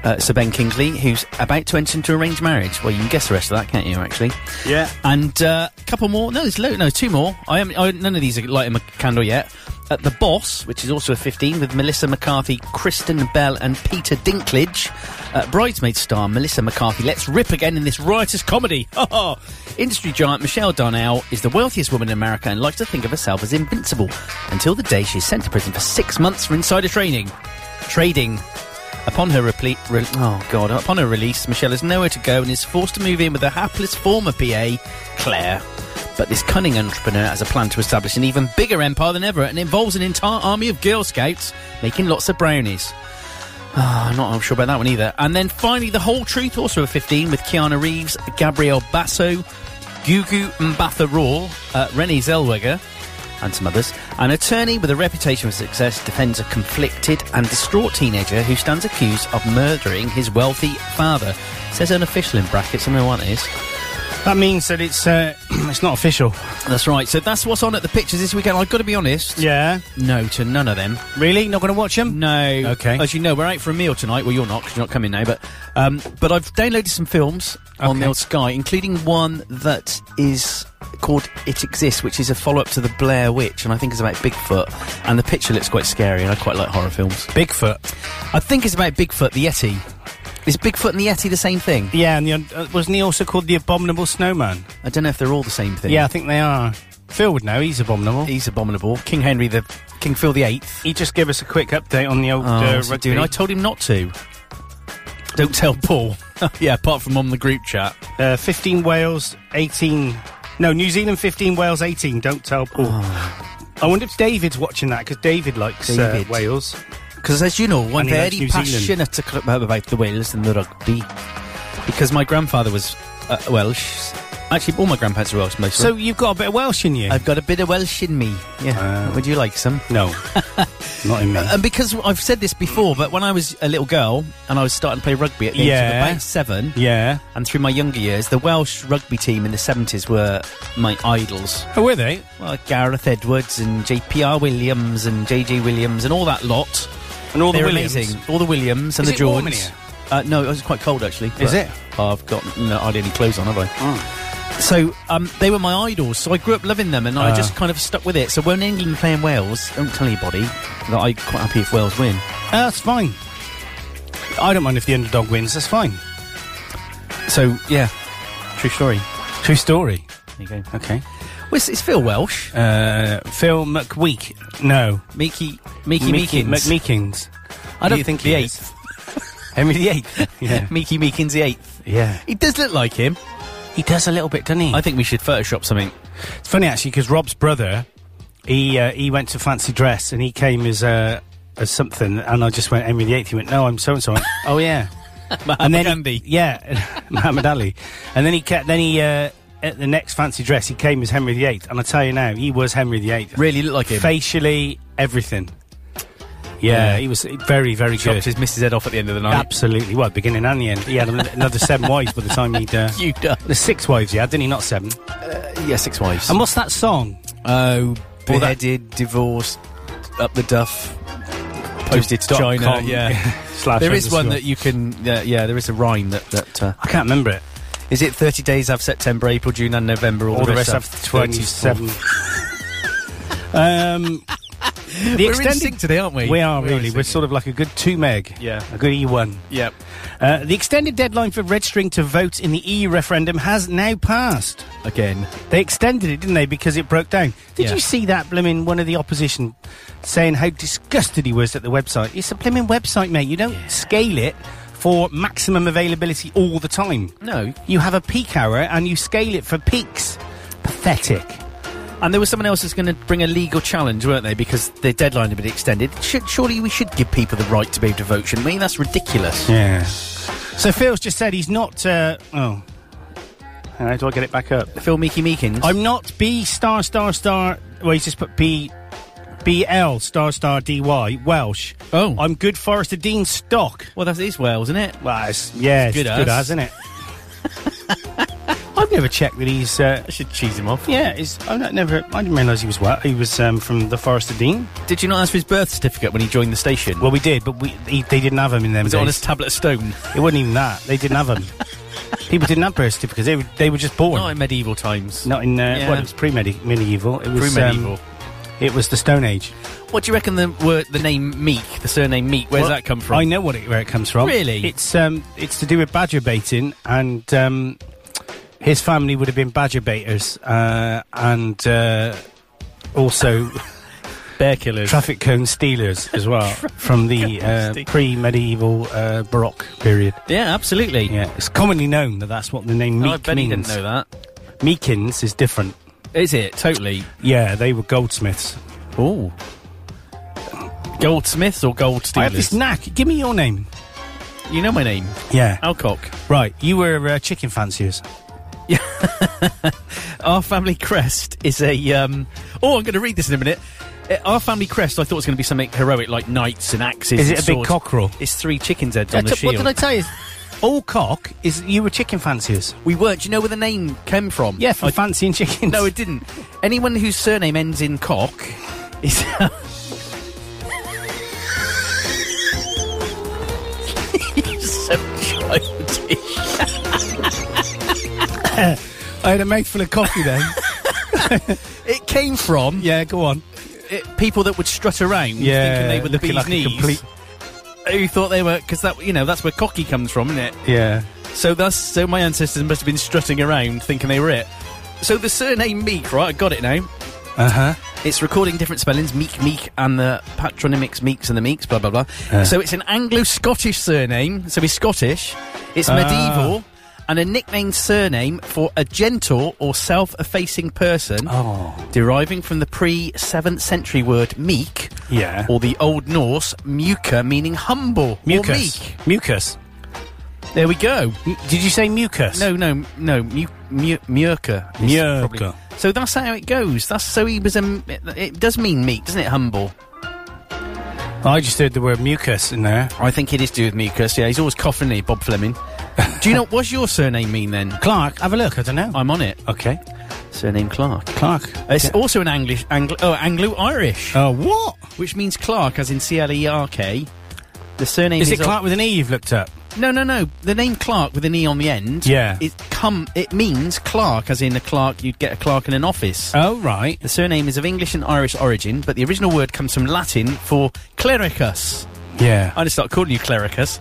Speaker 5: uh, Sir Ben Kingsley, who's about to enter into arranged marriage. Well, you can guess the rest of that, can't you? Actually,
Speaker 4: Yeah.
Speaker 5: and uh, a couple more. No, there's lo- no two more. I am I, none of these are lighting my candle yet. Uh, the Boss, which is also a 15, with Melissa McCarthy, Kristen Bell, and Peter Dinklage. Uh, Bridesmaid star Melissa McCarthy lets rip again in this riotous comedy. Ha ha! Industry giant Michelle Darnell is the wealthiest woman in America and likes to think of herself as invincible until the day she's sent to prison for six months for insider training. Trading. Upon her reple- re- oh god, upon her release, Michelle is nowhere to go and is forced to move in with her hapless former PA, Claire. But this cunning entrepreneur has a plan to establish an even bigger empire than ever, and involves an entire army of Girl Scouts making lots of brownies. Ah, I'm not sure about that one either. And then finally, The Whole Truth, also a 15, with Keanu Reeves, Gabrielle Basso, Gugu Mbatha Raw, uh, Renée Zellweger, and some others. An attorney with a reputation for success defends a conflicted and distraught teenager who stands accused of murdering his wealthy father. Says unofficial in brackets, I don't know what it is.
Speaker 4: That means that it's uh, it's not official.
Speaker 5: That's right, so that's what's on at the pictures this weekend. I've got to be honest.
Speaker 4: Yeah.
Speaker 5: No to none of them.
Speaker 4: Really? Not going to watch them?
Speaker 5: No.
Speaker 4: Okay.
Speaker 5: As you know, we're out for a meal tonight. Well, you're not because you're not coming now. But um, but I've downloaded some films on the
Speaker 4: Okay.
Speaker 5: old Sky, including one that is called It Exists, which is a follow up to the Blair Witch, and I think it's about Bigfoot. And the picture looks quite scary, and I quite like horror films.
Speaker 4: Bigfoot.
Speaker 5: I think it's about Bigfoot the Yeti. Is Bigfoot and the Yeti the same thing?
Speaker 4: Yeah, and the, uh, wasn't he also called the Abominable Snowman?
Speaker 5: I don't know if they're all the same thing.
Speaker 4: Yeah, I think they are. Phil would know. He's abominable. He,
Speaker 5: he's abominable. King Henry the King Phil the Eighth.
Speaker 4: just gave us a quick update on the old
Speaker 5: Oh,
Speaker 4: uh,
Speaker 5: what's he
Speaker 4: rugby.
Speaker 5: doing? I told him not to. Don't tell Paul. yeah, apart from on the group chat.
Speaker 4: Uh, 15 Wales, 18. No, New Zealand 15, Wales 18. Don't tell Paul. I wonder if David's watching that because David likes uh,
Speaker 5: Oh. David.
Speaker 4: Wales.
Speaker 5: Because as you know, I'm
Speaker 4: And he likes
Speaker 5: very
Speaker 4: New Zealand.
Speaker 5: passionate ac- about the Wales and the rugby. Because my grandfather was uh, Welsh. Actually, all my grandparents are Welsh, most of
Speaker 4: So
Speaker 5: them.
Speaker 4: you've got a bit of Welsh in you? Uh,
Speaker 5: I've got a bit of Welsh in me. Yeah. Would you like some?
Speaker 4: no. Not in me.
Speaker 5: And Uh, because I've said this before, but when I was a little girl and I was starting to play rugby at the age
Speaker 4: Yeah.
Speaker 5: of about seven,
Speaker 4: yeah.
Speaker 5: and through my younger years, the Welsh rugby team in the 70s were my idols.
Speaker 4: Oh, were they?
Speaker 5: Well, Gareth Edwards and JPR Williams and JJ Williams and all that lot.
Speaker 4: And all the
Speaker 5: They're
Speaker 4: Williams.
Speaker 5: amazing. All the Williams and
Speaker 4: Is
Speaker 5: the
Speaker 4: it
Speaker 5: Jordans.
Speaker 4: warm in here?
Speaker 5: Uh, no, it was quite cold actually.
Speaker 4: Is
Speaker 5: but
Speaker 4: it? Oh.
Speaker 5: I've got no hardly any clothes on, have I? So um, they were my idols. So I grew up loving them,
Speaker 4: Ah.
Speaker 5: and I just kind of stuck with it. So when England playing Wales, don't tell anybody that I'm quite happy if Wales win.
Speaker 4: Uh, that's fine. I don't mind if the underdog wins. That's fine.
Speaker 5: So yeah, true story.
Speaker 4: True story.
Speaker 5: There you go. Well,
Speaker 4: Okay.
Speaker 5: it's, it's Phil Welsh,
Speaker 4: Uh, Phil McWeek. No.
Speaker 5: Meeky Meeky Meekins.
Speaker 4: McMeekins.
Speaker 5: I don't
Speaker 4: You
Speaker 5: think
Speaker 4: think
Speaker 5: the
Speaker 4: he
Speaker 5: eighth. Henry the eighth.
Speaker 4: Yeah.
Speaker 5: Meeky Meekins the eighth.
Speaker 4: Yeah.
Speaker 5: He does look like him.
Speaker 4: He does a little bit, doesn't he?
Speaker 5: I think we should Photoshop something.
Speaker 4: It's funny actually because Rob's brother, he uh, he went to fancy dress and he came as uh, as something, and I just went Henry VIII. He went, no, I'm so and so. Oh yeah, and then
Speaker 5: Gandhi.
Speaker 4: He, yeah, Muhammad Ali, and then he kept, then he uh, at the next fancy dress he came as Henry VIII, and I tell you now, he was Henry VIII.
Speaker 5: Really look like him.
Speaker 4: facially everything. Yeah,
Speaker 5: Yeah.
Speaker 4: he was very very
Speaker 5: Chopped
Speaker 4: good.
Speaker 5: his missus head off at the end of the night.
Speaker 4: Absolutely, well, beginning and the end. He had another seven wives by the time he'd. Uh,
Speaker 5: You done. Uh,
Speaker 4: the six wives he had, didn't he? Not seven.
Speaker 5: Yeah, six wives.
Speaker 4: And what's that song?
Speaker 5: Oh,
Speaker 4: All that-
Speaker 5: beheaded, divorced, up the duff, posted to
Speaker 4: Dot
Speaker 5: China.
Speaker 4: com.
Speaker 5: Yeah,
Speaker 4: Slash
Speaker 5: there is one
Speaker 4: underscore.
Speaker 5: that you can. Uh, yeah, there is a rhyme that that uh,
Speaker 4: I can't remember it.
Speaker 5: is it. Thirty days have September, April, June, and November. All,
Speaker 4: All the rest have 27. um, the
Speaker 5: We're in sync today, aren't we?
Speaker 4: We are
Speaker 5: We're in
Speaker 4: really. We're
Speaker 5: sync.
Speaker 4: sort of like a good 2 meg.
Speaker 5: Yeah.
Speaker 4: A good E1.
Speaker 5: Yep.
Speaker 4: Uh, the extended deadline for registering to vote in the EU referendum has now passed.
Speaker 5: Again.
Speaker 4: They extended it, didn't they, because it broke down. Did
Speaker 5: Yeah.
Speaker 4: you see that, blimmin' one of the opposition saying how disgusted he was at the website? It's a blimmin' website, mate. You don't scale it for maximum availability all the time.
Speaker 5: No.
Speaker 4: You have a peak hour and you scale it for peaks. Pathetic.
Speaker 5: And there was someone else that's going to bring a legal challenge, weren't they? Because the deadline had been extended. Should, surely we should give people the right to be able to vote, shouldn't we? That's ridiculous.
Speaker 4: Yeah. So Phil's just said he's not. Uh, oh. How do I get it back up?
Speaker 5: Phil Meeky Meekins.
Speaker 4: I'm not B star star star. Well, he's just put B. BL star star DY Welsh.
Speaker 5: Oh.
Speaker 4: I'm good Forester Dean stock.
Speaker 5: well, that is Wales, isn't it?
Speaker 4: Well, it's, yeah, it's
Speaker 5: good
Speaker 4: good, as,
Speaker 5: as.
Speaker 4: isn't it? I've never checked that he's. Uh,
Speaker 5: I should cheese him off.
Speaker 4: yeah, he's, I've not, never. I didn't realise he was what he was um, from the Forester Dean.
Speaker 5: Did you not ask for his birth certificate when he joined the station?
Speaker 4: Well, we did, but we he, they didn't have him in them
Speaker 5: was it
Speaker 4: days.
Speaker 5: on his tablet of stone?
Speaker 4: It wasn't even that. They didn't have them. People didn't have birth certificates. They were, they were just born.
Speaker 5: Not in medieval times.
Speaker 4: Not in. Uh,
Speaker 5: Yeah.
Speaker 4: Well, it was pre-medi- medieval. It was um,
Speaker 5: Pre-medieval.
Speaker 4: it was the Stone Age.
Speaker 5: what do you reckon the word, the name Meek, the surname Meek? Where's
Speaker 4: Well,
Speaker 5: that come from?
Speaker 4: I know what it, where it comes from.
Speaker 5: Really?
Speaker 4: It's um, it's to do with badger baiting, and um, his family would have been badger baiters, uh, and uh, also
Speaker 5: Bear killers.
Speaker 4: traffic cone stealers as well from the uh,
Speaker 5: stealers.
Speaker 4: pre-medieval uh, Baroque period.
Speaker 5: yeah, absolutely.
Speaker 4: Yeah, it's commonly known that that's what the name
Speaker 5: No,
Speaker 4: Meek
Speaker 5: I bet he
Speaker 4: means.
Speaker 5: didn't know that.
Speaker 4: Meekins is different.
Speaker 5: Is it totally?
Speaker 4: Yeah, they were goldsmiths.
Speaker 5: Oh, goldsmiths or gold
Speaker 4: I have this
Speaker 5: stealers?
Speaker 4: knack. Give me your name.
Speaker 5: you know my name,
Speaker 4: Yeah.
Speaker 5: Alcock.
Speaker 4: Right, you were uh, chicken fanciers.
Speaker 5: Our family crest is a. Um, oh, I'm going to read this in a minute. Uh, Our family crest, I thought was going to be something heroic like knights and axes.
Speaker 4: Is
Speaker 5: and
Speaker 4: it a big
Speaker 5: swords.
Speaker 4: cockerel?
Speaker 5: It's three chickens heads
Speaker 4: I
Speaker 5: on the
Speaker 4: t- what
Speaker 5: shield.
Speaker 4: did I tell you? All cock is you were chicken fanciers.
Speaker 5: we weren't. Do you know where the name came from?
Speaker 4: Yeah, from fancying chickens.
Speaker 5: No, it didn't. Anyone whose surname ends in cock is. You're so childish.
Speaker 4: I had a mouthful of coffee then.
Speaker 5: It came from
Speaker 4: yeah, go on.
Speaker 5: it, people that would strut around thinking they were the
Speaker 4: looking
Speaker 5: bee's
Speaker 4: like a
Speaker 5: knees.
Speaker 4: complete-
Speaker 5: Who thought they were? Because that you know that's where cocky comes from, isn't it?
Speaker 4: yeah.
Speaker 5: So that's so my ancestors must have been strutting around thinking they were it. So the surname Meek, right? I got it now.
Speaker 4: Uh huh.
Speaker 5: It's recording different spellings, Meek Meek and the patronymics Meeks and the Meeks, blah blah blah.
Speaker 4: Uh.
Speaker 5: So it's an Anglo-Scottish surname, so he's Scottish. It's
Speaker 4: Ah.
Speaker 5: medieval and a nicknamed surname for a gentle or self-effacing person,
Speaker 4: Oh.
Speaker 5: deriving from the pre-7th century word meek,
Speaker 4: Yeah.
Speaker 5: or the Old Norse muka, meaning humble or
Speaker 4: Mucus.
Speaker 5: meek.
Speaker 4: Mucus.
Speaker 5: There we go.
Speaker 4: M- did you say mucus?
Speaker 5: No, no, no, mu- mu- muirka is
Speaker 4: Muirka.
Speaker 5: probably- So um, that's how it goes. That's so he was a. It does mean meek, doesn't it? Humble.
Speaker 4: I just heard the word mucus in there.
Speaker 5: I think it is to do with mucus. Yeah, he's always coughing here, Bob Fleming. do you know what's your surname mean then?
Speaker 4: Clark, have a look. I don't know.
Speaker 5: I'm on it.
Speaker 4: okay,
Speaker 5: Surname Clark.
Speaker 4: Clark.
Speaker 5: It's also an English, Anglo, oh, Anglo-Irish,
Speaker 4: Uh, what
Speaker 5: which means Clark, as in C L E R K. The surname
Speaker 4: is
Speaker 5: is
Speaker 4: it? Clark with an E? You've looked up.
Speaker 5: No, no, no. The name Clark with an e on the end.
Speaker 4: Yeah.
Speaker 5: It come. It means clerk, as in a clerk. You'd get a clerk in an office.
Speaker 4: Oh right.
Speaker 5: the surname is of English and Irish origin, but the original word comes from Latin for clericus.
Speaker 4: Yeah.
Speaker 5: I just start calling you clericus.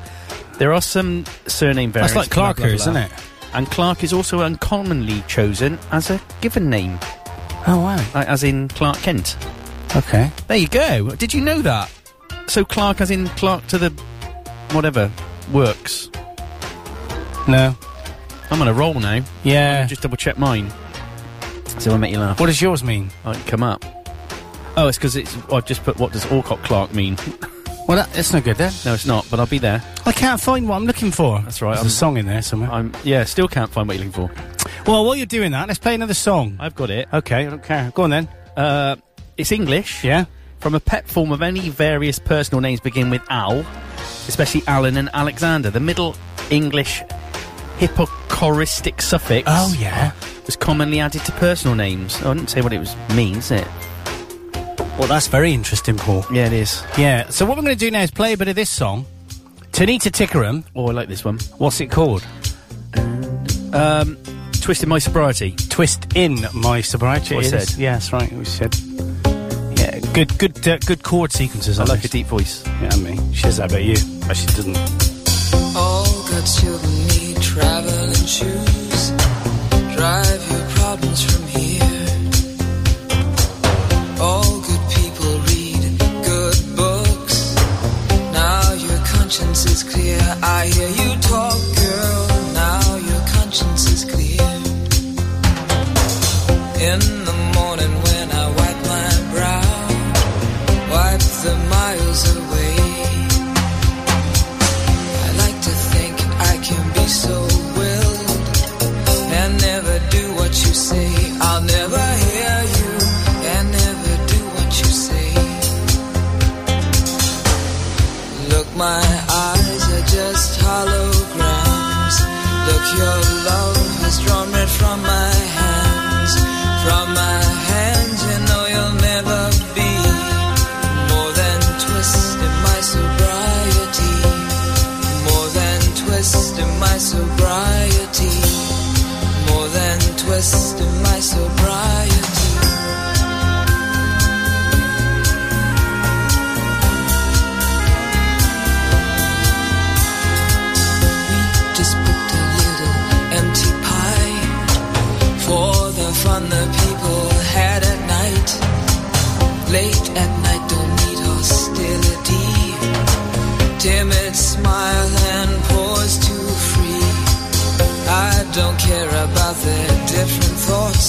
Speaker 5: There are some surname variants.
Speaker 4: like
Speaker 5: blah, blah,
Speaker 4: Clarkers,
Speaker 5: blah.
Speaker 4: isn't it?
Speaker 5: And Clark is also uncommonly chosen as a given name,
Speaker 4: oh wow.
Speaker 5: like, as in Clark Kent.
Speaker 4: Okay.
Speaker 5: There you go. Did you know that? So Clark, as in Clark to the whatever works.
Speaker 4: No.
Speaker 5: I'm on a roll now.
Speaker 4: Yeah.
Speaker 5: Just double check mine. So I make you laugh.
Speaker 4: What does yours mean?
Speaker 5: I can come up. Oh, it's because it's. I've just put. What does Alcott Clark mean?
Speaker 4: Well, that, that's no good then.
Speaker 5: No, it's not. But I'll be there.
Speaker 4: I can't find what I'm looking for.
Speaker 5: That's right,
Speaker 4: There's
Speaker 5: I'm-
Speaker 4: a song in there somewhere.
Speaker 5: I'm. Yeah, still can't find what you're looking for.
Speaker 4: well, while you're doing that, let's play another song.
Speaker 5: I've got it.
Speaker 4: okay, I don't care. Go on then.
Speaker 5: Uh, it's English.
Speaker 4: Yeah.
Speaker 5: From a pet form of any various personal names begin with Al, especially Alan and Alexander. The Middle English hypochoristic suffix.
Speaker 4: Oh yeah.
Speaker 5: Was commonly added to personal names. I didn't say what it was means. It.
Speaker 4: Well, that's very interesting, Paul.
Speaker 5: Yeah, it is.
Speaker 4: Yeah. So what we're going to do now is play a bit of this song. Tanita Tickerum.
Speaker 5: Oh, I like this one.
Speaker 4: What's it called?
Speaker 5: Um, Twisted my sobriety.
Speaker 4: Twist in my sobriety.
Speaker 5: What I
Speaker 4: It is-
Speaker 5: said.
Speaker 4: Yeah, that's right. We said. Yeah, good, good, uh, good chord sequences.
Speaker 5: I
Speaker 4: on
Speaker 5: like a
Speaker 4: this.
Speaker 5: deep voice.
Speaker 4: Yeah, I mean, she says that about you, but she doesn't.
Speaker 7: All good children need traveling shoes. Drive your problems from here. All good people read good books. Now your conscience is clear. I hear you talk, girl. Now your conscience is clear. In the morning when I wipe my brow, wipe the miles away. I like to think I can be so willed and never do what you say. I'll never hear you and never do what you say. Look, my eyes are just holograms. Look, your love is drawn right from my hands. From my hands, you know you'll never be more than twisted my sobriety more than twist in my sobriety more than twist in my sobriety we just booked a little empty pie for the fun the people had at night late at night don't need hostility timid smile and pause to free. I don't care about their different thoughts.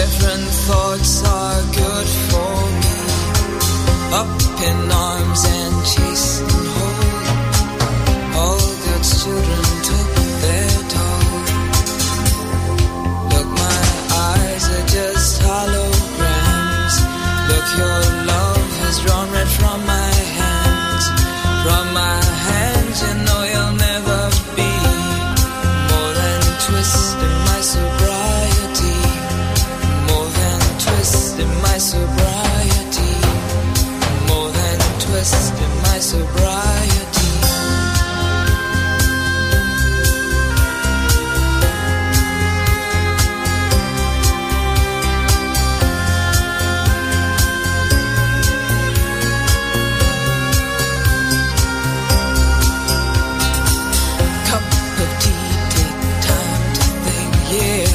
Speaker 7: Different thoughts are good for me. Up in arms and chasing home. All God's children took their toll. Look, my eyes are just holograms. Look, your love has drawn red from my hands. From my hands, you know you'll never be more than twisting my sobriety. More than twisting my sobriety. More than twisting my sobriety. cup of tea, take time to think, yeah.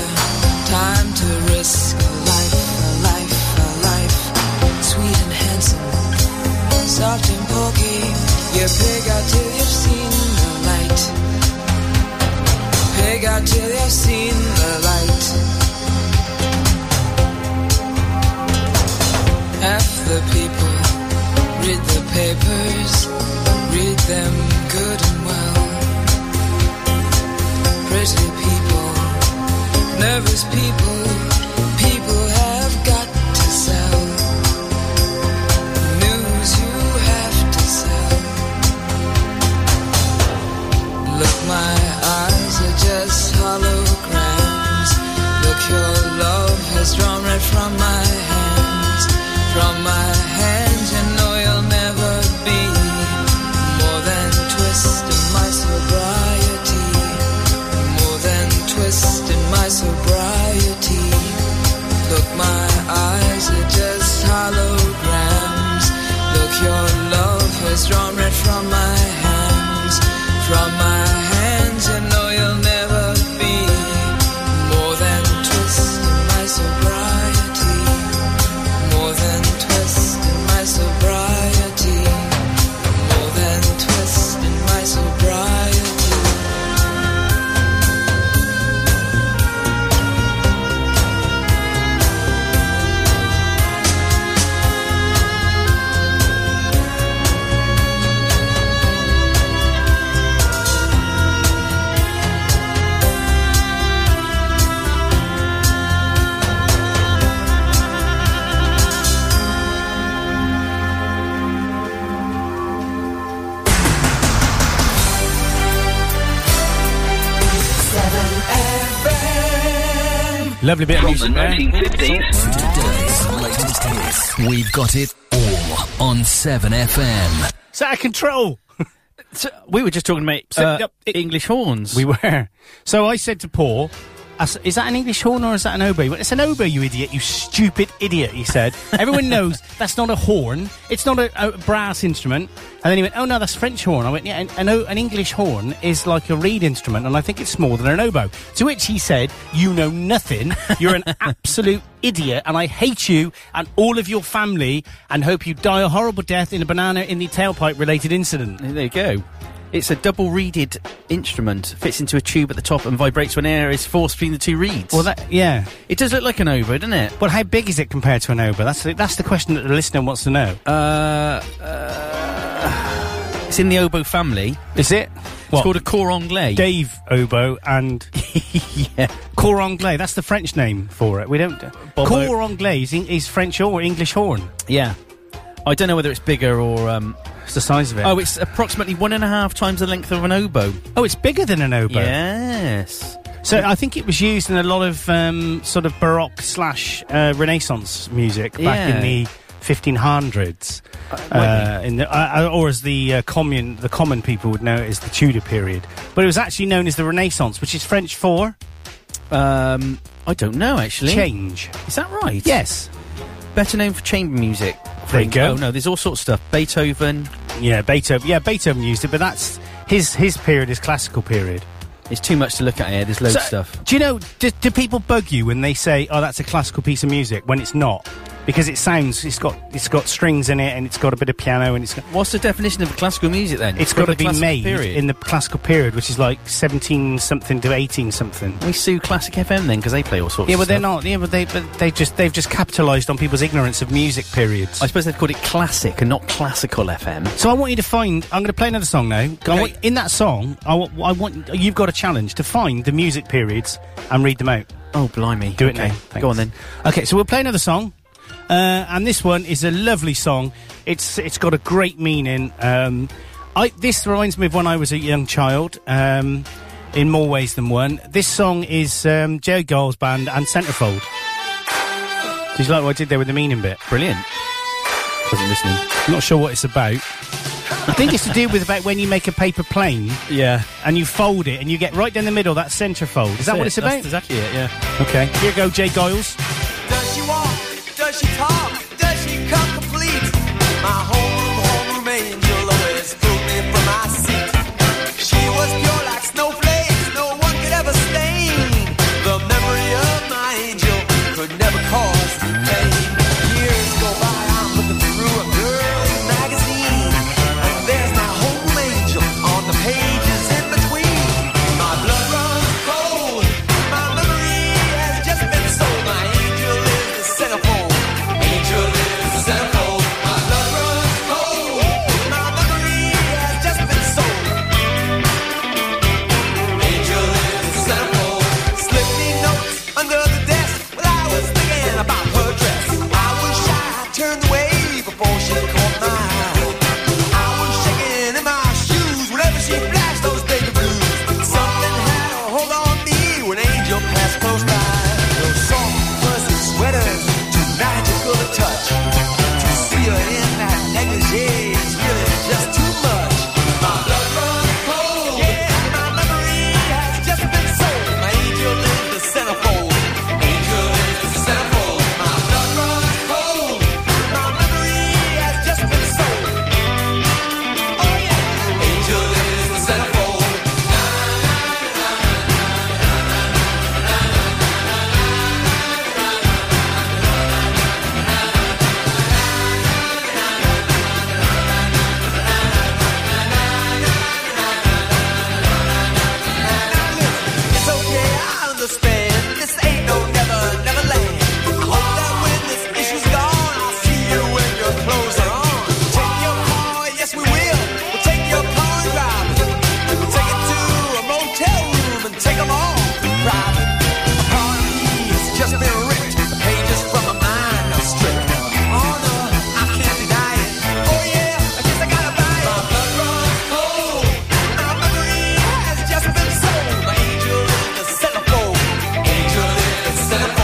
Speaker 7: Time to risk a life, a life, a life. Sweet and handsome, soft and pokey. You pig out till you've seen the light. Pig out till you've seen the light. Half the people read the papers, read them good and well pretty people, nervous people, people have got to sell. News you have. just holograms. Look, your love has drawn right from my hands. From my hands, you know you'll never be more than twist in my sobriety. More than twist in my sobriety. Look, my eyes are just holograms. Look, your love has drawn red from my hands. From my hands, you know you'll never be more than twist in my sobriety. More than twist in my sobriety. More than twist in my sobriety.
Speaker 4: Lovely bit of music there.
Speaker 2: For today's latest hits, we've got it all on 7FM.
Speaker 4: It's out of control.
Speaker 5: So, we were just talking about
Speaker 4: So,
Speaker 5: uh,
Speaker 4: yep, it-
Speaker 5: English horns.
Speaker 4: We were. So I said to Paul, I s- is that an English horn or is that an oboe? He went, it's an oboe, you idiot, you stupid idiot, he said. Everyone knows that's not a horn. It's not a, a brass instrument. And then he went, oh, no, that's French horn. I went, yeah, an, an, o- an English horn is like a reed instrument, and I think it's smaller than an oboe. To which he said, you know nothing. You're an absolute idiot, and I hate you and all of your family, and hope you die a horrible death in a banana in the tailpipe-related incident.
Speaker 5: There you go. It's a double-reeded instrument. Fits into a tube at the top and vibrates when air is forced between the two reeds.
Speaker 4: Well, that, yeah.
Speaker 5: it does look like an oboe, doesn't it?
Speaker 4: Well, how big is it compared to an Oba? That's the, that's the question that the listener wants to know.
Speaker 5: Uh, It's in the oboe family.
Speaker 4: is it?
Speaker 5: It's called a cor anglais.
Speaker 4: Dave Oboe and Cor Anglais. That's the French name for it. We don't.
Speaker 5: Bobo.
Speaker 4: Cor Anglais is, is French or English horn.
Speaker 5: yeah. I don't know whether it's bigger or. Um,
Speaker 4: It's the size of it.
Speaker 5: oh, it's approximately one and a half times the length of an oboe.
Speaker 4: oh, it's bigger than an Oboe.
Speaker 5: Yes.
Speaker 4: So I think it was used in a lot of um, sort of Baroque slash uh, Renaissance music back
Speaker 5: Yeah.
Speaker 4: in the 1500s, uh, in the, uh, uh, or as the uh, commune, the common people would know it as the Tudor period. But it was actually known as the Renaissance, which is French for
Speaker 5: Um, I don't know actually.
Speaker 4: change.
Speaker 5: Is that right?
Speaker 4: Yes.
Speaker 5: Better known for chamber music.
Speaker 4: There you go.
Speaker 5: Oh no, there's all sorts of stuff. Beethoven.
Speaker 4: Yeah, Beethoven. Yeah, Beethoven used it, but that's his his period is classical period.
Speaker 5: It's too much to look at here. There's loads
Speaker 4: So,
Speaker 5: of stuff.
Speaker 4: Do you know? Do, do people bug you when they say, "Oh, that's a classical piece of music," when it's not? Because it sounds it's got it's got strings in it and it's got a bit of piano and it's got,
Speaker 5: What's the definition of classical music then?
Speaker 4: it's got
Speaker 5: From
Speaker 4: to
Speaker 5: the
Speaker 4: be
Speaker 5: classical
Speaker 4: made
Speaker 5: period?
Speaker 4: in the classical period, which is like seventeen something to eighteen something.
Speaker 5: We sue Classic FM then because they play all sorts.
Speaker 4: Yeah,
Speaker 5: of
Speaker 4: but they're
Speaker 5: stuff.
Speaker 4: not. Yeah, but they but they just they've just capitalised on people's ignorance of music periods.
Speaker 5: I suppose they've called it classic and not classical FM.
Speaker 4: So I want you to find. I'm going to play another song now. I want, in that song, I, wa- I want you've got a challenge to find the music periods and read them out.
Speaker 5: Oh blimey!
Speaker 4: Do it
Speaker 5: okay.
Speaker 4: now.
Speaker 5: Go on then.
Speaker 4: Thanks. Okay, so we'll play another song, uh, and this one is a lovely song. It's it's got a great meaning. Um, I this reminds me of when I was a young child. Um, in more ways than one. This song is um, Joe Gold's band and Centerfold. Did you like what I did there with the meaning bit?
Speaker 5: Brilliant. Wasn't listening.
Speaker 4: I'm not sure what it's about. I think it's to do with about when you make a paper plane
Speaker 5: Yeah.
Speaker 4: and you fold it and you get right down the middle, that centre fold. Is that what it's about?
Speaker 5: exactly it. Yeah.
Speaker 4: okay. Here you go, Jay Giles.
Speaker 6: Does she walk? Does she talk? Does she come complete? My homeroom, homeroom angel always threw me from my seat. She was pure like snowflakes, no one could ever stain. The memory of my angel could never cause pain. Years go by, I'm looking through a girl's magazine. And there's my homeroom angel on the pages in between. My blood runs cold, my memory has just been sold. My angel is the centerfold. Oh, Oh,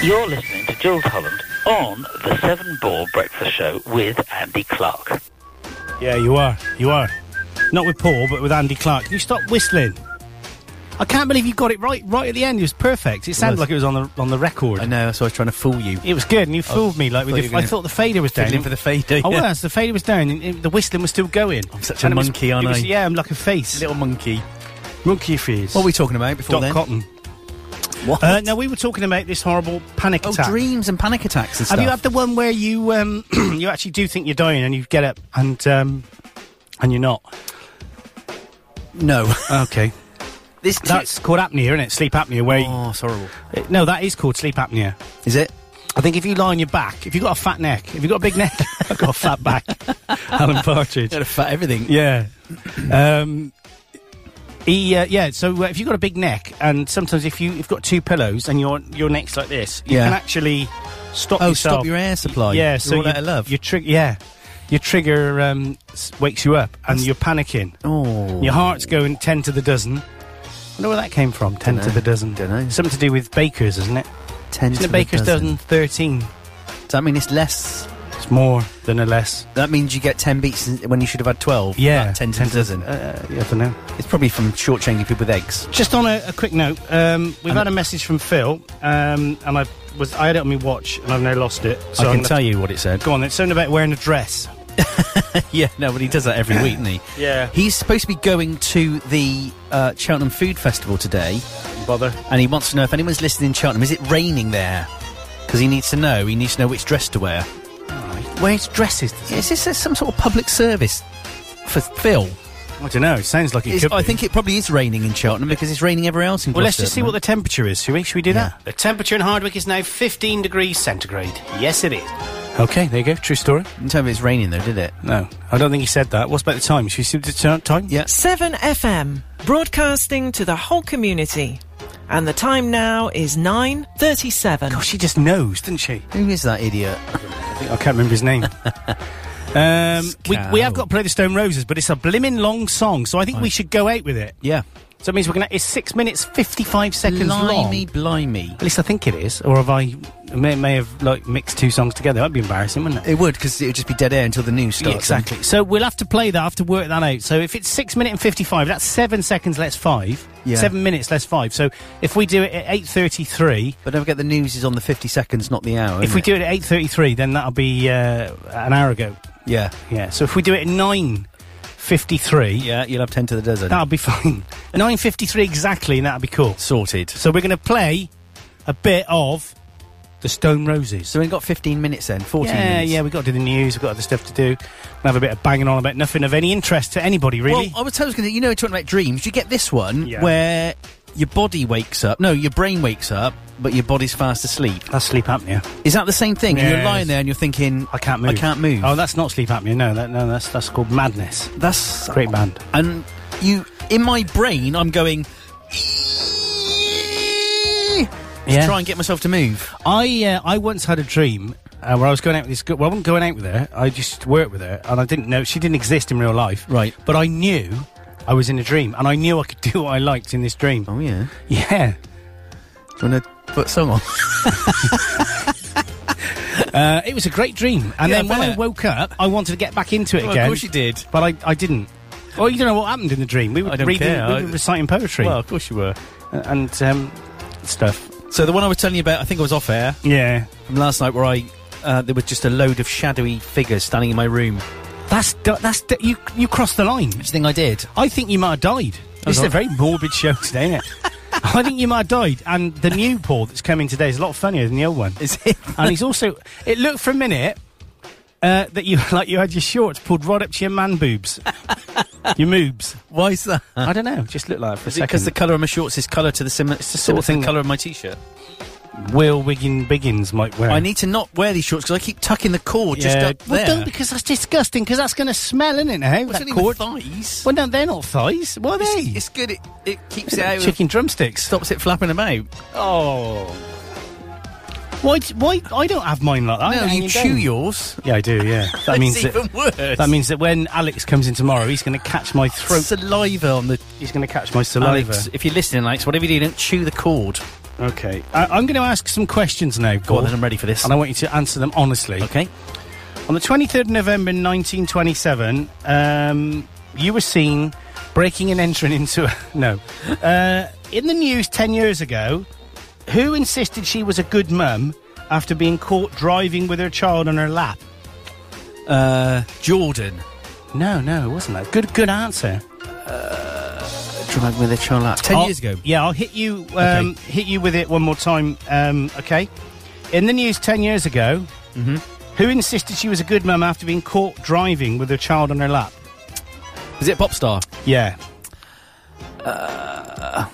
Speaker 10: You're listening to Jules Holland on the Seven Ball Breakfast Show with Andy Clark.
Speaker 4: Yeah, you are. You are. Not with Paul, but with Andy Clark. Can you stop whistling? I can't believe you got it right right at the end. It was perfect. It sounded
Speaker 5: was.
Speaker 4: like it was on the on the record.
Speaker 5: I know, that's why I was trying to fool you.
Speaker 4: It was good, and you fooled me. Like with
Speaker 5: thought
Speaker 4: your,
Speaker 5: you were gonna
Speaker 4: I thought the fader was down.
Speaker 5: Fiddling for the fader.
Speaker 4: I
Speaker 5: yeah.
Speaker 4: was. Oh, The fader was down, and it- the whistling was still going. I'm
Speaker 5: such a monkey, aren't I?
Speaker 4: Yeah, I'm like a face.
Speaker 5: Little monkey.
Speaker 4: monkey face.
Speaker 5: What were we talking about before
Speaker 4: Doc
Speaker 5: then?
Speaker 4: Cotton.
Speaker 5: What?
Speaker 4: Uh, no, we were talking about this horrible panic
Speaker 5: oh,
Speaker 4: attack.
Speaker 5: dreams and panic attacks and stuff.
Speaker 4: Have you had the one where you um, you actually do think you're dying, and you get up, and um, and you're not?
Speaker 5: no.
Speaker 4: Okay,
Speaker 5: this
Speaker 4: that's called apnea, isn't it? Sleep apnea, where you- Eh,
Speaker 5: Oh, it's horrible.
Speaker 4: No, that is called sleep apnea.
Speaker 5: Is it?
Speaker 4: I think if you lie on your back, if you've got a fat neck, if you've got a big neck, I've got a fat back. Alan Partridge.
Speaker 5: Gotta fat everything.
Speaker 4: Yeah. Um, he, uh, yeah, so uh, if you've got a big neck, and sometimes if you, you've got two pillows and your your neck's like this, you
Speaker 5: Yeah.
Speaker 4: can actually stop
Speaker 5: Oh,
Speaker 4: yourself.
Speaker 5: stop your air supply.
Speaker 4: Yeah,
Speaker 5: You're
Speaker 4: so
Speaker 5: all
Speaker 4: you,
Speaker 5: out of love.
Speaker 4: Your tri- yeah. Your trigger um, s- wakes you up and you're panicking.
Speaker 5: Oh.
Speaker 4: Your heart's going 10 to the dozen. I wonder where that came from, 10 to
Speaker 5: Dunno.
Speaker 4: the dozen.
Speaker 5: Dunno.
Speaker 4: Something to do with bakers, isn't it?
Speaker 5: Ten
Speaker 4: Isn't
Speaker 5: to
Speaker 4: it baker's dozen 13?
Speaker 5: Does that mean it's less?
Speaker 4: It's more than a less.
Speaker 5: That means you get ten beats in- when you should have had twelve.
Speaker 4: Yeah,
Speaker 5: Not ten to a dozen.
Speaker 4: Uh, yeah, I don't know.
Speaker 5: It's probably from shortchanging people with eggs.
Speaker 4: Just on a, a quick note, um, we've had a message from Phil, um, and I was I had it on my watch, and I've now lost it. So
Speaker 5: I
Speaker 4: I'm
Speaker 5: can
Speaker 4: gonna-
Speaker 5: tell you what it said.
Speaker 4: Go on, it's something about wearing a dress.
Speaker 5: Yeah, no, but he does that every week, doesn't he?
Speaker 4: Yeah.
Speaker 5: He's supposed to be going to the uh, Cheltenham Food Festival today,
Speaker 4: Bother.
Speaker 5: and he wants to know if anyone's listening in Cheltenham, is it raining there? Because he needs to know. He needs to know which dress to wear.
Speaker 4: Wears dresses.
Speaker 5: Is this uh, some sort of public service for Phil?
Speaker 4: I don't know. It sounds like it
Speaker 5: It's-
Speaker 4: could.
Speaker 5: I
Speaker 4: be.
Speaker 5: think it probably is raining in Cheltenham because it's raining everywhere else in
Speaker 4: Well, let's
Speaker 5: Gloucester
Speaker 4: just see
Speaker 5: at
Speaker 4: what
Speaker 5: the
Speaker 4: the temperature is. Shall we? Should we do
Speaker 5: Yeah.
Speaker 4: that? The temperature in Hardwick is now 15 degrees centigrade. Yes, it is. Okay, there you go. True story.
Speaker 5: Didn't tell me it's raining though, did it?
Speaker 4: No, I don't think he said that. What's about the time? Should we see the t- time?
Speaker 5: Yeah.
Speaker 11: 7 FM, broadcasting to the whole community. And the time now is 9.37.
Speaker 4: Oh, she just knows, didn't she?
Speaker 5: Who is that idiot?
Speaker 4: I can't remember his name. um, we, we have
Speaker 5: Scowl.
Speaker 4: got to play the Stone Roses, but it's a blimmin' long song, so I think we should go out with it.
Speaker 5: Yeah.
Speaker 4: So it means we're going to. It's six minutes fifty five seconds long.
Speaker 5: Blimey, blimey.
Speaker 4: At least I think it is, or have I may, may have like mixed two songs together? That'd be embarrassing, wouldn't it?
Speaker 5: It would because it would just be dead air until the news starts.
Speaker 4: Yeah, exactly. So we'll have to play that. I have to work that out. So if it's six minute and fifty five, that's seven seconds less five.
Speaker 5: Yeah.
Speaker 4: Seven minutes less five. So if we do it at eight thirty three,
Speaker 5: But don't forget the news is on the 50 seconds, not the hour.
Speaker 4: if
Speaker 5: isn't
Speaker 4: we
Speaker 5: it?
Speaker 4: do it at eight thirty three, then that'll be uh, an hour ago.
Speaker 5: yeah,
Speaker 4: Yeah. So if we do it at nine fifty three,
Speaker 5: yeah, you'll have 10 to the dozen.
Speaker 4: that'll be fine. Nine fifty three exactly, and that'll be cool.
Speaker 5: Sorted.
Speaker 4: So we're going to play a bit of the Stone Roses.
Speaker 5: So we've got 15 minutes then, 14
Speaker 4: yeah,
Speaker 5: minutes.
Speaker 4: yeah, we've got to do the news, we've got other stuff to do. We'll have a bit of banging on about nothing of any interest to anybody, really.
Speaker 5: Well, I was telling you, you know, talking about dreams. You get this one
Speaker 4: Yeah.
Speaker 5: where your body wakes up. No, your brain wakes up, but your body's fast asleep.
Speaker 4: that's sleep apnea.
Speaker 5: Is that the same thing? And You're
Speaker 4: Yes.
Speaker 5: lying there and you're thinking,
Speaker 4: I can't move.
Speaker 5: I can't move.
Speaker 4: Oh, that's not sleep apnea. No, that, no, that's that's called madness.
Speaker 5: That's
Speaker 4: Great band.
Speaker 5: And you, in my brain, I'm going.
Speaker 4: Yeah.
Speaker 5: To try and get myself to move.
Speaker 4: I uh, I once had a dream uh, where I was going out with this. Girl. Well, I wasn't going out with her. I just worked with her, and I didn't know she didn't exist in real life.
Speaker 5: Right.
Speaker 4: But I knew I was in a dream, and I knew I could do what I liked in this dream.
Speaker 5: Oh yeah.
Speaker 4: Yeah.
Speaker 5: Do you want to put song on?
Speaker 4: Uh, it was a great dream, and
Speaker 5: Yeah,
Speaker 4: then
Speaker 5: I
Speaker 4: when I
Speaker 5: bet.
Speaker 4: woke up, I wanted to get back into it
Speaker 5: Well, of
Speaker 4: again.
Speaker 5: course you did.
Speaker 4: but I, I didn't. Well, you don't know what happened in the dream. We were
Speaker 5: I don't
Speaker 4: reading,
Speaker 5: care.
Speaker 4: we
Speaker 5: I-
Speaker 4: were reciting poetry
Speaker 5: course you were.
Speaker 4: and um, stuff.
Speaker 5: So the one I was telling you about, I think I was off air
Speaker 4: Yeah,
Speaker 5: from last night, where I uh, there was just a load of shadowy figures standing in my room.
Speaker 4: that's d- that's d- you you crossed the line.
Speaker 5: Which thing I did?
Speaker 4: I think you might have died. This is a very morbid show today, isn't it? I think you might have died. And the new Paul that's coming today is a lot funnier than the old one.
Speaker 5: Is it?
Speaker 4: and he's also. It looked for a minute uh, that you like you had your shorts pulled right up to your man boobs, your moobs.
Speaker 5: Why is that?
Speaker 4: I don't know. Just look like it for a second.
Speaker 5: Because the colour of my shorts is colour to the similar. It's the sort of thing.
Speaker 4: that-
Speaker 5: Colour of my t-shirt.
Speaker 4: Will Wiggin Biggins might wear.
Speaker 5: I need to not wear these shorts because I keep tucking the cord just up
Speaker 4: well,
Speaker 5: there.
Speaker 4: don't because that's disgusting. Because that's going to smell, isn't it? Now
Speaker 5: What's
Speaker 4: that
Speaker 5: it even
Speaker 4: cord.
Speaker 5: thighs?
Speaker 4: Well, no, they're not thighs. What are
Speaker 5: It's-
Speaker 4: they?
Speaker 5: It's, good. It, it keeps it out. of-
Speaker 4: chicken drumsticks.
Speaker 5: stops it flapping about.
Speaker 4: Oh. Why? d- Why? I don't have mine like that.
Speaker 5: No,
Speaker 4: I
Speaker 5: you chew yours.
Speaker 4: Yeah, I do. Yeah, that
Speaker 5: It's
Speaker 4: means
Speaker 5: even
Speaker 4: that,
Speaker 5: worse.
Speaker 4: that means that when Alex comes in tomorrow, he's going to catch my throat.
Speaker 5: saliva on the
Speaker 4: He's going to catch my saliva.
Speaker 5: Alex. If you're listening, Alex, whatever you do, don't chew the cord.
Speaker 4: Okay. I, I'm going to ask some questions now,
Speaker 5: Go
Speaker 4: Paul,
Speaker 5: on, then I'm ready for this.
Speaker 4: And I want you to answer them honestly.
Speaker 5: Okay.
Speaker 4: On the 23rd of November 1927, um, you were seen breaking and entering into a. No. Uh, in the news 10 years ago, who insisted she was a good mum after being caught driving with her child on her lap?
Speaker 5: Uh, Jordan.
Speaker 4: No, no, it wasn't that. Good, good answer.
Speaker 5: Driving with a child up. 10
Speaker 4: I'll-
Speaker 5: years ago.
Speaker 4: Yeah, I'll hit you. Um, Hit you with it one more time. Um, okay. In the news ten years ago,
Speaker 5: Mm-hmm.
Speaker 4: who insisted she was a good mum after being caught driving with her child on her lap?
Speaker 5: Is it Popstar?
Speaker 4: Yeah.
Speaker 5: Uh,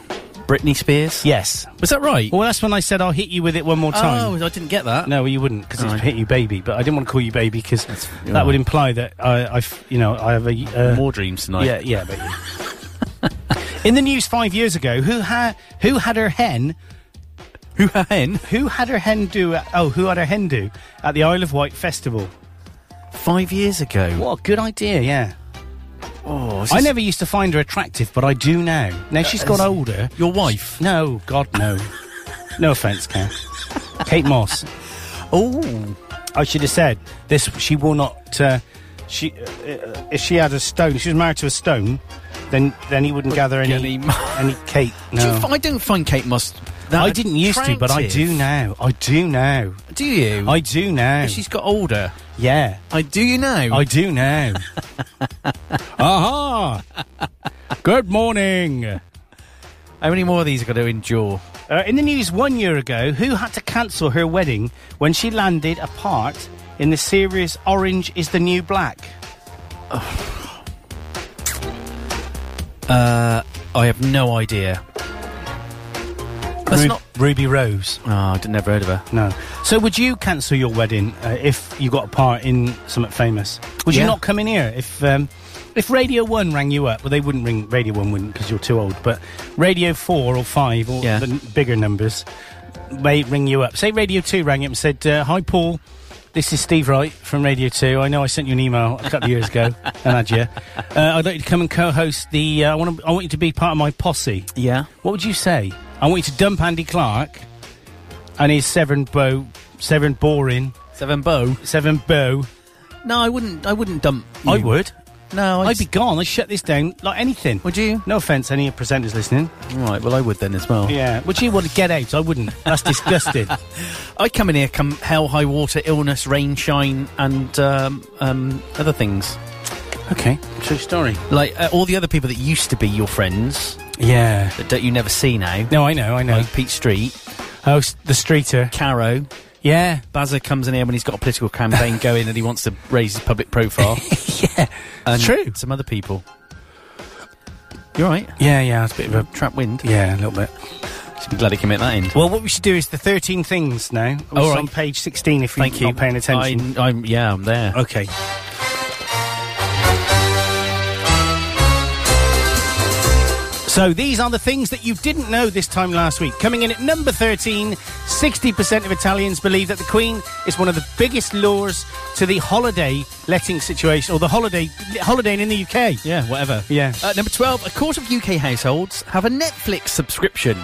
Speaker 5: Britney Spears?
Speaker 4: Yes.
Speaker 5: Was that right?
Speaker 4: Well, that's when I said I'll hit you with it one more time.
Speaker 5: Oh, I didn't get that.
Speaker 4: No, well, you wouldn't because it's
Speaker 5: Right.
Speaker 4: hit you, baby. But I didn't want to call you baby because
Speaker 5: That's-
Speaker 4: that
Speaker 5: you're right.
Speaker 4: would imply that I, I f- you know, I have a. Uh,
Speaker 5: More dreams tonight.
Speaker 4: yeah, yeah, baby. In the news five years ago, who had who had her hen
Speaker 5: Who hen?
Speaker 4: Who had her hen do? At, oh, who had her hen do at the Isle of Wight festival?
Speaker 5: Five years ago.
Speaker 4: What a good idea! Yeah,
Speaker 5: Oh, is
Speaker 4: I
Speaker 5: this-
Speaker 4: never used to find her attractive, but I do now. Now she's got
Speaker 5: is-
Speaker 4: older.
Speaker 5: Your wife.
Speaker 4: No, God, no. no offense, Kat. Kate Moss.
Speaker 5: Oh.
Speaker 4: I should have said this. She will not. Uh, she, uh, uh, if she had a stone, if she was married to a stone, then then he wouldn't gather any
Speaker 5: any mo-
Speaker 4: any Kate.
Speaker 5: Do you
Speaker 4: No.
Speaker 5: fi- I don't find Kate Moss. That
Speaker 4: I didn't used to, but I do
Speaker 5: attractive.
Speaker 4: now. I do now.
Speaker 5: Do you?
Speaker 4: I do now.
Speaker 5: She's got older.
Speaker 4: Yeah.
Speaker 5: I do you now?
Speaker 4: I do now. Aha! Good morning. Uh,
Speaker 5: How many more of these are going to endure?
Speaker 4: in the news one year ago, who had to cancel her wedding when she landed a part in the series Orange is the New Black?
Speaker 5: Uh, I have no idea. That's
Speaker 4: Ru-
Speaker 5: not.
Speaker 4: Ruby Rose.
Speaker 5: Oh, I would never heard of her.
Speaker 4: No. So, would you cancel your wedding uh, if you got a part in something famous? Would you
Speaker 5: Yeah.
Speaker 4: not come in here if um, if Radio One rang you up? Well, they wouldn't ring Radio One, wouldn't because you're too old. But Radio Four or Five or
Speaker 5: Yeah.
Speaker 4: the n- bigger numbers may ring you up. Say Radio Two rang you up and said, uh, "Hi, Paul." This is Steve Wright from Radio 2. I know I sent you an email a couple of years ago and had you. Uh, I'd like you to come and co-host the... Uh, I, want I want you to be part of my posse.
Speaker 5: Yeah.
Speaker 4: What would you say? I want you to dump Andy Clark and his seven bow, seven boring,
Speaker 5: Seven Bow.
Speaker 4: seven bow.
Speaker 5: No, I wouldn't. I wouldn't dump.
Speaker 4: I
Speaker 5: you.
Speaker 4: would.
Speaker 5: No,
Speaker 4: I'd
Speaker 5: I'd
Speaker 4: be gone. I'd shut this down like anything.
Speaker 5: Would you?
Speaker 4: No offence, any presenters listening.
Speaker 5: Right. Well, I would then as well.
Speaker 4: Yeah. Would you want to get out? I wouldn't. That's disgusting.
Speaker 5: I come in here, come hell, high water, illness, rain, shine, and um, um, other things.
Speaker 4: okay. True story.
Speaker 5: Like uh, all the other people that used to be your friends
Speaker 4: Yeah.
Speaker 5: that, that you never see now.
Speaker 4: No, I know. I know.
Speaker 5: Like Pete Street,
Speaker 4: Oh, s- the streeter.
Speaker 5: Caro,
Speaker 4: Yeah.
Speaker 5: Bazza comes in here when he's got a political campaign going and he wants to raise his public profile.
Speaker 4: Yeah.
Speaker 5: and
Speaker 4: true.
Speaker 5: Some other people. You're right.
Speaker 4: Yeah. Yeah. It's a bit of a.
Speaker 5: Trap wind.
Speaker 4: Yeah, a little bit.
Speaker 5: Should be glad he can make that end.
Speaker 4: Well, what we should do is the 13 things now. It's
Speaker 5: All right.
Speaker 4: on page 16 if you're
Speaker 5: Thank you.
Speaker 4: not paying attention.
Speaker 5: I, am yeah, I'm there.
Speaker 4: Okay. So these are the things that you didn't know this time last week. Coming in at number 13, 60% of Italians believe that the Queen is one of the biggest lures to the holiday letting situation or the holiday holiday in the UK.
Speaker 5: Yeah, whatever.
Speaker 4: Yeah.
Speaker 5: Uh, number 12, a quarter of UK households have a Netflix subscription.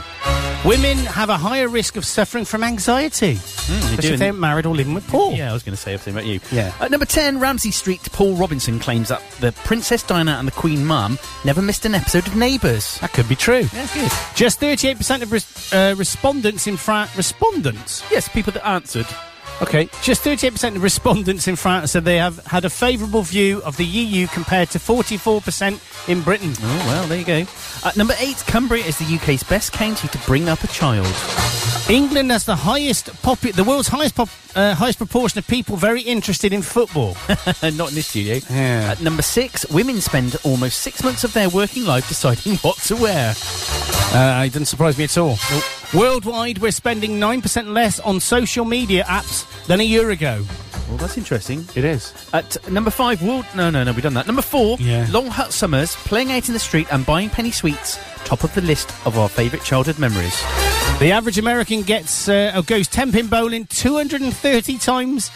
Speaker 4: Women have a higher risk of suffering from anxiety, especially
Speaker 5: Hmm, do,
Speaker 4: if they're
Speaker 5: and-
Speaker 4: married or living with Paul.
Speaker 5: Yeah, I was going to say everything about you.
Speaker 4: Yeah.
Speaker 5: At number 10, Ramsey Street, Paul Robinson claims that the Princess Diana and the Queen Mum never missed an episode of Neighbours.
Speaker 4: That could be true.
Speaker 5: Yeah, good.
Speaker 4: Just 38% of res- uh, respondents in France respondents
Speaker 5: Yes, people that answered.
Speaker 4: Okay, just 38% of respondents in France said they have had a favourable view of the EU compared to 44% in Britain.
Speaker 5: Oh, well, there you go. At number 8, Cumbria is the UK's best county to bring up a child.
Speaker 4: England has the highest popu- the world's highest pop- uh, highest proportion of people very interested in football.
Speaker 5: Not in this studio.
Speaker 4: Yeah.
Speaker 5: At number 6, women spend almost six months of their working life deciding what to wear.
Speaker 4: uh, it doesn't surprise me at all. Worldwide, we're spending 9% less on social media apps than a year ago.
Speaker 5: Well, that's interesting.
Speaker 4: It is.
Speaker 5: At number five, World. No, no, no, we've done that. Number four,
Speaker 4: Yeah.
Speaker 5: long hot summers, playing out in the street and buying penny sweets. Top of the list of our favourite childhood memories.
Speaker 4: The average American gets uh, or goes ten pin bowling 230 times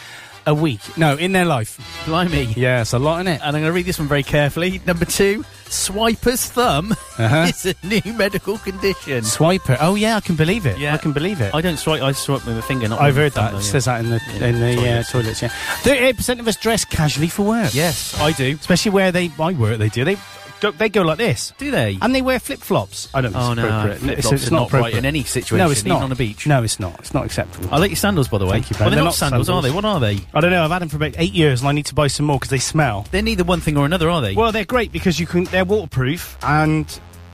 Speaker 4: a week. No, in their life.
Speaker 5: Blimey.
Speaker 4: Yeah, it's a lot, in it?
Speaker 5: And I'm going to read this one very carefully. Number two, swiper's thumb
Speaker 4: Uh-huh.
Speaker 5: is a new medical condition.
Speaker 4: Swiper. Oh yeah, I can believe it.
Speaker 5: Yeah.
Speaker 4: I can believe it.
Speaker 5: I don't swipe. I swipe with a finger. Not
Speaker 4: I've
Speaker 5: with my
Speaker 4: heard
Speaker 5: thumb,
Speaker 4: that.
Speaker 5: though,
Speaker 4: It
Speaker 5: yeah.
Speaker 4: says that in the
Speaker 5: Yeah,
Speaker 4: in the
Speaker 5: toilets.
Speaker 4: uh, toilets. Yeah, thirty-eight percent of us dress casually for work.
Speaker 5: Yes, I do.
Speaker 4: especially where they I work. They do. They go, they go like this,
Speaker 5: Do they?
Speaker 4: and they wear flip flops. I don't. think
Speaker 5: Oh,
Speaker 4: it's
Speaker 5: no,
Speaker 4: appropriate.
Speaker 5: flip-flops are not right in any situation,
Speaker 4: No, it's
Speaker 5: even
Speaker 4: not
Speaker 5: on a beach.
Speaker 4: No, it's not. It's not acceptable.
Speaker 5: I like your sandals, by the way.
Speaker 4: Thank you, Ben.
Speaker 5: well, they're,
Speaker 4: They're
Speaker 5: not,
Speaker 4: not
Speaker 5: sandals, are
Speaker 4: sandals.
Speaker 5: they? What are they?
Speaker 4: I don't know. I've had them for about eight years, and I need to buy some more because they smell.
Speaker 5: They're neither one thing or another, are they?
Speaker 4: Well, they're great because you can. They're waterproof and.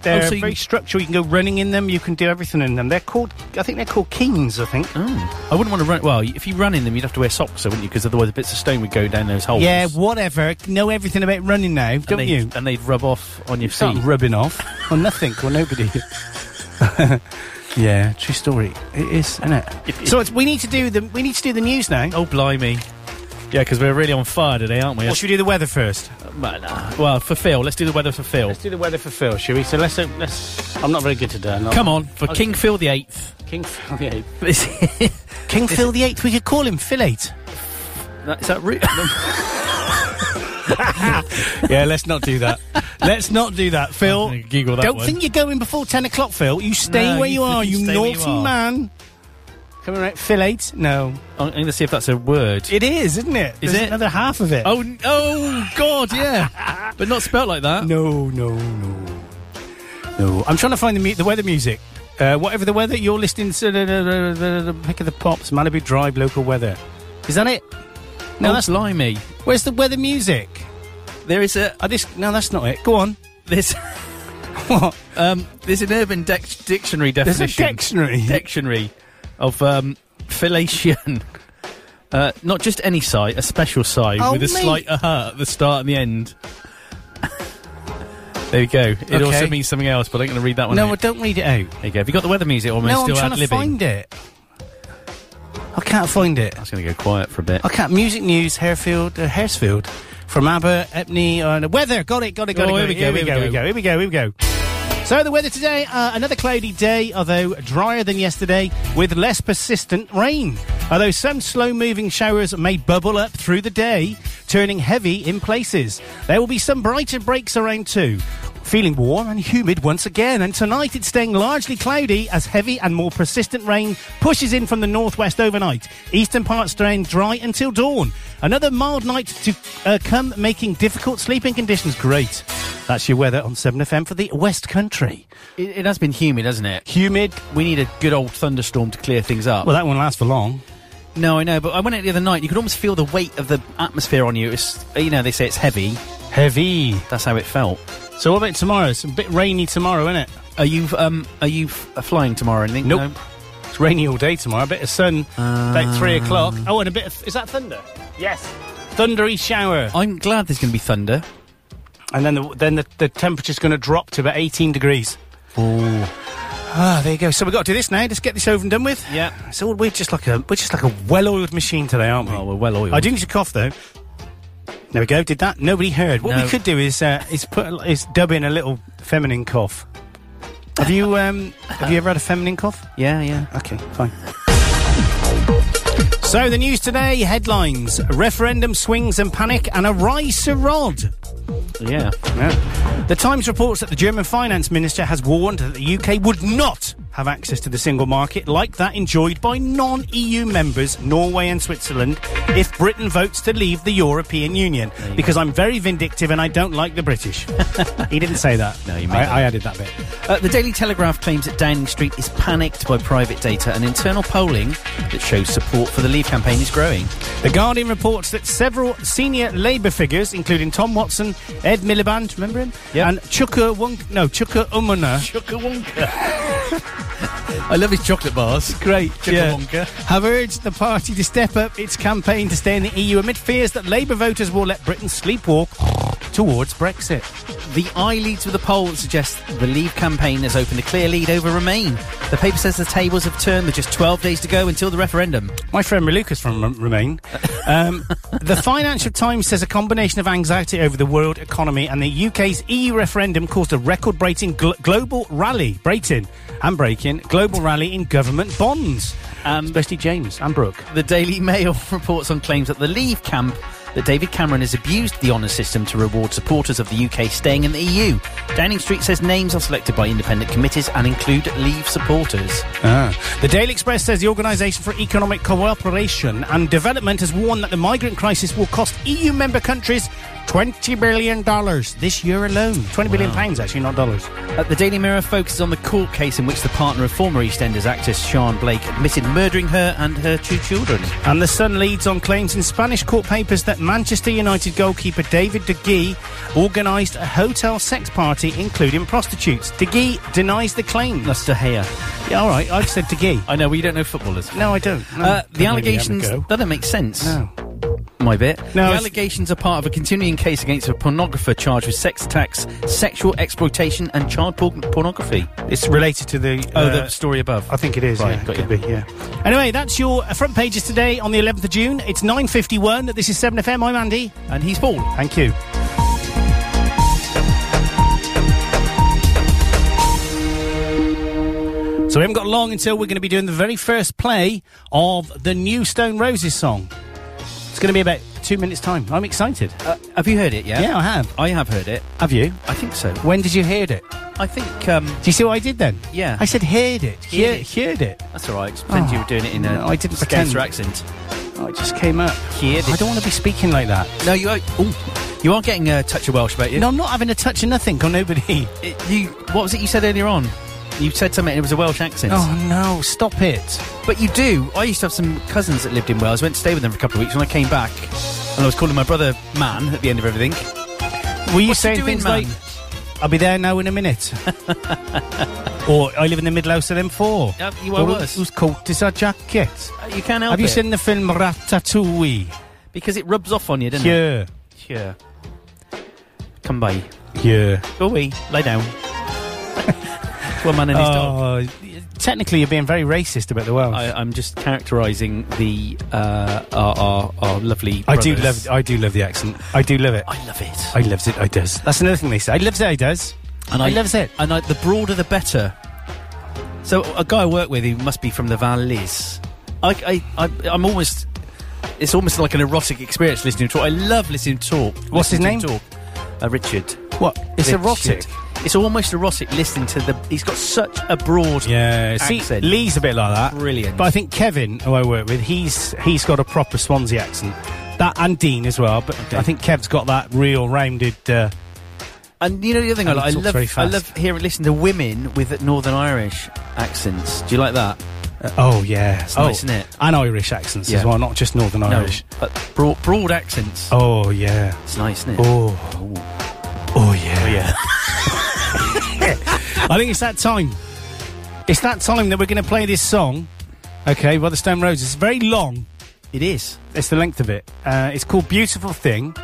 Speaker 4: They're
Speaker 5: Oh, so you-
Speaker 4: very structural. You can go running in them. You can do everything in them. They're called, I think they're called Keens. I think.
Speaker 5: Oh. I wouldn't want to run. Well, if you run in them, you'd have to wear socks, though, wouldn't you? Because otherwise, the bits of stone would go down those holes.
Speaker 4: Yeah, whatever. Know everything about running now,
Speaker 5: and
Speaker 4: don't
Speaker 5: they'd,
Speaker 4: you?
Speaker 5: And they'd rub off on your
Speaker 4: Start
Speaker 5: feet.
Speaker 4: rubbing off on nothing or nobody. yeah, true story. It is, isn't it? so it's, we need to do the we need to do the news now.
Speaker 5: Oh, blimey. Yeah, because we're really on fire today, aren't we? Uh,
Speaker 4: Or should we do the weather first?
Speaker 5: Well, nah. Well, for Phil, let's do the weather for Phil.
Speaker 4: do the weather for Phil, shall we? So let's let's. I'm not very good today.
Speaker 5: Come on, for King Phil the Eighth.
Speaker 4: Oh, King Phil the Eighth.
Speaker 5: Is
Speaker 4: King Phil the Eighth. We could call him Phil Eight.
Speaker 5: that rude?
Speaker 4: Yeah, let's not do that. let's not do that, Phil.
Speaker 5: I'm gonna giggle that
Speaker 4: Don't
Speaker 5: one.
Speaker 4: think you're going before ten o'clock, Phil. You stay
Speaker 5: No,
Speaker 4: where
Speaker 5: you
Speaker 4: you, are, you
Speaker 5: stay where you
Speaker 4: naughty
Speaker 5: are.
Speaker 4: man. Coming right, Phil Eight. No,
Speaker 5: I'm going to see if that's a word.
Speaker 4: it is, isn't it?
Speaker 5: Is
Speaker 4: There's
Speaker 5: it?
Speaker 4: another half of it?
Speaker 5: Oh, n- oh God, yeah, but not spelt like that.
Speaker 4: No, no, no, no. I'm trying to find the mu- the weather music. Uh, whatever the weather, you're listening to the, the, the, the, the pick of the pops, Malibu Drive local weather. Is that it? No,
Speaker 5: Oh,
Speaker 4: that's
Speaker 5: limey.
Speaker 4: where's the weather music?
Speaker 5: There is a
Speaker 4: Oh, this no, that's not it. Go on.
Speaker 5: there's
Speaker 4: What?
Speaker 5: um there's an urban dec- dictionary
Speaker 4: There's a
Speaker 5: definition.
Speaker 4: dictionary.
Speaker 5: dictionary of um, fellation. Uh, not just any sigh, a special sigh
Speaker 4: Oh,
Speaker 5: with a
Speaker 4: mate.
Speaker 5: slight aha at the start and the end. there you go. It also
Speaker 4: Okay.
Speaker 5: means something else, but I'm going to read that one.
Speaker 4: no, I
Speaker 5: out.
Speaker 4: don't read it out.
Speaker 5: there you go. Have you got the weather music? Or am I
Speaker 4: No, I'm
Speaker 5: still
Speaker 4: trying to
Speaker 5: ad-libbing?
Speaker 4: find it. I can't find it.
Speaker 5: I was going to go quiet for a bit.
Speaker 4: I can't. Music news, Harefield, uh, Haresfield, from Aber, Epney, uh, weather. Got it, got it, got
Speaker 5: Oh,
Speaker 4: it.
Speaker 5: here we go,
Speaker 4: here we go, here we go, here we go, here we go. So the weather today, uh, another cloudy day, although drier than yesterday, with less persistent rain. Although some slow-moving showers may bubble up through the day, turning heavy in places. There will be some brighter breaks around too. Feeling warm and humid once again, and tonight it's staying largely cloudy as heavy and more persistent rain pushes in from the northwest overnight. Eastern parts staying dry until dawn. Another mild night to uh, come, making difficult sleeping conditions great. That's your weather on 7FM for the West Country.
Speaker 5: It, it has been humid, hasn't it?
Speaker 4: Humid.
Speaker 5: We need a good old thunderstorm to clear things up.
Speaker 4: Well, that won't last for long.
Speaker 5: no, I know, but I went out the other night. You could almost feel the weight of the atmosphere on you. It's, you know, they say it's heavy.
Speaker 4: Heavy.
Speaker 5: That's how it felt.
Speaker 4: So what about tomorrow? It's a bit rainy tomorrow, isn't it?
Speaker 5: Are you um are you f- uh, flying tomorrow? or Anything?
Speaker 4: Nope.
Speaker 5: No?
Speaker 4: It's rainy all day tomorrow. A bit of sun about three
Speaker 5: Uh. Ah.
Speaker 4: o'clock. Oh, and a bit of is that thunder? Yes. Thundery shower.
Speaker 5: I'm glad there's going to be thunder.
Speaker 4: And then the, then the, the temperature's going to drop to about 18 degrees. Ah, there you go. So we've got to do this now. Just get this over and done with.
Speaker 5: Yeah.
Speaker 4: So we're just like a we're just like a well-oiled machine today, aren't we?
Speaker 5: Oh, we're well oiled.
Speaker 4: I do need to cough though. There we go. Did that? Nobody heard. What
Speaker 5: No.
Speaker 4: we could do is uh, is put a- is dub in a little feminine cough. Have you um have you ever had a feminine cough?
Speaker 5: Yeah, yeah.
Speaker 4: Okay, fine. So the news today headlines: referendum swings and panic, and a rise to Rod.
Speaker 5: Yeah.
Speaker 4: Yeah. The Times reports that the German finance minister has warned that the UK would not have access to the single market like that enjoyed by non EU members, Norway and Switzerland, if Britain votes to leave the European Union. Because I'm very vindictive and I don't like the British. he didn't say that.
Speaker 5: No, you made
Speaker 4: I,
Speaker 5: that.
Speaker 4: I added that bit.
Speaker 5: Uh, the Daily Telegraph claims that Downing Street is panicked by private data and internal polling that shows support for the Leave campaign is growing.
Speaker 4: The Guardian reports that several senior Labour figures, including Tom Watson, Ed Miliband, remember him,
Speaker 5: Yep.
Speaker 4: and Chuka Wunk, no Chuka Umana,
Speaker 5: I love his chocolate bars.
Speaker 4: great.
Speaker 5: Chicka Wonka.
Speaker 4: Have urged the party to step up its campaign to stay in the EU amid fears that Labour voters will let Britain sleepwalk towards Brexit.
Speaker 5: The Eye leads with a poll that suggests the Leave campaign has opened a clear lead over Remain. The paper says the tables have turned with just 12 days to go until the referendum.
Speaker 4: My friend Malukas from Rem- Remain. Um, the Financial Times says a combination of anxiety over the world economy and the UK's EU referendum caused a record-breaking gl- global rally, breaking and breaking global rally in government bonds.
Speaker 5: Um,
Speaker 4: Especially James and Brooke.
Speaker 5: The Daily Mail reports on claims at the Leave camp that David Cameron has abused the honour system to reward supporters of the UK staying in the EU. Downing Street says names are selected by independent committees and include Leave supporters.
Speaker 4: Ah. The Daily Express says the Organisation for Economic Cooperation and Development has warned that the migrant crisis will cost EU member countries $20 billion this year alone. Twenty billion pounds, actually, not dollars.
Speaker 5: Uh, the Daily Mirror focuses on the court case in which the partner of former EastEnders actress Sean Blake admitted murdering her and her two children.
Speaker 4: And the Sun leads on claims in Spanish court papers that Manchester United goalkeeper David De Gea organised a hotel sex party including prostitutes. De Gea denies the claim.
Speaker 5: That's De Gea.
Speaker 4: Yeah, all right, I've said De Gea.
Speaker 5: I know, well, you don't know footballers.
Speaker 4: No, I don't. No,
Speaker 5: uh,
Speaker 4: Couldn't
Speaker 5: the
Speaker 4: really have a
Speaker 5: allegations.
Speaker 4: go.
Speaker 5: That don't make sense.
Speaker 4: No.
Speaker 5: my bit.
Speaker 4: No,
Speaker 5: the
Speaker 4: it's-
Speaker 5: allegations are part of a continuing case against a pornographer charged with sex attacks, sexual exploitation, and child por- pornography.
Speaker 4: It's related to the.
Speaker 5: Oh,
Speaker 4: uh,
Speaker 5: the story above.
Speaker 4: I think it is.
Speaker 5: Right,
Speaker 4: yeah,
Speaker 5: got
Speaker 4: could
Speaker 5: you.
Speaker 4: be. Yeah. Anyway, that's your uh, front pages today on the 11th of June. It's 9:51. This is 7FM. I'm Andy.
Speaker 5: And he's bald.
Speaker 4: Thank you. So we haven't got long until we're going to be doing the very first play of the new Stone Roses song. It's going to be about two minutes time. I'm excited.
Speaker 5: Uh, have you heard it yet?
Speaker 4: yeah, I have.
Speaker 5: I have heard it.
Speaker 4: Have you?
Speaker 5: I think so.
Speaker 4: When did you hear it?
Speaker 5: I think um,
Speaker 4: Do you see what I did then?
Speaker 5: Yeah.
Speaker 4: I said heard it.
Speaker 5: Heard
Speaker 4: Hear,
Speaker 5: it.
Speaker 4: heard it. Oh,
Speaker 5: that's all right. Pretend you were doing it in a
Speaker 4: No, I didn't
Speaker 5: Scouser
Speaker 4: pretend.
Speaker 5: accent.
Speaker 4: Oh, it just came up.
Speaker 5: Heard it.
Speaker 4: I don't want to be speaking like that.
Speaker 5: No, you are. Oh, you are getting a touch of Welsh about you.
Speaker 4: No, I'm not having a touch of nothing on nobody.
Speaker 5: It- you. What was it you said earlier on? You said something. and It was a Welsh accent.
Speaker 4: Oh no, stop it.
Speaker 5: But you do. I used to have some cousins that lived in Wales. I went to stay with them for a couple of weeks. When I came back, and I was calling my brother man at the end of everything.
Speaker 4: Were you
Speaker 5: What's he
Speaker 4: saying
Speaker 5: doing,
Speaker 4: things
Speaker 5: man?
Speaker 4: like, I'll be there now in a minute? or I live in the middle house at M4?
Speaker 5: Yep, you are
Speaker 4: Or,
Speaker 5: worse.
Speaker 4: Whose coat is a jacket?
Speaker 5: Uh, You can't help
Speaker 4: Have you
Speaker 5: it.
Speaker 4: seen the film Ratatouille?
Speaker 5: Because it rubs off on you, doesn't it?
Speaker 4: Yeah.
Speaker 5: Yeah. Come by.
Speaker 4: Yeah.
Speaker 5: Go away. Lie down. One man and his dog.
Speaker 4: Oh, technically, you're being very racist about the Welsh.
Speaker 5: I,
Speaker 4: I,
Speaker 5: I'm just characterising the uh, our, our, our lovely.
Speaker 4: do
Speaker 5: brothers.
Speaker 4: love. I do love the accent. I do love it. I,
Speaker 5: I love it.
Speaker 4: loves it. I does. That's another thing they say. I loves it. I does.
Speaker 5: and
Speaker 4: I loves it.
Speaker 5: And I, the broader the better. So a guy I work with who must be from the Valleys. I, I, I I'm almost. It's almost like an erotic experience listening to talk. I love listening to talk.
Speaker 4: What's his
Speaker 5: listening to
Speaker 4: name?
Speaker 5: him Talk. Uh, Richard.
Speaker 4: What? It's
Speaker 5: Richard.
Speaker 4: erotic.
Speaker 5: It's almost erotic listening to the. He's got such a broad.
Speaker 4: Yeah, see,
Speaker 5: accent.
Speaker 4: Lee's a bit like that.
Speaker 5: Brilliant.
Speaker 4: But I think Kevin, who I work with, he's he's got a proper Swansea accent. That and Dean as well. But I think Kev's got that real rounded. Uh,
Speaker 5: And you know the other thing I
Speaker 4: And he
Speaker 5: like. I
Speaker 4: talks very
Speaker 5: love. I
Speaker 4: fast.
Speaker 5: love hearing listen to women with Northern Irish accents. Do you like that?
Speaker 4: oh yeah,
Speaker 5: It's
Speaker 4: oh,
Speaker 5: nice, isn't it?
Speaker 4: And Irish accents
Speaker 5: Yeah.
Speaker 4: as well, not just Northern Irish.
Speaker 5: No, but broad, broad accents.
Speaker 4: Oh yeah.
Speaker 5: It's nice, isn't it?
Speaker 4: Oh. Oh yeah. yeah. I think it's that time. It's that time that we're going to play this song. Okay, by the Stone Roses. It's very long.
Speaker 5: It is.
Speaker 4: It's the length of it. Uh, it's called Beautiful Thing.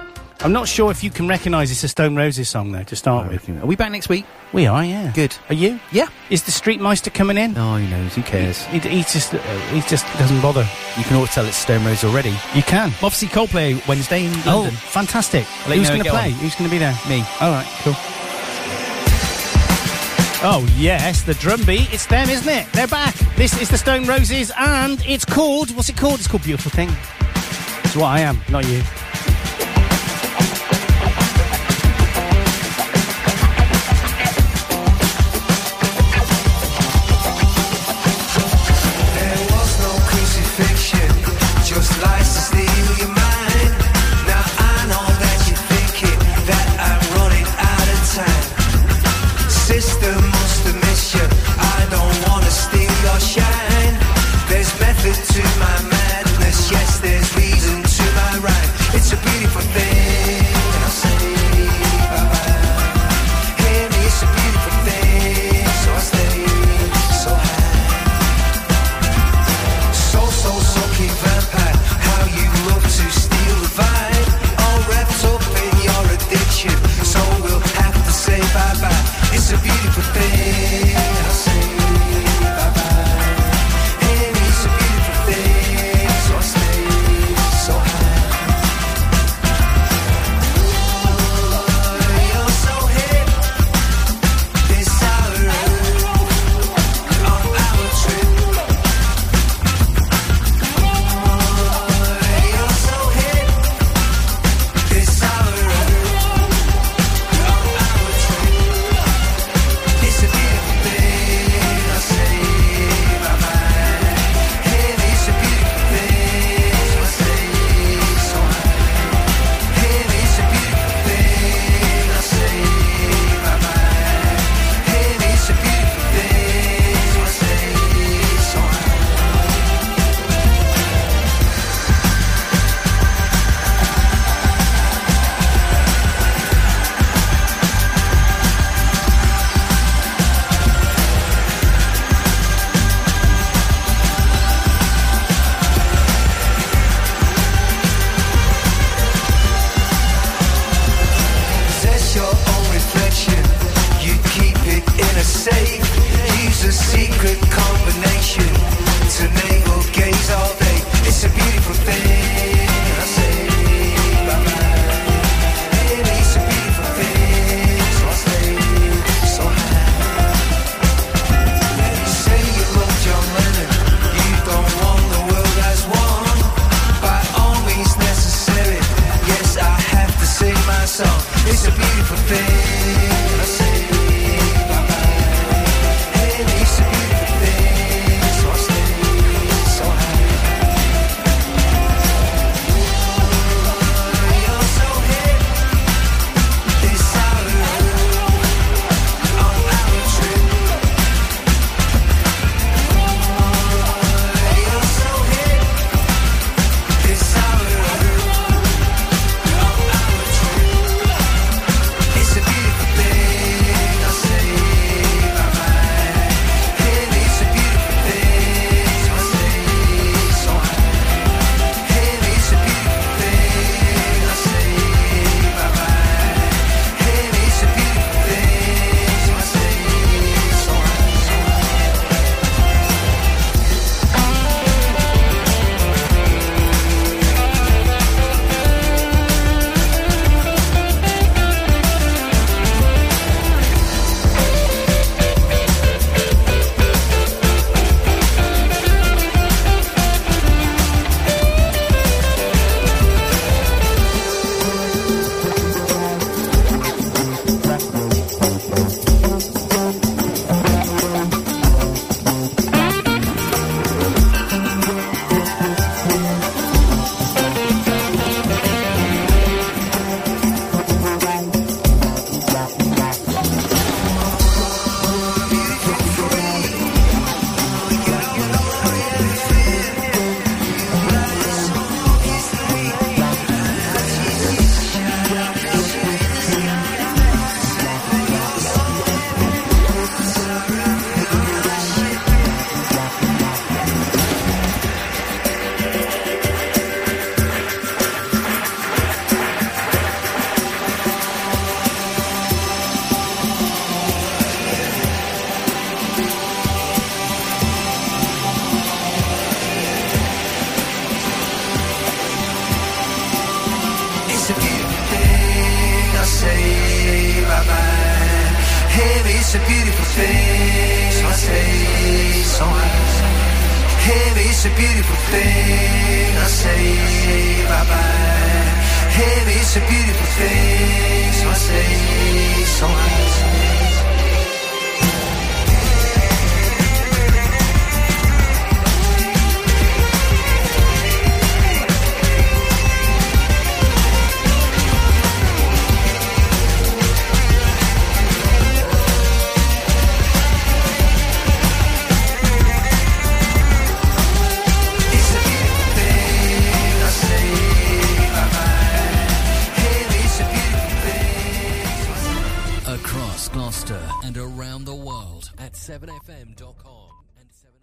Speaker 4: I'm not sure if you can recognise it's a Stone Roses song, though, to start with.
Speaker 5: Are we back next week?
Speaker 4: We are, yeah.
Speaker 5: Good.
Speaker 4: Are you?
Speaker 5: Yeah.
Speaker 4: Is the Streetmeister coming in?
Speaker 5: No, he knows. Who cares?
Speaker 4: He, he just uh, he just doesn't bother.
Speaker 5: You can all tell it's Stone Rose already.
Speaker 4: You can.
Speaker 5: Obviously, Coldplay Wednesday in
Speaker 4: Oh,
Speaker 5: London.
Speaker 4: fantastic.
Speaker 5: let you
Speaker 4: Who's
Speaker 5: know
Speaker 4: going to
Speaker 5: when I get
Speaker 4: play?
Speaker 5: on.
Speaker 4: Who's going to be there?
Speaker 5: Me.
Speaker 4: All right, cool. Oh, yes, the drum beat. It's them, isn't it? They're back. This is the Stone Roses, and it's called. What's it called? It's called Beautiful Thing. It's what I am, not you.
Speaker 6: There was no crucifixion, just lies to steal your mind. Now I know that you're thinking that I'm running out of time. Sister must have missed you. I don't wanna steal your shine. There's method to my madness, yes, there's reason to my rhyme. It's
Speaker 12: face, must say somewhere. Hey, but it's a beautiful thing. I say bye bye. Hey, but it's a beautiful thing. So I say somewhere. It's a beautiful thing. I say bye bye. Hey, but it's a beautiful thing. So I say-
Speaker 2: Across Gloucester and around the world at 7fm.com and 7